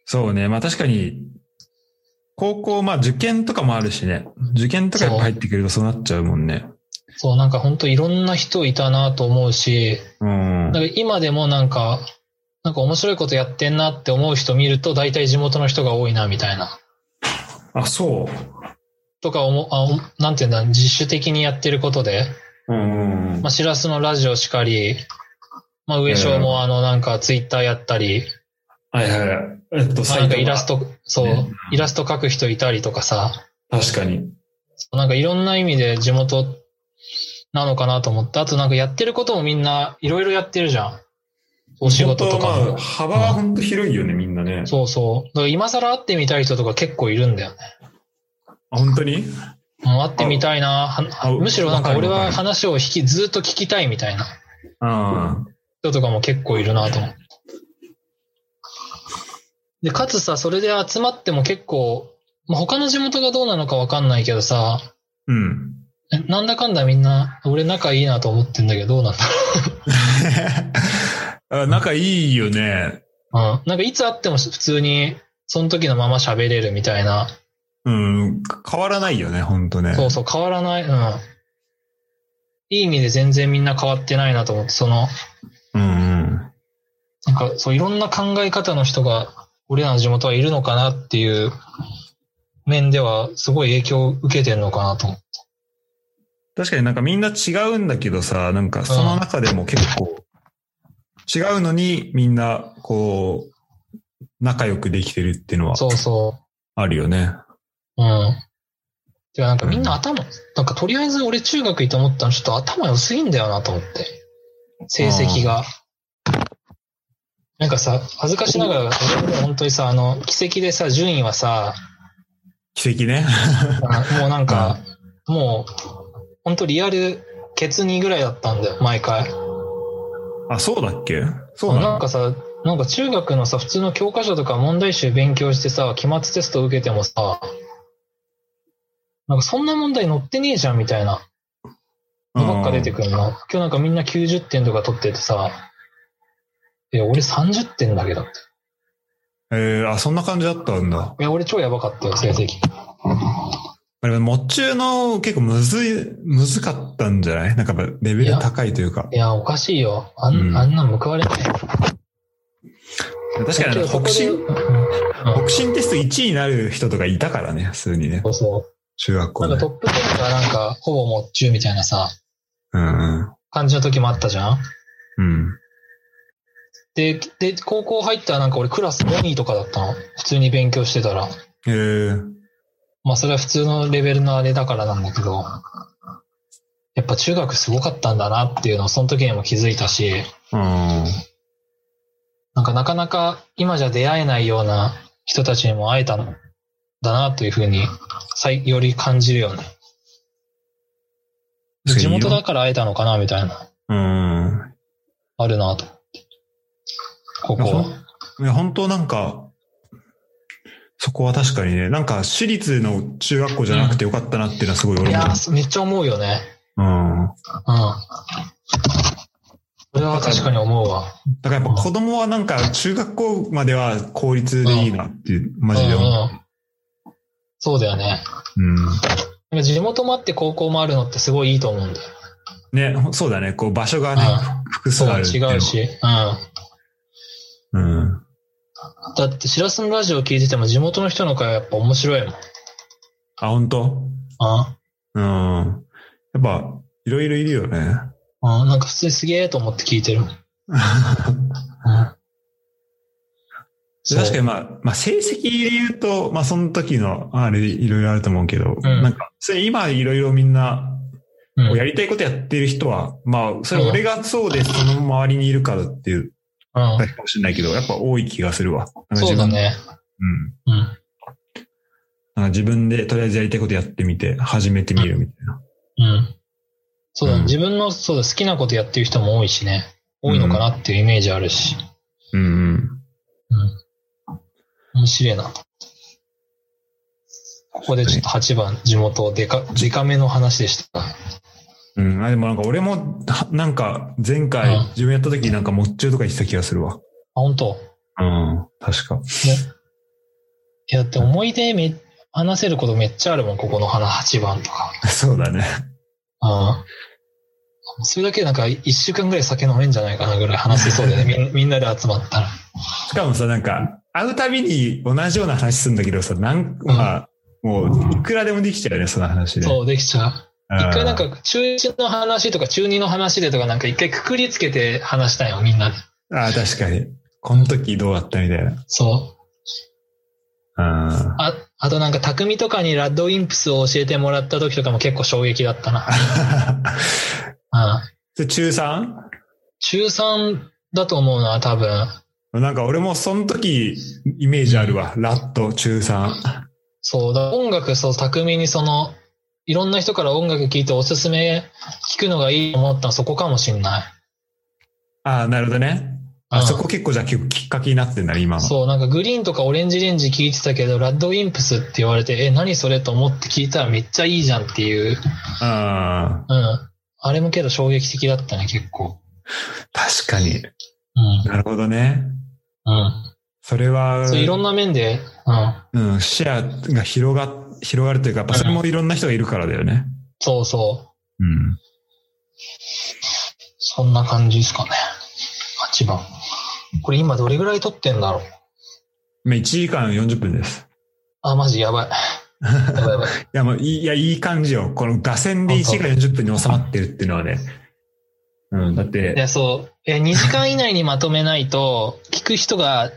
S1: そうね。まあ確かに、高校、まあ受験とかもあるしね。受験とかやっぱ入ってくるとそうなっちゃうもんね。
S2: そう、なんか本当いろんな人いたなと思うし、
S1: うん。
S2: なんか今でもなんか、なんか面白いことやってんなって思う人見ると、大体地元の人が多いな、みたいな。
S1: あ、そう。
S2: とか思う、あ、おなんていうんだ、自主的にやってることで、
S1: うん、うん。
S2: まあ、シラスのラジオしかり、まあ、上昇もあの、なんかツイッターやったり、
S1: はいはい。えっと、
S2: まあ、
S1: サ
S2: なん
S1: イ
S2: か
S1: ト
S2: イラス
S1: が。
S2: ト、そう
S1: ね、
S2: イラスト描く人いたりとかさ、
S1: 確かに。
S2: そうなんかいろんな意味で地元なのかなと思って、あとなんかやってることもみんないろいろやってるじゃん。お仕事とか
S1: 本当ま
S2: も
S1: あ、。幅は本当広いよね、みんなね。
S2: そうそう。だから今更会ってみたい人とか結構いるんだよね。
S1: あ、本当に
S2: うん会ってみたいな。は
S1: あ
S2: むしろなんか
S1: わか
S2: 俺
S1: るわかる
S2: は話を引き、ずっと聞きたいみたいな
S1: あ
S2: 人とかも結構いるなと思って。で、かつさ、それで集まっても結構、まあ、他の地元がどうなのかわかんないけどさ、
S1: あ。 うん。
S2: えなんだかんだみんな、俺仲いいなと思ってんだけど、どうなんだ
S1: あ仲いいよね。
S2: ろう。うん。なんかいつ会っても普通に、その時のまま喋れるみたいな。
S1: うん。変わらないよね、本当ね。
S2: そうそう、変わらない。うん。いい意味で全然みんな変わってないなと思って、その、
S1: うんうん。
S2: なんか、そう、いろんな考え方の人が、俺らの地元はいるのかなっていう面では、すごい影響を受けてるのかなと思う。
S1: 確かになんかみんな違うんだけどさ、なんかその中でも結構違うのにみんなこう仲良くできてるっていうのは
S2: そうそ
S1: あるよね。
S2: う。うん。てか、なんかみんな頭、なんかとりあえず俺中学いいと思ったの、ちょっと頭良すぎんだよなと思って。成績が。なんかさ、恥ずかしながら、俺も本当にさ、あの、奇跡でさ、順位はさ、
S1: 奇跡ね。
S2: あもうなんか、もう、本当リアル、ケツ2ぐらいだったんだよ、毎回。
S1: あ、そうだっけそう
S2: な
S1: なんん
S2: かさ、なんか中学のさ、普通の教科書とか問題集勉強してさ、期末テスト受けてもさ、なんかそんな問題載ってねえじゃんみたいなのばっか出てくるの。今日なんかみんな90点とか取っててさ、いや、俺30点だけどって。
S1: うんえーあ、そんな感じだったんだ。
S2: いや、俺超やばかったよ、成績。
S1: あれ、もっちゅうの結構むずい、むずかったんじゃないなんかやっぱレベル高いというか
S2: い。や、おかしいよ。あん,、
S1: うん
S2: あんなん報われない。
S1: 確かにあの、
S2: そ
S1: 北
S2: こで
S1: 進、
S2: うんうん
S1: 北進テスト1位になる人とかいたからね、普通にね
S2: そ。うそ
S1: 中学
S2: う。
S1: 校
S2: なんか
S1: で
S2: トッ。プ10がなんか、ほぼもっちゅうみたいなさ、
S1: うんうん。
S2: 感じの時もあったじゃん
S1: うん。
S2: で、で、高校入ったらなんか俺クラス5位とかだったの。普通に勉強してたら。
S1: えー
S2: まあそれは普通のレベルのあれだからなんだけど、やっぱ中学すごかったんだなっていうのをその時にも気づいたし、
S1: うん。
S2: なんかなかなか今じゃ出会えないような人たちにも会えたんだなというふうに、最より感じるよね。
S1: 確かに
S2: 地元だから会えたのかなみたいな、
S1: うん。
S2: あるなと。ここは。
S1: いや、本当なんか、そこは確かにね、なんか私立の中学校じゃなくてよかったなっていうのはすごい
S2: い
S1: 俺も
S2: や。ー、めっちゃ思うよね。
S1: うん。
S2: うん。それは確かに思うわ。
S1: だからやっぱ子供はなんか中学校までは公立でいいなっていう、マジで
S2: うん
S1: 思
S2: うんそうだよね。
S1: う。うん。
S2: なんか地元もあって高校もあるのってすごいいいと思うんだよ。
S1: ね、そうだね、こう場所がね
S2: う、
S1: 複数
S2: そう
S1: あるっていのは
S2: 違う。し。うん。
S1: うん。
S2: だって、しらすのラジオ聞いてても地元の人の会はやっぱ面白いもん。
S1: あ、本当
S2: あ
S1: うん。やっぱ、いろいろいるよね。
S2: あなんか普通にすげえと思って聞いてるもん。 そう
S1: 確かにまあ、まあ成績で言うと、まあその時のあれいろいろあると思うけど、
S2: ん
S1: なんか、それ今いろいろみんな、
S2: うん
S1: やりたいことやってる人は、まあ、それ俺がそうでその周りにいるからっていう
S2: うん
S1: だけかもしれないけど、やっぱ多い気がするわ。なんか
S2: そ
S1: 自
S2: う
S1: 分
S2: だ。ね。
S1: うん。
S2: うん。
S1: なんか自分でとりあえずやりたいことやってみて、始めてみるみたいな。
S2: うん。そうだ、ね
S1: うん
S2: 自分のそうだ好きなことやってる人も多いしね。多いのかなっていうイメージあるし。
S1: うんうん。
S2: 面白いな。ここでちょっと8番、地元でか、でかめの話でした。
S1: うん、あでもなんか俺も、はなんか前回
S2: うん
S1: 自分やった時なんかもっちゅうとか言ってた気がするわ。
S2: あ、本当
S1: うん、確か。
S2: いや、だって思い出め、話せることめっちゃあるもん、ここの花8番とか。
S1: そうだね。
S2: うん。それだけでなんか1週間ぐらい酒飲めんじゃないかなぐらい話せそうだよ ね。みんみんなで集まったら。
S1: しかもさ、なんか、会うたびに同じような話するんだけどさ、なんまあ、もう、いくらでもできちゃうよね、その話で。
S2: そう、できちゃう。
S1: うん
S2: 一回なん、か中1の話とか中2の話でとかなんか一回くくりつけて話したんよ、みんなで。
S1: ああ、確かに。この時どうだったみたいな。
S2: そ
S1: うん。
S2: う。あ、あとなんか匠とかにラッドウィンプスを教えてもらった時とかも結構衝撃だったな。うん。
S1: で中 3?
S2: 中3だと思うな、多分。
S1: なんか俺もその時、イメージあるわ。ラット、中3。
S2: そうだ、音楽、そう、匠にその、いろんな人から音楽聴いておすすめ聞くのがいいと思ったのそこかもしんない。
S1: ああ、なるほどね。あ、
S2: うん
S1: そこ結構じゃあ結構きっかけになってんだね、今の。
S2: そう、なんかグリーンとかオレンジレンジ聞いてたけど、ラッドウィンプスって言われて、え、何それと思って聞いたらめっちゃいいじゃんっていう。
S1: うん。
S2: うん。あれもけど衝撃的だったね、結構。
S1: 確かに。
S2: うん。
S1: なるほどね。
S2: うん。
S1: それは、
S2: そういろんな面で、うん。
S1: うん、シェアが広が、広がるというか、やっぱそれもいろんな人がいるからだよね。
S2: そうそう。
S1: うん。
S2: そんな感じですかね。8番。これ今どれぐらい撮ってんだろう。
S1: まあ、1時間40分です。
S2: あ、マジやばい。や ばいやばい。
S1: いや、もういい、いや、いい感じよ。この打線で1時間40分に収まってるっていうのはね。うん、だっ
S2: い
S1: て、
S2: や、そう。え、2時間以内にまとめないと、聞く人が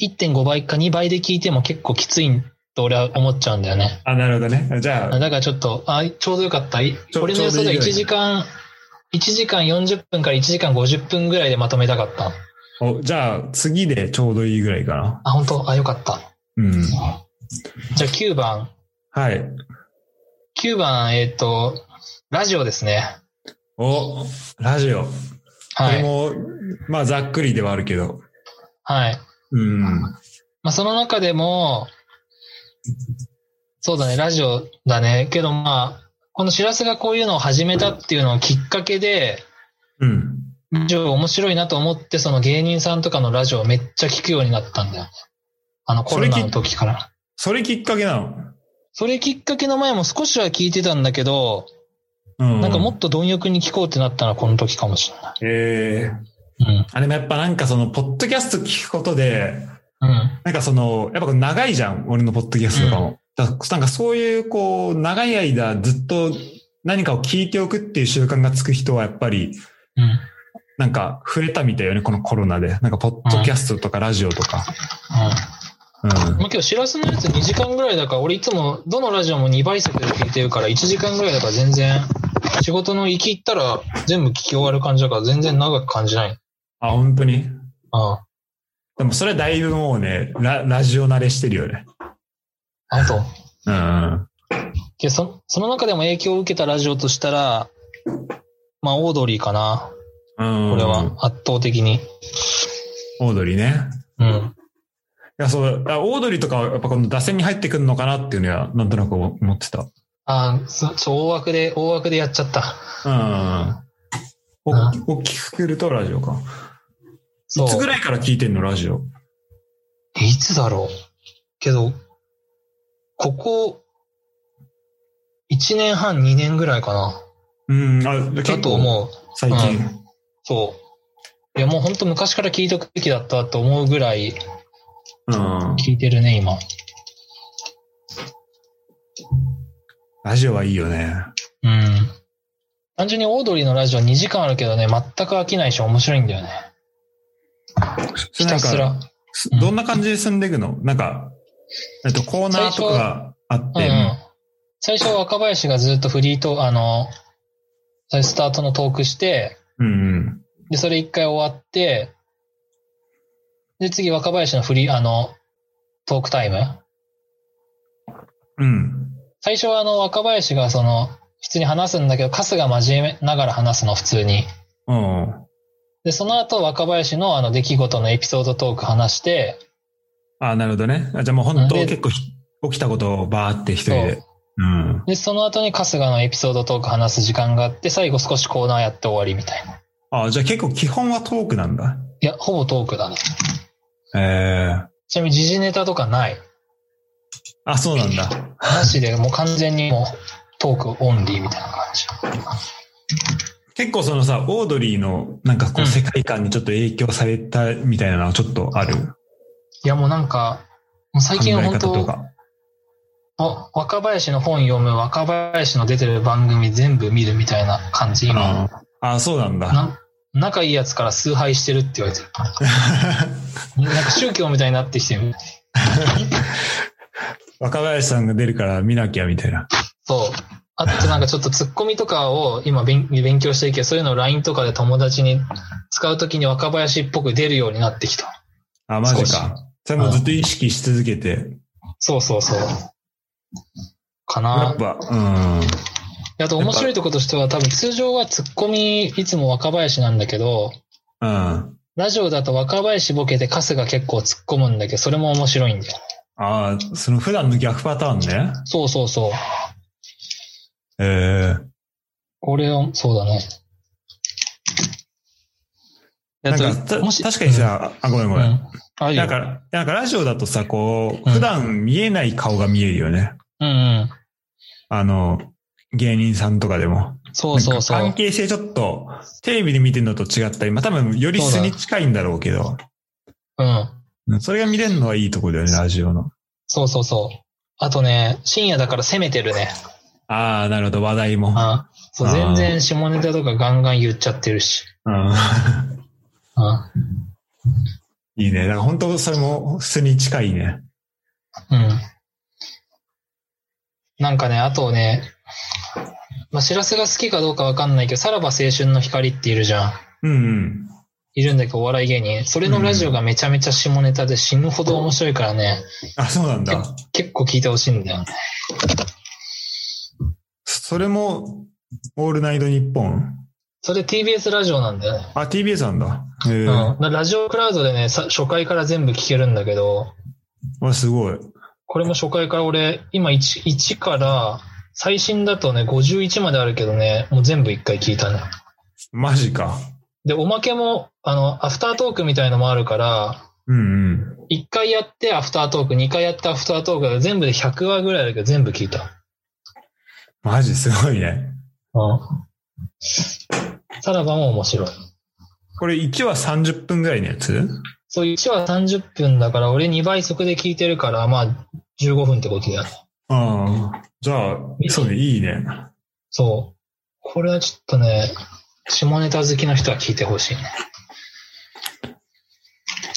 S2: 1.5倍か2倍で聞いても結構きついと俺は思っちゃうんだよね。
S1: あ、なるほどね。じゃ
S2: だ
S1: あ、
S2: からちょっと、あ、ちょうどよかった。い
S1: ちょ
S2: 俺の予想では
S1: ちょうどいい
S2: 1
S1: ぐらい
S2: 時間、1時間40分から1時間50分ぐらいでまとめたかった。
S1: おじゃあ、次でちょうどいいぐらいかな。
S2: あ、本当あ、よかった。
S1: うん。
S2: じゃあ9番。
S1: はい。
S2: 9番、えっ、と、ラジオですね。
S1: お、ラジオ。こ
S2: は
S1: れ
S2: い。
S1: も、まあ、ざっくりではあるけど。
S2: はい。
S1: うん。
S2: まあ、その中でも、そうだね、ラジオだね。けどまあ、このしらすがこういうのを始めたっていうのをきっかけで、
S1: うん。
S2: ラジオ面白いなと思って、その芸人さんとかのラジオをめっちゃ聞くようになったんだよね。あのコロナの時から。
S1: それきっかけなの
S2: それきっかけの前も少しは聞いてたんだけど、
S1: うん。
S2: なんかもっと貪欲に聞こうってなったのはこの時かもしれな
S1: ええ
S2: い。
S1: あ、でもやっぱなんかその、ポッドキャスト聞くことで、
S2: うん。うん。
S1: なんかその、やっぱこれ長いじゃん、俺のポッドキャストとかも。だなんかそういう、こう、長い間ずっと何かを聞いておくっていう習慣がつく人はやっぱり、
S2: うん。
S1: なんか触れたみたいよね、このコロナで。なんかポッドキャストとかラジオとか。
S2: うん
S1: うん。
S2: まあ、今日、しらすのやつ2時間ぐらいだから、俺いつも、どのラジオも2倍速で聞いてるから、1時間ぐらいだから全然、仕事の行き行ったら全部聞き終わる感じだから、全然長く感じない。
S1: あ、本当に
S2: あ
S1: でもそれはだいぶもうね、ララジオ慣れしてるよね。
S2: あ。あと、
S1: うん。
S2: でそその中でも影響を受けたラジオとしたら、まあ、オードリーかな。
S1: うん。
S2: これは、。圧倒的に。
S1: オードリーね。
S2: うん。
S1: いや、そう、あオードリーとかはやっぱこの打線に入ってくるのかなっていうのは、なんとなく思ってた。
S2: ああ、そそう、大枠で、大枠でやっちゃった。
S1: うん。
S2: う
S1: お大きくくるとラジオか。
S2: そう。
S1: いつぐらいから聞いてんのラジオ。
S2: えいつだろうけど、ここ、1年半、2年ぐらいかな。
S1: うん、あ、結
S2: だと
S1: 構
S2: 思う。
S1: 最近。
S2: そう。いや、もう本当昔から聞いとくべきだったと思うぐらい
S1: うん。
S2: 聞いてるね、今。
S1: ラジオはいいよね。
S2: うん。単純にオードリーのラジオ2時間あるけどね、全く飽きないし面白いんだよね。ひた
S1: な
S2: す
S1: ん
S2: ら
S1: か。す
S2: うん
S1: どんな感じで進んでいくのなんか、えっと、コーナーとかあっ
S2: うんう
S1: て、
S2: ん。最初は若林がずっとフリート、あの、スタートのトークして、
S1: うんうん。
S2: で、それ一回終わって、で、次若林のフリー、あの、トークタイム。
S1: うん。
S2: 最初はあの若林がその、普通に話すんだけど、カスが交えながら話すの、普通に。
S1: うん。
S2: で、その後若林のあの出来事のエピソードトーク話して、
S1: あ、なるほどね。あじゃあもう本当
S2: で
S1: 結構ひ、起きたことをバーって一人で。うん。
S2: で、その後に春日のエピソードトーク話す時間があって、最後少しコーナーやって終わりみたいな。
S1: あ、じゃあ結構基本はトークなんだ。
S2: いや、ほぼトークだね。
S1: ええ
S2: ちなみに時事ネタと かない。
S1: あ、そうなんだ。
S2: なしで、もう完全にもうトークオンリーみたいな感じ。
S1: 結構そのさ、オードリーのなんかこ
S2: うん
S1: う世界観にちょっと影響されたみたいなのはちょっとある。
S2: いや、もうなんか、もう最
S1: 考
S2: 近は
S1: え
S2: 本
S1: 方と
S2: 当
S1: か。
S2: あ、若林の本読む、若林の出てる番組全部見るみたいな感じ、今。
S1: ああ、そうなんだ。
S2: な仲いいやつから崇拝してるって言われてる。なんか宗教みたいになってきてる。
S1: 若林さんが出るから見なきゃみたいな。
S2: そう。あとなんかちょっとツッコミとかを今勉勉強してるけど、そういうのを LINE とかで友達に使うときに若林っぽく出るようになってきた。
S1: あ、マジ
S2: 少し
S1: か。それもずっと意識し続けて。
S2: そうそうそう。か
S1: や
S2: な
S1: っ。ぱ、うん。
S2: あと面白いとことしては多分通常はツッコミいつも若林なんだけど、
S1: うん。
S2: ラジオだと若林ボケてカスが結構突っ込むんだけど、それも面白いんだよ。
S1: ああ、その普段の逆パターンね。
S2: そうそうそう。
S1: ええ
S2: これを、そうだね。
S1: なんか、た確かに、さ、あ、ごめん
S2: う
S1: ご
S2: んう
S1: めん。
S2: ん、ある
S1: な
S2: よ
S1: んか、なんかラジオだとさ、こ
S2: う
S1: う、
S2: ん
S1: 普段見えない顔が見えるよね。
S2: うんうん。
S1: あの、芸人さんとかでも。
S2: そうそうそ
S1: なんか
S2: う
S1: 関。係性ちょっと、テレビで見てるのと違ったり、まあ多分より素に近いんだろうけど、
S2: うん。
S1: うんそれが見れるのはいいとこだよね、ラジオの。
S2: そうそうそう。あとね、深夜だから攻めてるね。
S1: ああ、なるほど、話題も。
S2: あそう
S1: あー
S2: 全然下ネタとかガンガン言っちゃってるし。
S1: うん、
S2: あ
S1: いいね。なんか本当それも素に近いね。
S2: うん。なんかね、あとね、まあ、しらすが好きかどうかわかんないけど、さらば青春の光っているじゃん。
S1: うんうん。
S2: いるんだけど、お笑い芸人。それのラジオがめちゃめちゃ下ネタで死ぬほど面白いからね、
S1: あ、そうなんだ。
S2: 結構聞いてほしいんだよね。
S1: それも、オールナイトニッポン。
S2: それ TBS ラジオなんだよね。
S1: あ、TBS なんだ。へえ
S2: うん。だからラジオクラウドでね、さ初回から全部聞けるんだけど、
S1: わ、すごい。
S2: これも初回から俺、今 1, 1から、最新だとね、51まであるけどね、もう全部1回聞いたね。
S1: マジか。
S2: で、おまけも、あの、アフタートークみたいのもあるから、
S1: うんうん。
S2: 1回やってアフタートーク、2回やってアフタートークで全部で100話ぐらいあるけど全部聞いた。
S1: マジすごいね。
S2: うん。さらばも面白い。
S1: これ1話30分ぐらいのやつ
S2: そう、1話30分だから、俺2倍速で聞いてるから、まあ、15分ってことだよね。
S1: ああ。じゃあ、そうね、いいね。
S2: そう。これはちょっとね、下ネタ好きの人は聞いてほしいね。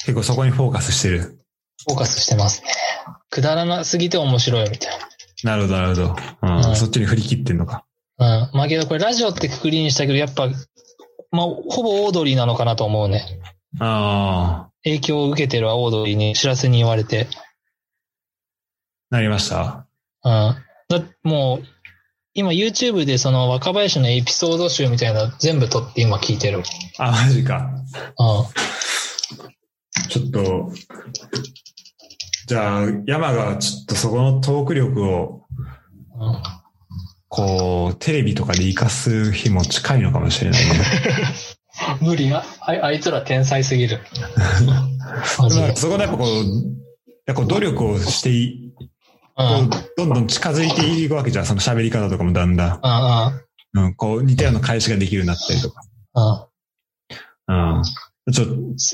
S1: 結構そこにフォーカスしてる。
S2: フォーカスしてますね。くだらなすぎて面白いみたい
S1: なるほど、なるほど。うん
S2: うん
S1: そっちに振り切ってんのか。
S2: な。うん。まあけどこれラジオってくくりにしたけど、やっぱ、まあ、ほぼオードリーなのかなと思うね。
S1: ああ、
S2: 影響を受けてるはオードリーに知らせに言われて。
S1: なりました。
S2: うん。だもう、今 YouTube でその若林のエピソード集みたいなの全部撮って今聞いてる。うん。
S1: あ、マジか。ちょっと、じゃあ、山がちょっとそこのトーク力を、
S2: うん
S1: こう、テレビとかで活かす日も近いのかもしれないね。
S2: 無理あああいつら天才すぎる マ
S1: で
S2: ジ
S1: もなん
S2: で
S1: か そこでやっぱこう、やっぱこう努力をしてい、
S2: うん
S1: こ
S2: うんうん
S1: うどんどん近づいていくわけじゃん。その喋り方とかもだんだん。うん、こう、似たような返しができるようになったりとか。
S2: うん
S1: うん。ちょっと、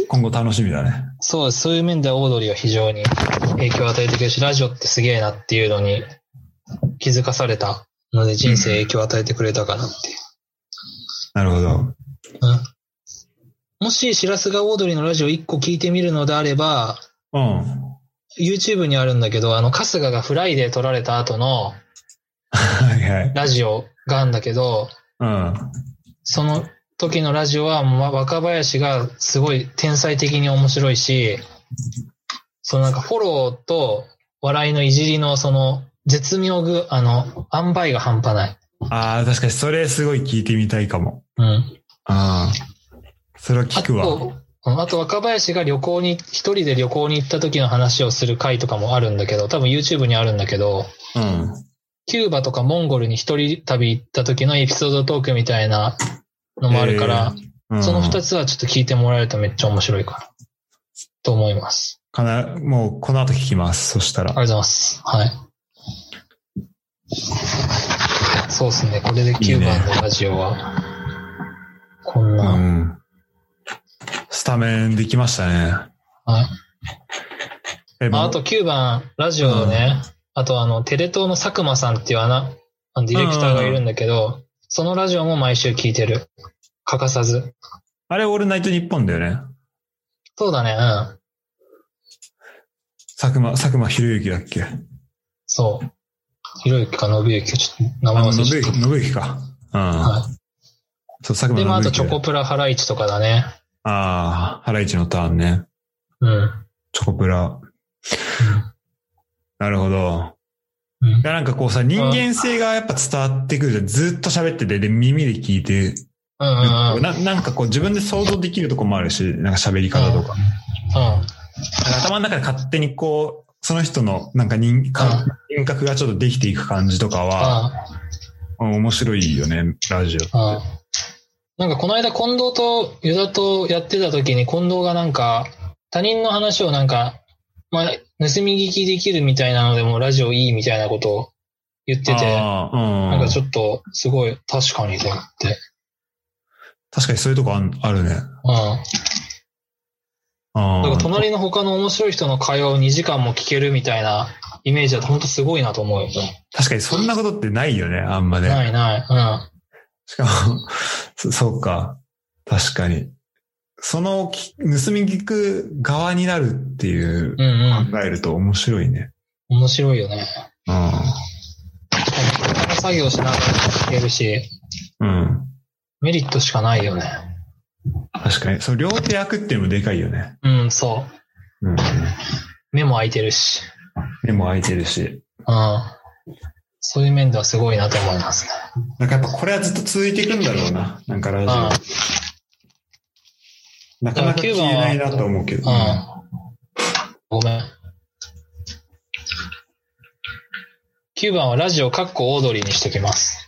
S1: 今後楽しみだね。
S2: そうですそういう面ではオードリーは非常に影響を与えてくれるしラジオってすげえなっていうのに気づかされたので人生影響を与えてくれたかなっていう
S1: なるほど。
S2: うんもししらすがオードリーのラジオ1個聞いてみるのであれば
S1: うん。
S2: YouTube にあるんだけどあの春日がフライで撮られた後の
S1: はいはい。
S2: ラジオがあるんだけど
S1: うん。
S2: その時のラジオは、ま、若林がすごい天才的に面白いし、そのなんかフォローと笑いのいじりのその絶妙ぐ、あの、塩梅が半端ない。
S1: ああ、確かにそれすごい聞いてみたいかも。
S2: うん。
S1: うん。それは
S2: あ
S1: 聞くわ。
S2: と、うんあと若林が旅行に、一人で旅行に行った時の話をする回とかもあるんだけど、多分 YouTube にあるんだけど、
S1: うん。
S2: キューバとかモンゴルに一人旅行った時のエピソードトークみたいなのもあるから、
S1: うん
S2: その二つはちょっと聞いてもらえるとめっちゃ面白いかな。と思います。
S1: かな、もうこの後聞きます。そした
S2: ありが
S1: ら。
S2: とうございます。はい。そうですね。これで9番のラジオは、こん
S1: う
S2: な、
S1: ん。スタメンできましたね。
S2: はい。
S1: え、
S2: まあ、
S1: もう
S2: あと9番、ラジオのね、あとあの、テレ東の佐久間さんっていうあなあのディレクターがいるんだけど、そのラジオも毎週聞いてる。欠かさず。
S1: あれ、オールナイト日本だよね。
S2: そうだね、うん。
S1: 佐久間、佐久間博之だっけ。
S2: そう。ひろゆきか信ゆきか、ちょっと名
S1: あ
S2: 前
S1: の、
S2: 忘れ
S1: 信
S2: ちゃ
S1: 之、
S2: った。
S1: 信之か。うん。そ
S2: は
S1: う、佐久間信之
S2: い、で、まあ、あとチョコプラハライチとかだね。
S1: ああ、ハライチのターンね。
S2: うん。う
S1: チョコプラ。なるほど。
S2: んうん
S1: いや、なんかこうさ、人間性がやっぱ伝わってくるじゃん。ずっと喋ってて、で、耳で聞いてる。
S2: うんうんうん。
S1: ななんかこう自分で想像できるとこもあるし、なんか喋り方とか。
S2: うん
S1: なんか頭の中で勝手にこう、その人のなんか人か人格がちょっとできていく感じとかは、
S2: あ
S1: うん面白いよね、ラジオ。
S2: あ、ああ。なんかこの間近藤とユダとやってた時に近藤がなんか他人の話をなんか、まあ、盗み聞きできるみたいなのでもラジオいいみたいなことを言ってて、
S1: ああ
S2: なん
S1: うん
S2: かちょっとすごい確かにと思って。
S1: 確かにそういうとこあんあるね。
S2: うん。
S1: あ
S2: だから
S1: あ
S2: 隣の他の面白い人の会話を2時間も聞けるみたいなイメージだと本当すごいなと思うよ。
S1: 確かにそんなことってないよね、あんまね。
S2: ないない。う。
S1: しかも そ、そうか。確かに。そのき、盗み聞く側になるっていうん
S2: うんうん。
S1: 考えると面白いね。
S2: 面白いよね。
S1: うん。
S2: 作業しながら聞けるし、
S1: うん。
S2: メリットしかないよね。
S1: 確かに。その両手開くっていうのもでかいよね。
S2: うん、そう。
S1: うん。
S2: 目も開いてるし。
S1: 目も開いてるし。
S2: うん。そういう面ではすごいなと思いますね。
S1: なんかやっぱこれはずっと続いていくんだろうな。なんかラ
S2: う
S1: ジ
S2: ん。うん。
S1: オ。なかなか消えないなと思うけど。
S2: ごめん。9番はラジオカッコオードリーにしときます。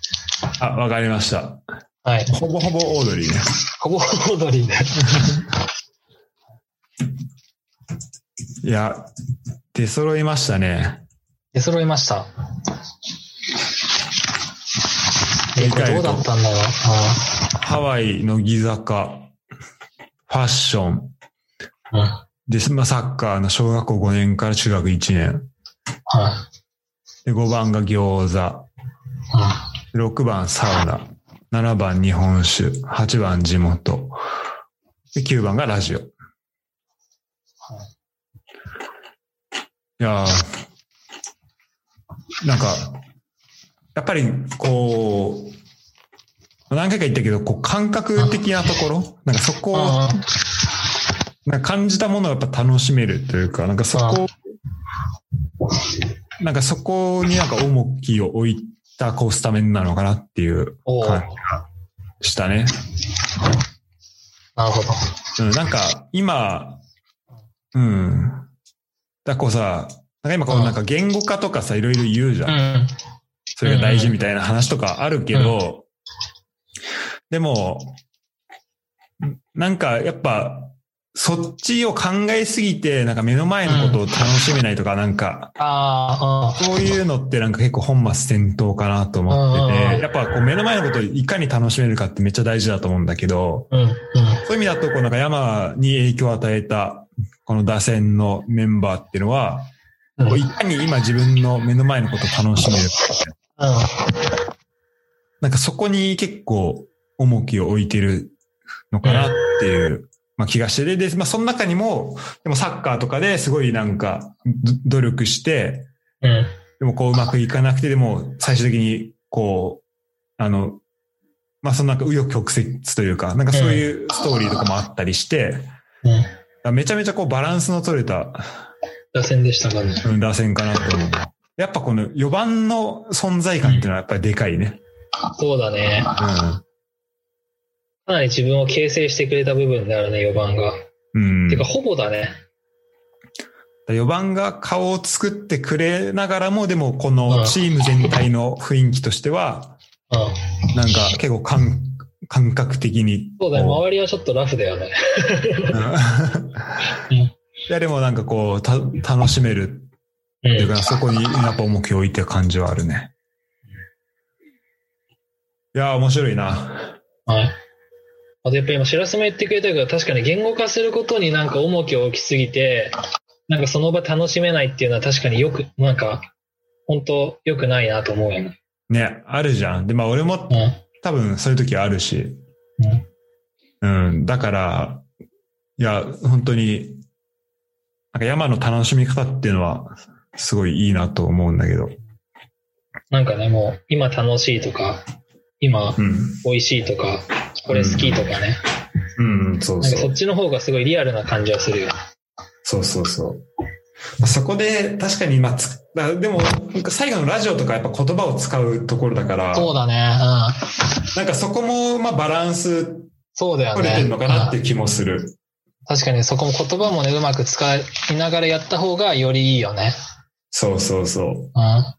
S1: あ、わかりました。
S2: はい。
S1: ほぼほぼオードリーね。
S2: ほぼオードリーで。
S1: いや、出揃いましたね。
S2: 出揃いました。
S1: 振
S2: え、
S1: り
S2: これ
S1: 返
S2: ど
S1: る
S2: う
S1: と
S2: だったんだろう。
S1: ハワイ、乃木坂、ファッション。
S2: うん。うん。は
S1: で、まあ、サッカーの小学校5年から中学1年。で、5番が餃子。
S2: い。
S1: 6番サウナ、7番日本酒、8番地元、で9番がラジオ。いやーなんか、やっぱりこう、何回か言ったけど、こう感覚的なところ、なんかそこ
S2: う
S1: を
S2: ん。うん。うん。
S1: なんか感じたものをやっぱ楽しめるというか、なんかそこ、なんかそこになんか重きを置いたこうスタメンなのかなっていう
S2: おお。
S1: 感じ
S2: な
S1: がしたね。
S2: るほど。
S1: うん、なんか今、うん。だからこうさ、なんか今こう
S2: うん
S1: なんか言語化とかさ、いろいろ言うじゃん
S2: う。ん。
S1: それが大事みたいな話とかあるけど、でも、なんかやっぱ、そっちを考えすぎて、なんか目の前のことを楽しめないとか、なんか、
S2: ああ、
S1: そういうのってなんか結構本末転倒かなと思って
S2: う
S1: て、
S2: ん
S1: やっぱこう目の前のことをいかに楽しめるかってめっちゃ大事だと思うんだけど、
S2: うん。うん。うん。
S1: そういう意味だと、こうなんか山に影響を与えた、この打線のメンバーっていうのは、
S2: うん
S1: こういかに今自分の目の前のことを楽しめるか
S2: うん。
S1: なんかそこに結構重きを置いてるのかなっていう、まあ、気がしてで、で、まあその中にも、でもサッカーとかですごいなんかど努力して、
S2: うん。
S1: でもこううまくいかなくて、でも最終的にこう、あの、まあそのなんか紆余曲折というか、なんかそういうストーリーとかもあったりして、だか
S2: うん。
S1: らめちゃめちゃこうバランスの取れた
S2: 打線でしたかね。
S1: うん打線かなと思う。やっぱこの4番の存在感っていうのはやっぱりでかいね。
S2: そうだね。
S1: うん。
S2: かなり自分を形成してくれた部分であるね、4番が。
S1: うん。
S2: てか、ほぼだね。
S1: 4番が顔を作ってくれながらも、でもこのチーム全体の雰囲気としては、
S2: うん。
S1: なんか結構感感覚的に。
S2: そうだね。
S1: こ
S2: 周りはちょっとラフだよね。
S1: ううんいや、でもなんかこう、た楽しめる
S2: う。
S1: っていうんか、そこにやっぱ重きを置いてる感じはあるね。いやー、面白いな。
S2: はい。あとやっぱ今、白洲も言ってくれたけど、確かに言語化することになんか重きを置きすぎて、なんかその場楽しめないっていうのは確かによく、なんか、本当良くないなと思うよね。
S1: ね、あるじゃん。で、まあ俺も
S2: うん。
S1: 多分そういう時あるし。
S2: うん
S1: うん、だから、いや、本当に、なんか山の楽しみ方っていうのは、すごいいいなと思うんだけど。
S2: なんかね、もう、今楽しいとか、今
S1: うん。
S2: 美味しいとか、これ好きとかね。
S1: うん、そう
S2: なんか
S1: そ
S2: そうっ。ちの方がすごいリアルな感じはするよね。
S1: そうそうそう。まあそこで、確かに、まあ、つあでも、なんか最後のラジオとかやっぱ言葉を使うところだから、
S2: そうだね。うん。
S1: なんかそこも、まあ、バランス
S2: そうだよね。
S1: 取れてるのかなって
S2: う
S1: い
S2: ん
S1: う気もする。
S2: 確かにそこも言葉もね、うまく使いながらやった方がよりいいよね。
S1: そうそうそう。
S2: うん。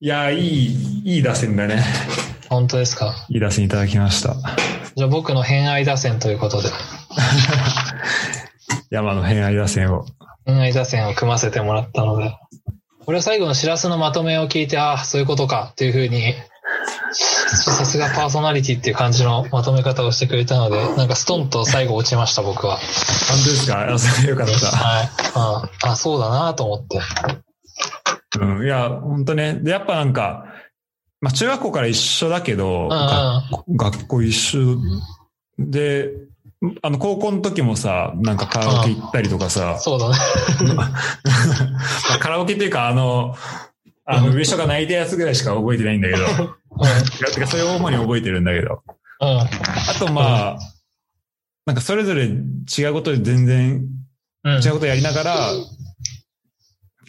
S1: いや、いい、いい打線だね。
S2: 本当ですか。
S1: いい打線いただきました。
S2: じゃあ僕の偏愛打線ということで、
S1: 山の偏愛打線を。
S2: 偏愛打線を組ませてもらったので、俺は最後の知らすのまとめを聞いて、ああ、そういうことか、というふうに、さすがパーソナリティっていう感じのまとめ方をしてくれたので、なんかストンと最後落ちました、僕は。
S1: 本当ですかあそれよかった。
S2: はい。うん、あ、そうだなと思って。
S1: うん、いや、本当ね。で、やっぱなんか、まあ中学校から一緒だけど、
S2: うんうん。
S1: が
S2: あ
S1: 学校一緒で、あの、高校の時もさ、なんかカラオケ行ったりとかさ、
S2: そうだね。
S1: まあカラオケっていうか、あの、あの、
S2: うん
S1: 上人が泣いたやつぐらいしか覚えてないんだけど、いやてかそれを主に覚えてるんだけど。
S2: うん。うん。
S1: あとまあ、なんかそれぞれ違うことで全然
S2: うん。
S1: 違うことやりながら、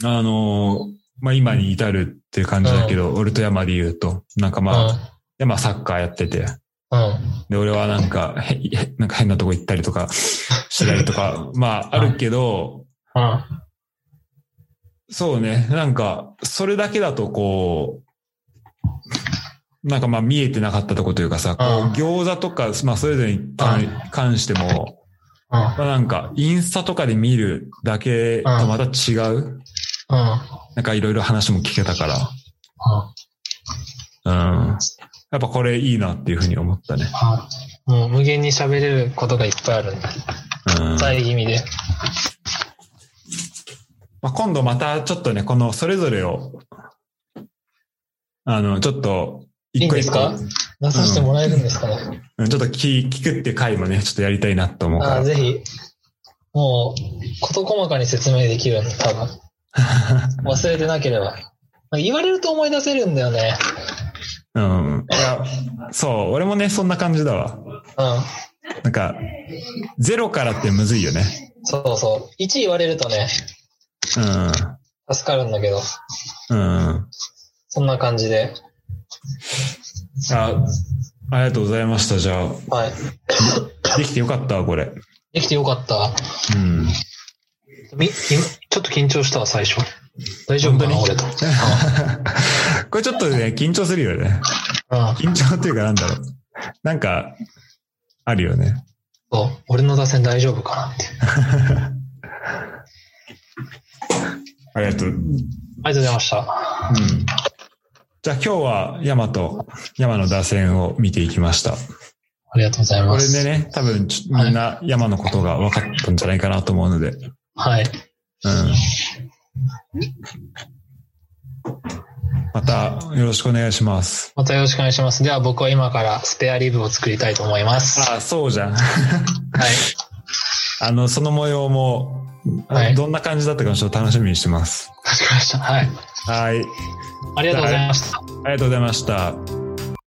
S1: あの、まあ今に至るっていう感じだけど、俺と山で言うと、なんかまあ、山はサッカーやってて、
S2: うん。うん。
S1: で、俺はなんか、へへなんか変なとこ行ったりとか、したりと か、まああるけど、
S2: うん。
S1: そうね、なんか、それだけだとこう、なんかまあ見えてなかったとこというかさ、こ
S2: うん
S1: う餃子とか、まあそれぞれに関関しても、
S2: うん。
S1: まあなんかインスタとかで見るだけとまた違う、
S2: うん。うん
S1: なんかいろいろ話も聞けたから、うん。やっぱこれいいなっていうふうに思ったね。
S2: あもう無限に喋れることがいっぱいあるんだ。
S1: うん。
S2: 在気味で。
S1: まあ、今度またちょっとね、このそれぞれを、あの、ちょっと、一個
S2: いいんで
S1: 一
S2: す
S1: 個、
S2: か出させてもらえるんですかね。
S1: うんちょっと聞聞くっていう回もね、ちょっとやりたいなと思う
S2: あ
S1: か
S2: あ、
S1: ら。
S2: ぜひ。もう、事細かに説明できるんで、多分。 忘れてなければ。言われると思い出せるんだよね。
S1: うん。いやそう、俺もね、そんな感じだわ。
S2: う
S1: なんか、ゼロからってむずいよね。
S2: ん。そうそう。1言われるとね、助かるんだけど、
S1: うん。うん。
S2: そんな感じで。
S1: あ、ありがとうございました。じゃ
S2: はい。
S1: あ、できてよかったわ、これ。
S2: できてよかった。
S1: うん。
S2: み、みちょっと緊張したわ、最初。大丈夫かな、
S1: 本当
S2: 俺
S1: に
S2: と。
S1: これちょっとね、緊張するよね。
S2: うん。
S1: 緊張っていうかなんだろう。なんか、あるよね。
S2: そう。俺の打線大丈夫かなって。
S1: ありがとう。うん。
S2: ありがとうございました。
S1: じゃあ今日は山と山の打線を見ていきました。
S2: ありがとうござい
S1: こ
S2: ま
S1: れ
S2: す。
S1: でね、多分ちょみんな山のことが分かったんじゃないかなと思うので。うん。
S2: はい。
S1: またよろしくお願いします。
S2: またよろしくお願いします。では僕は今からスペアリブを作りたいと思います。
S1: あ
S2: は
S1: あ、そうじゃん。
S2: い。
S1: あの、その模様も、あの
S2: はい
S1: どんな感じだったかちょっと楽しみにしてます。
S2: わかりました。はい。
S1: はい。
S2: ありがとうございました。
S1: ありがとうございました。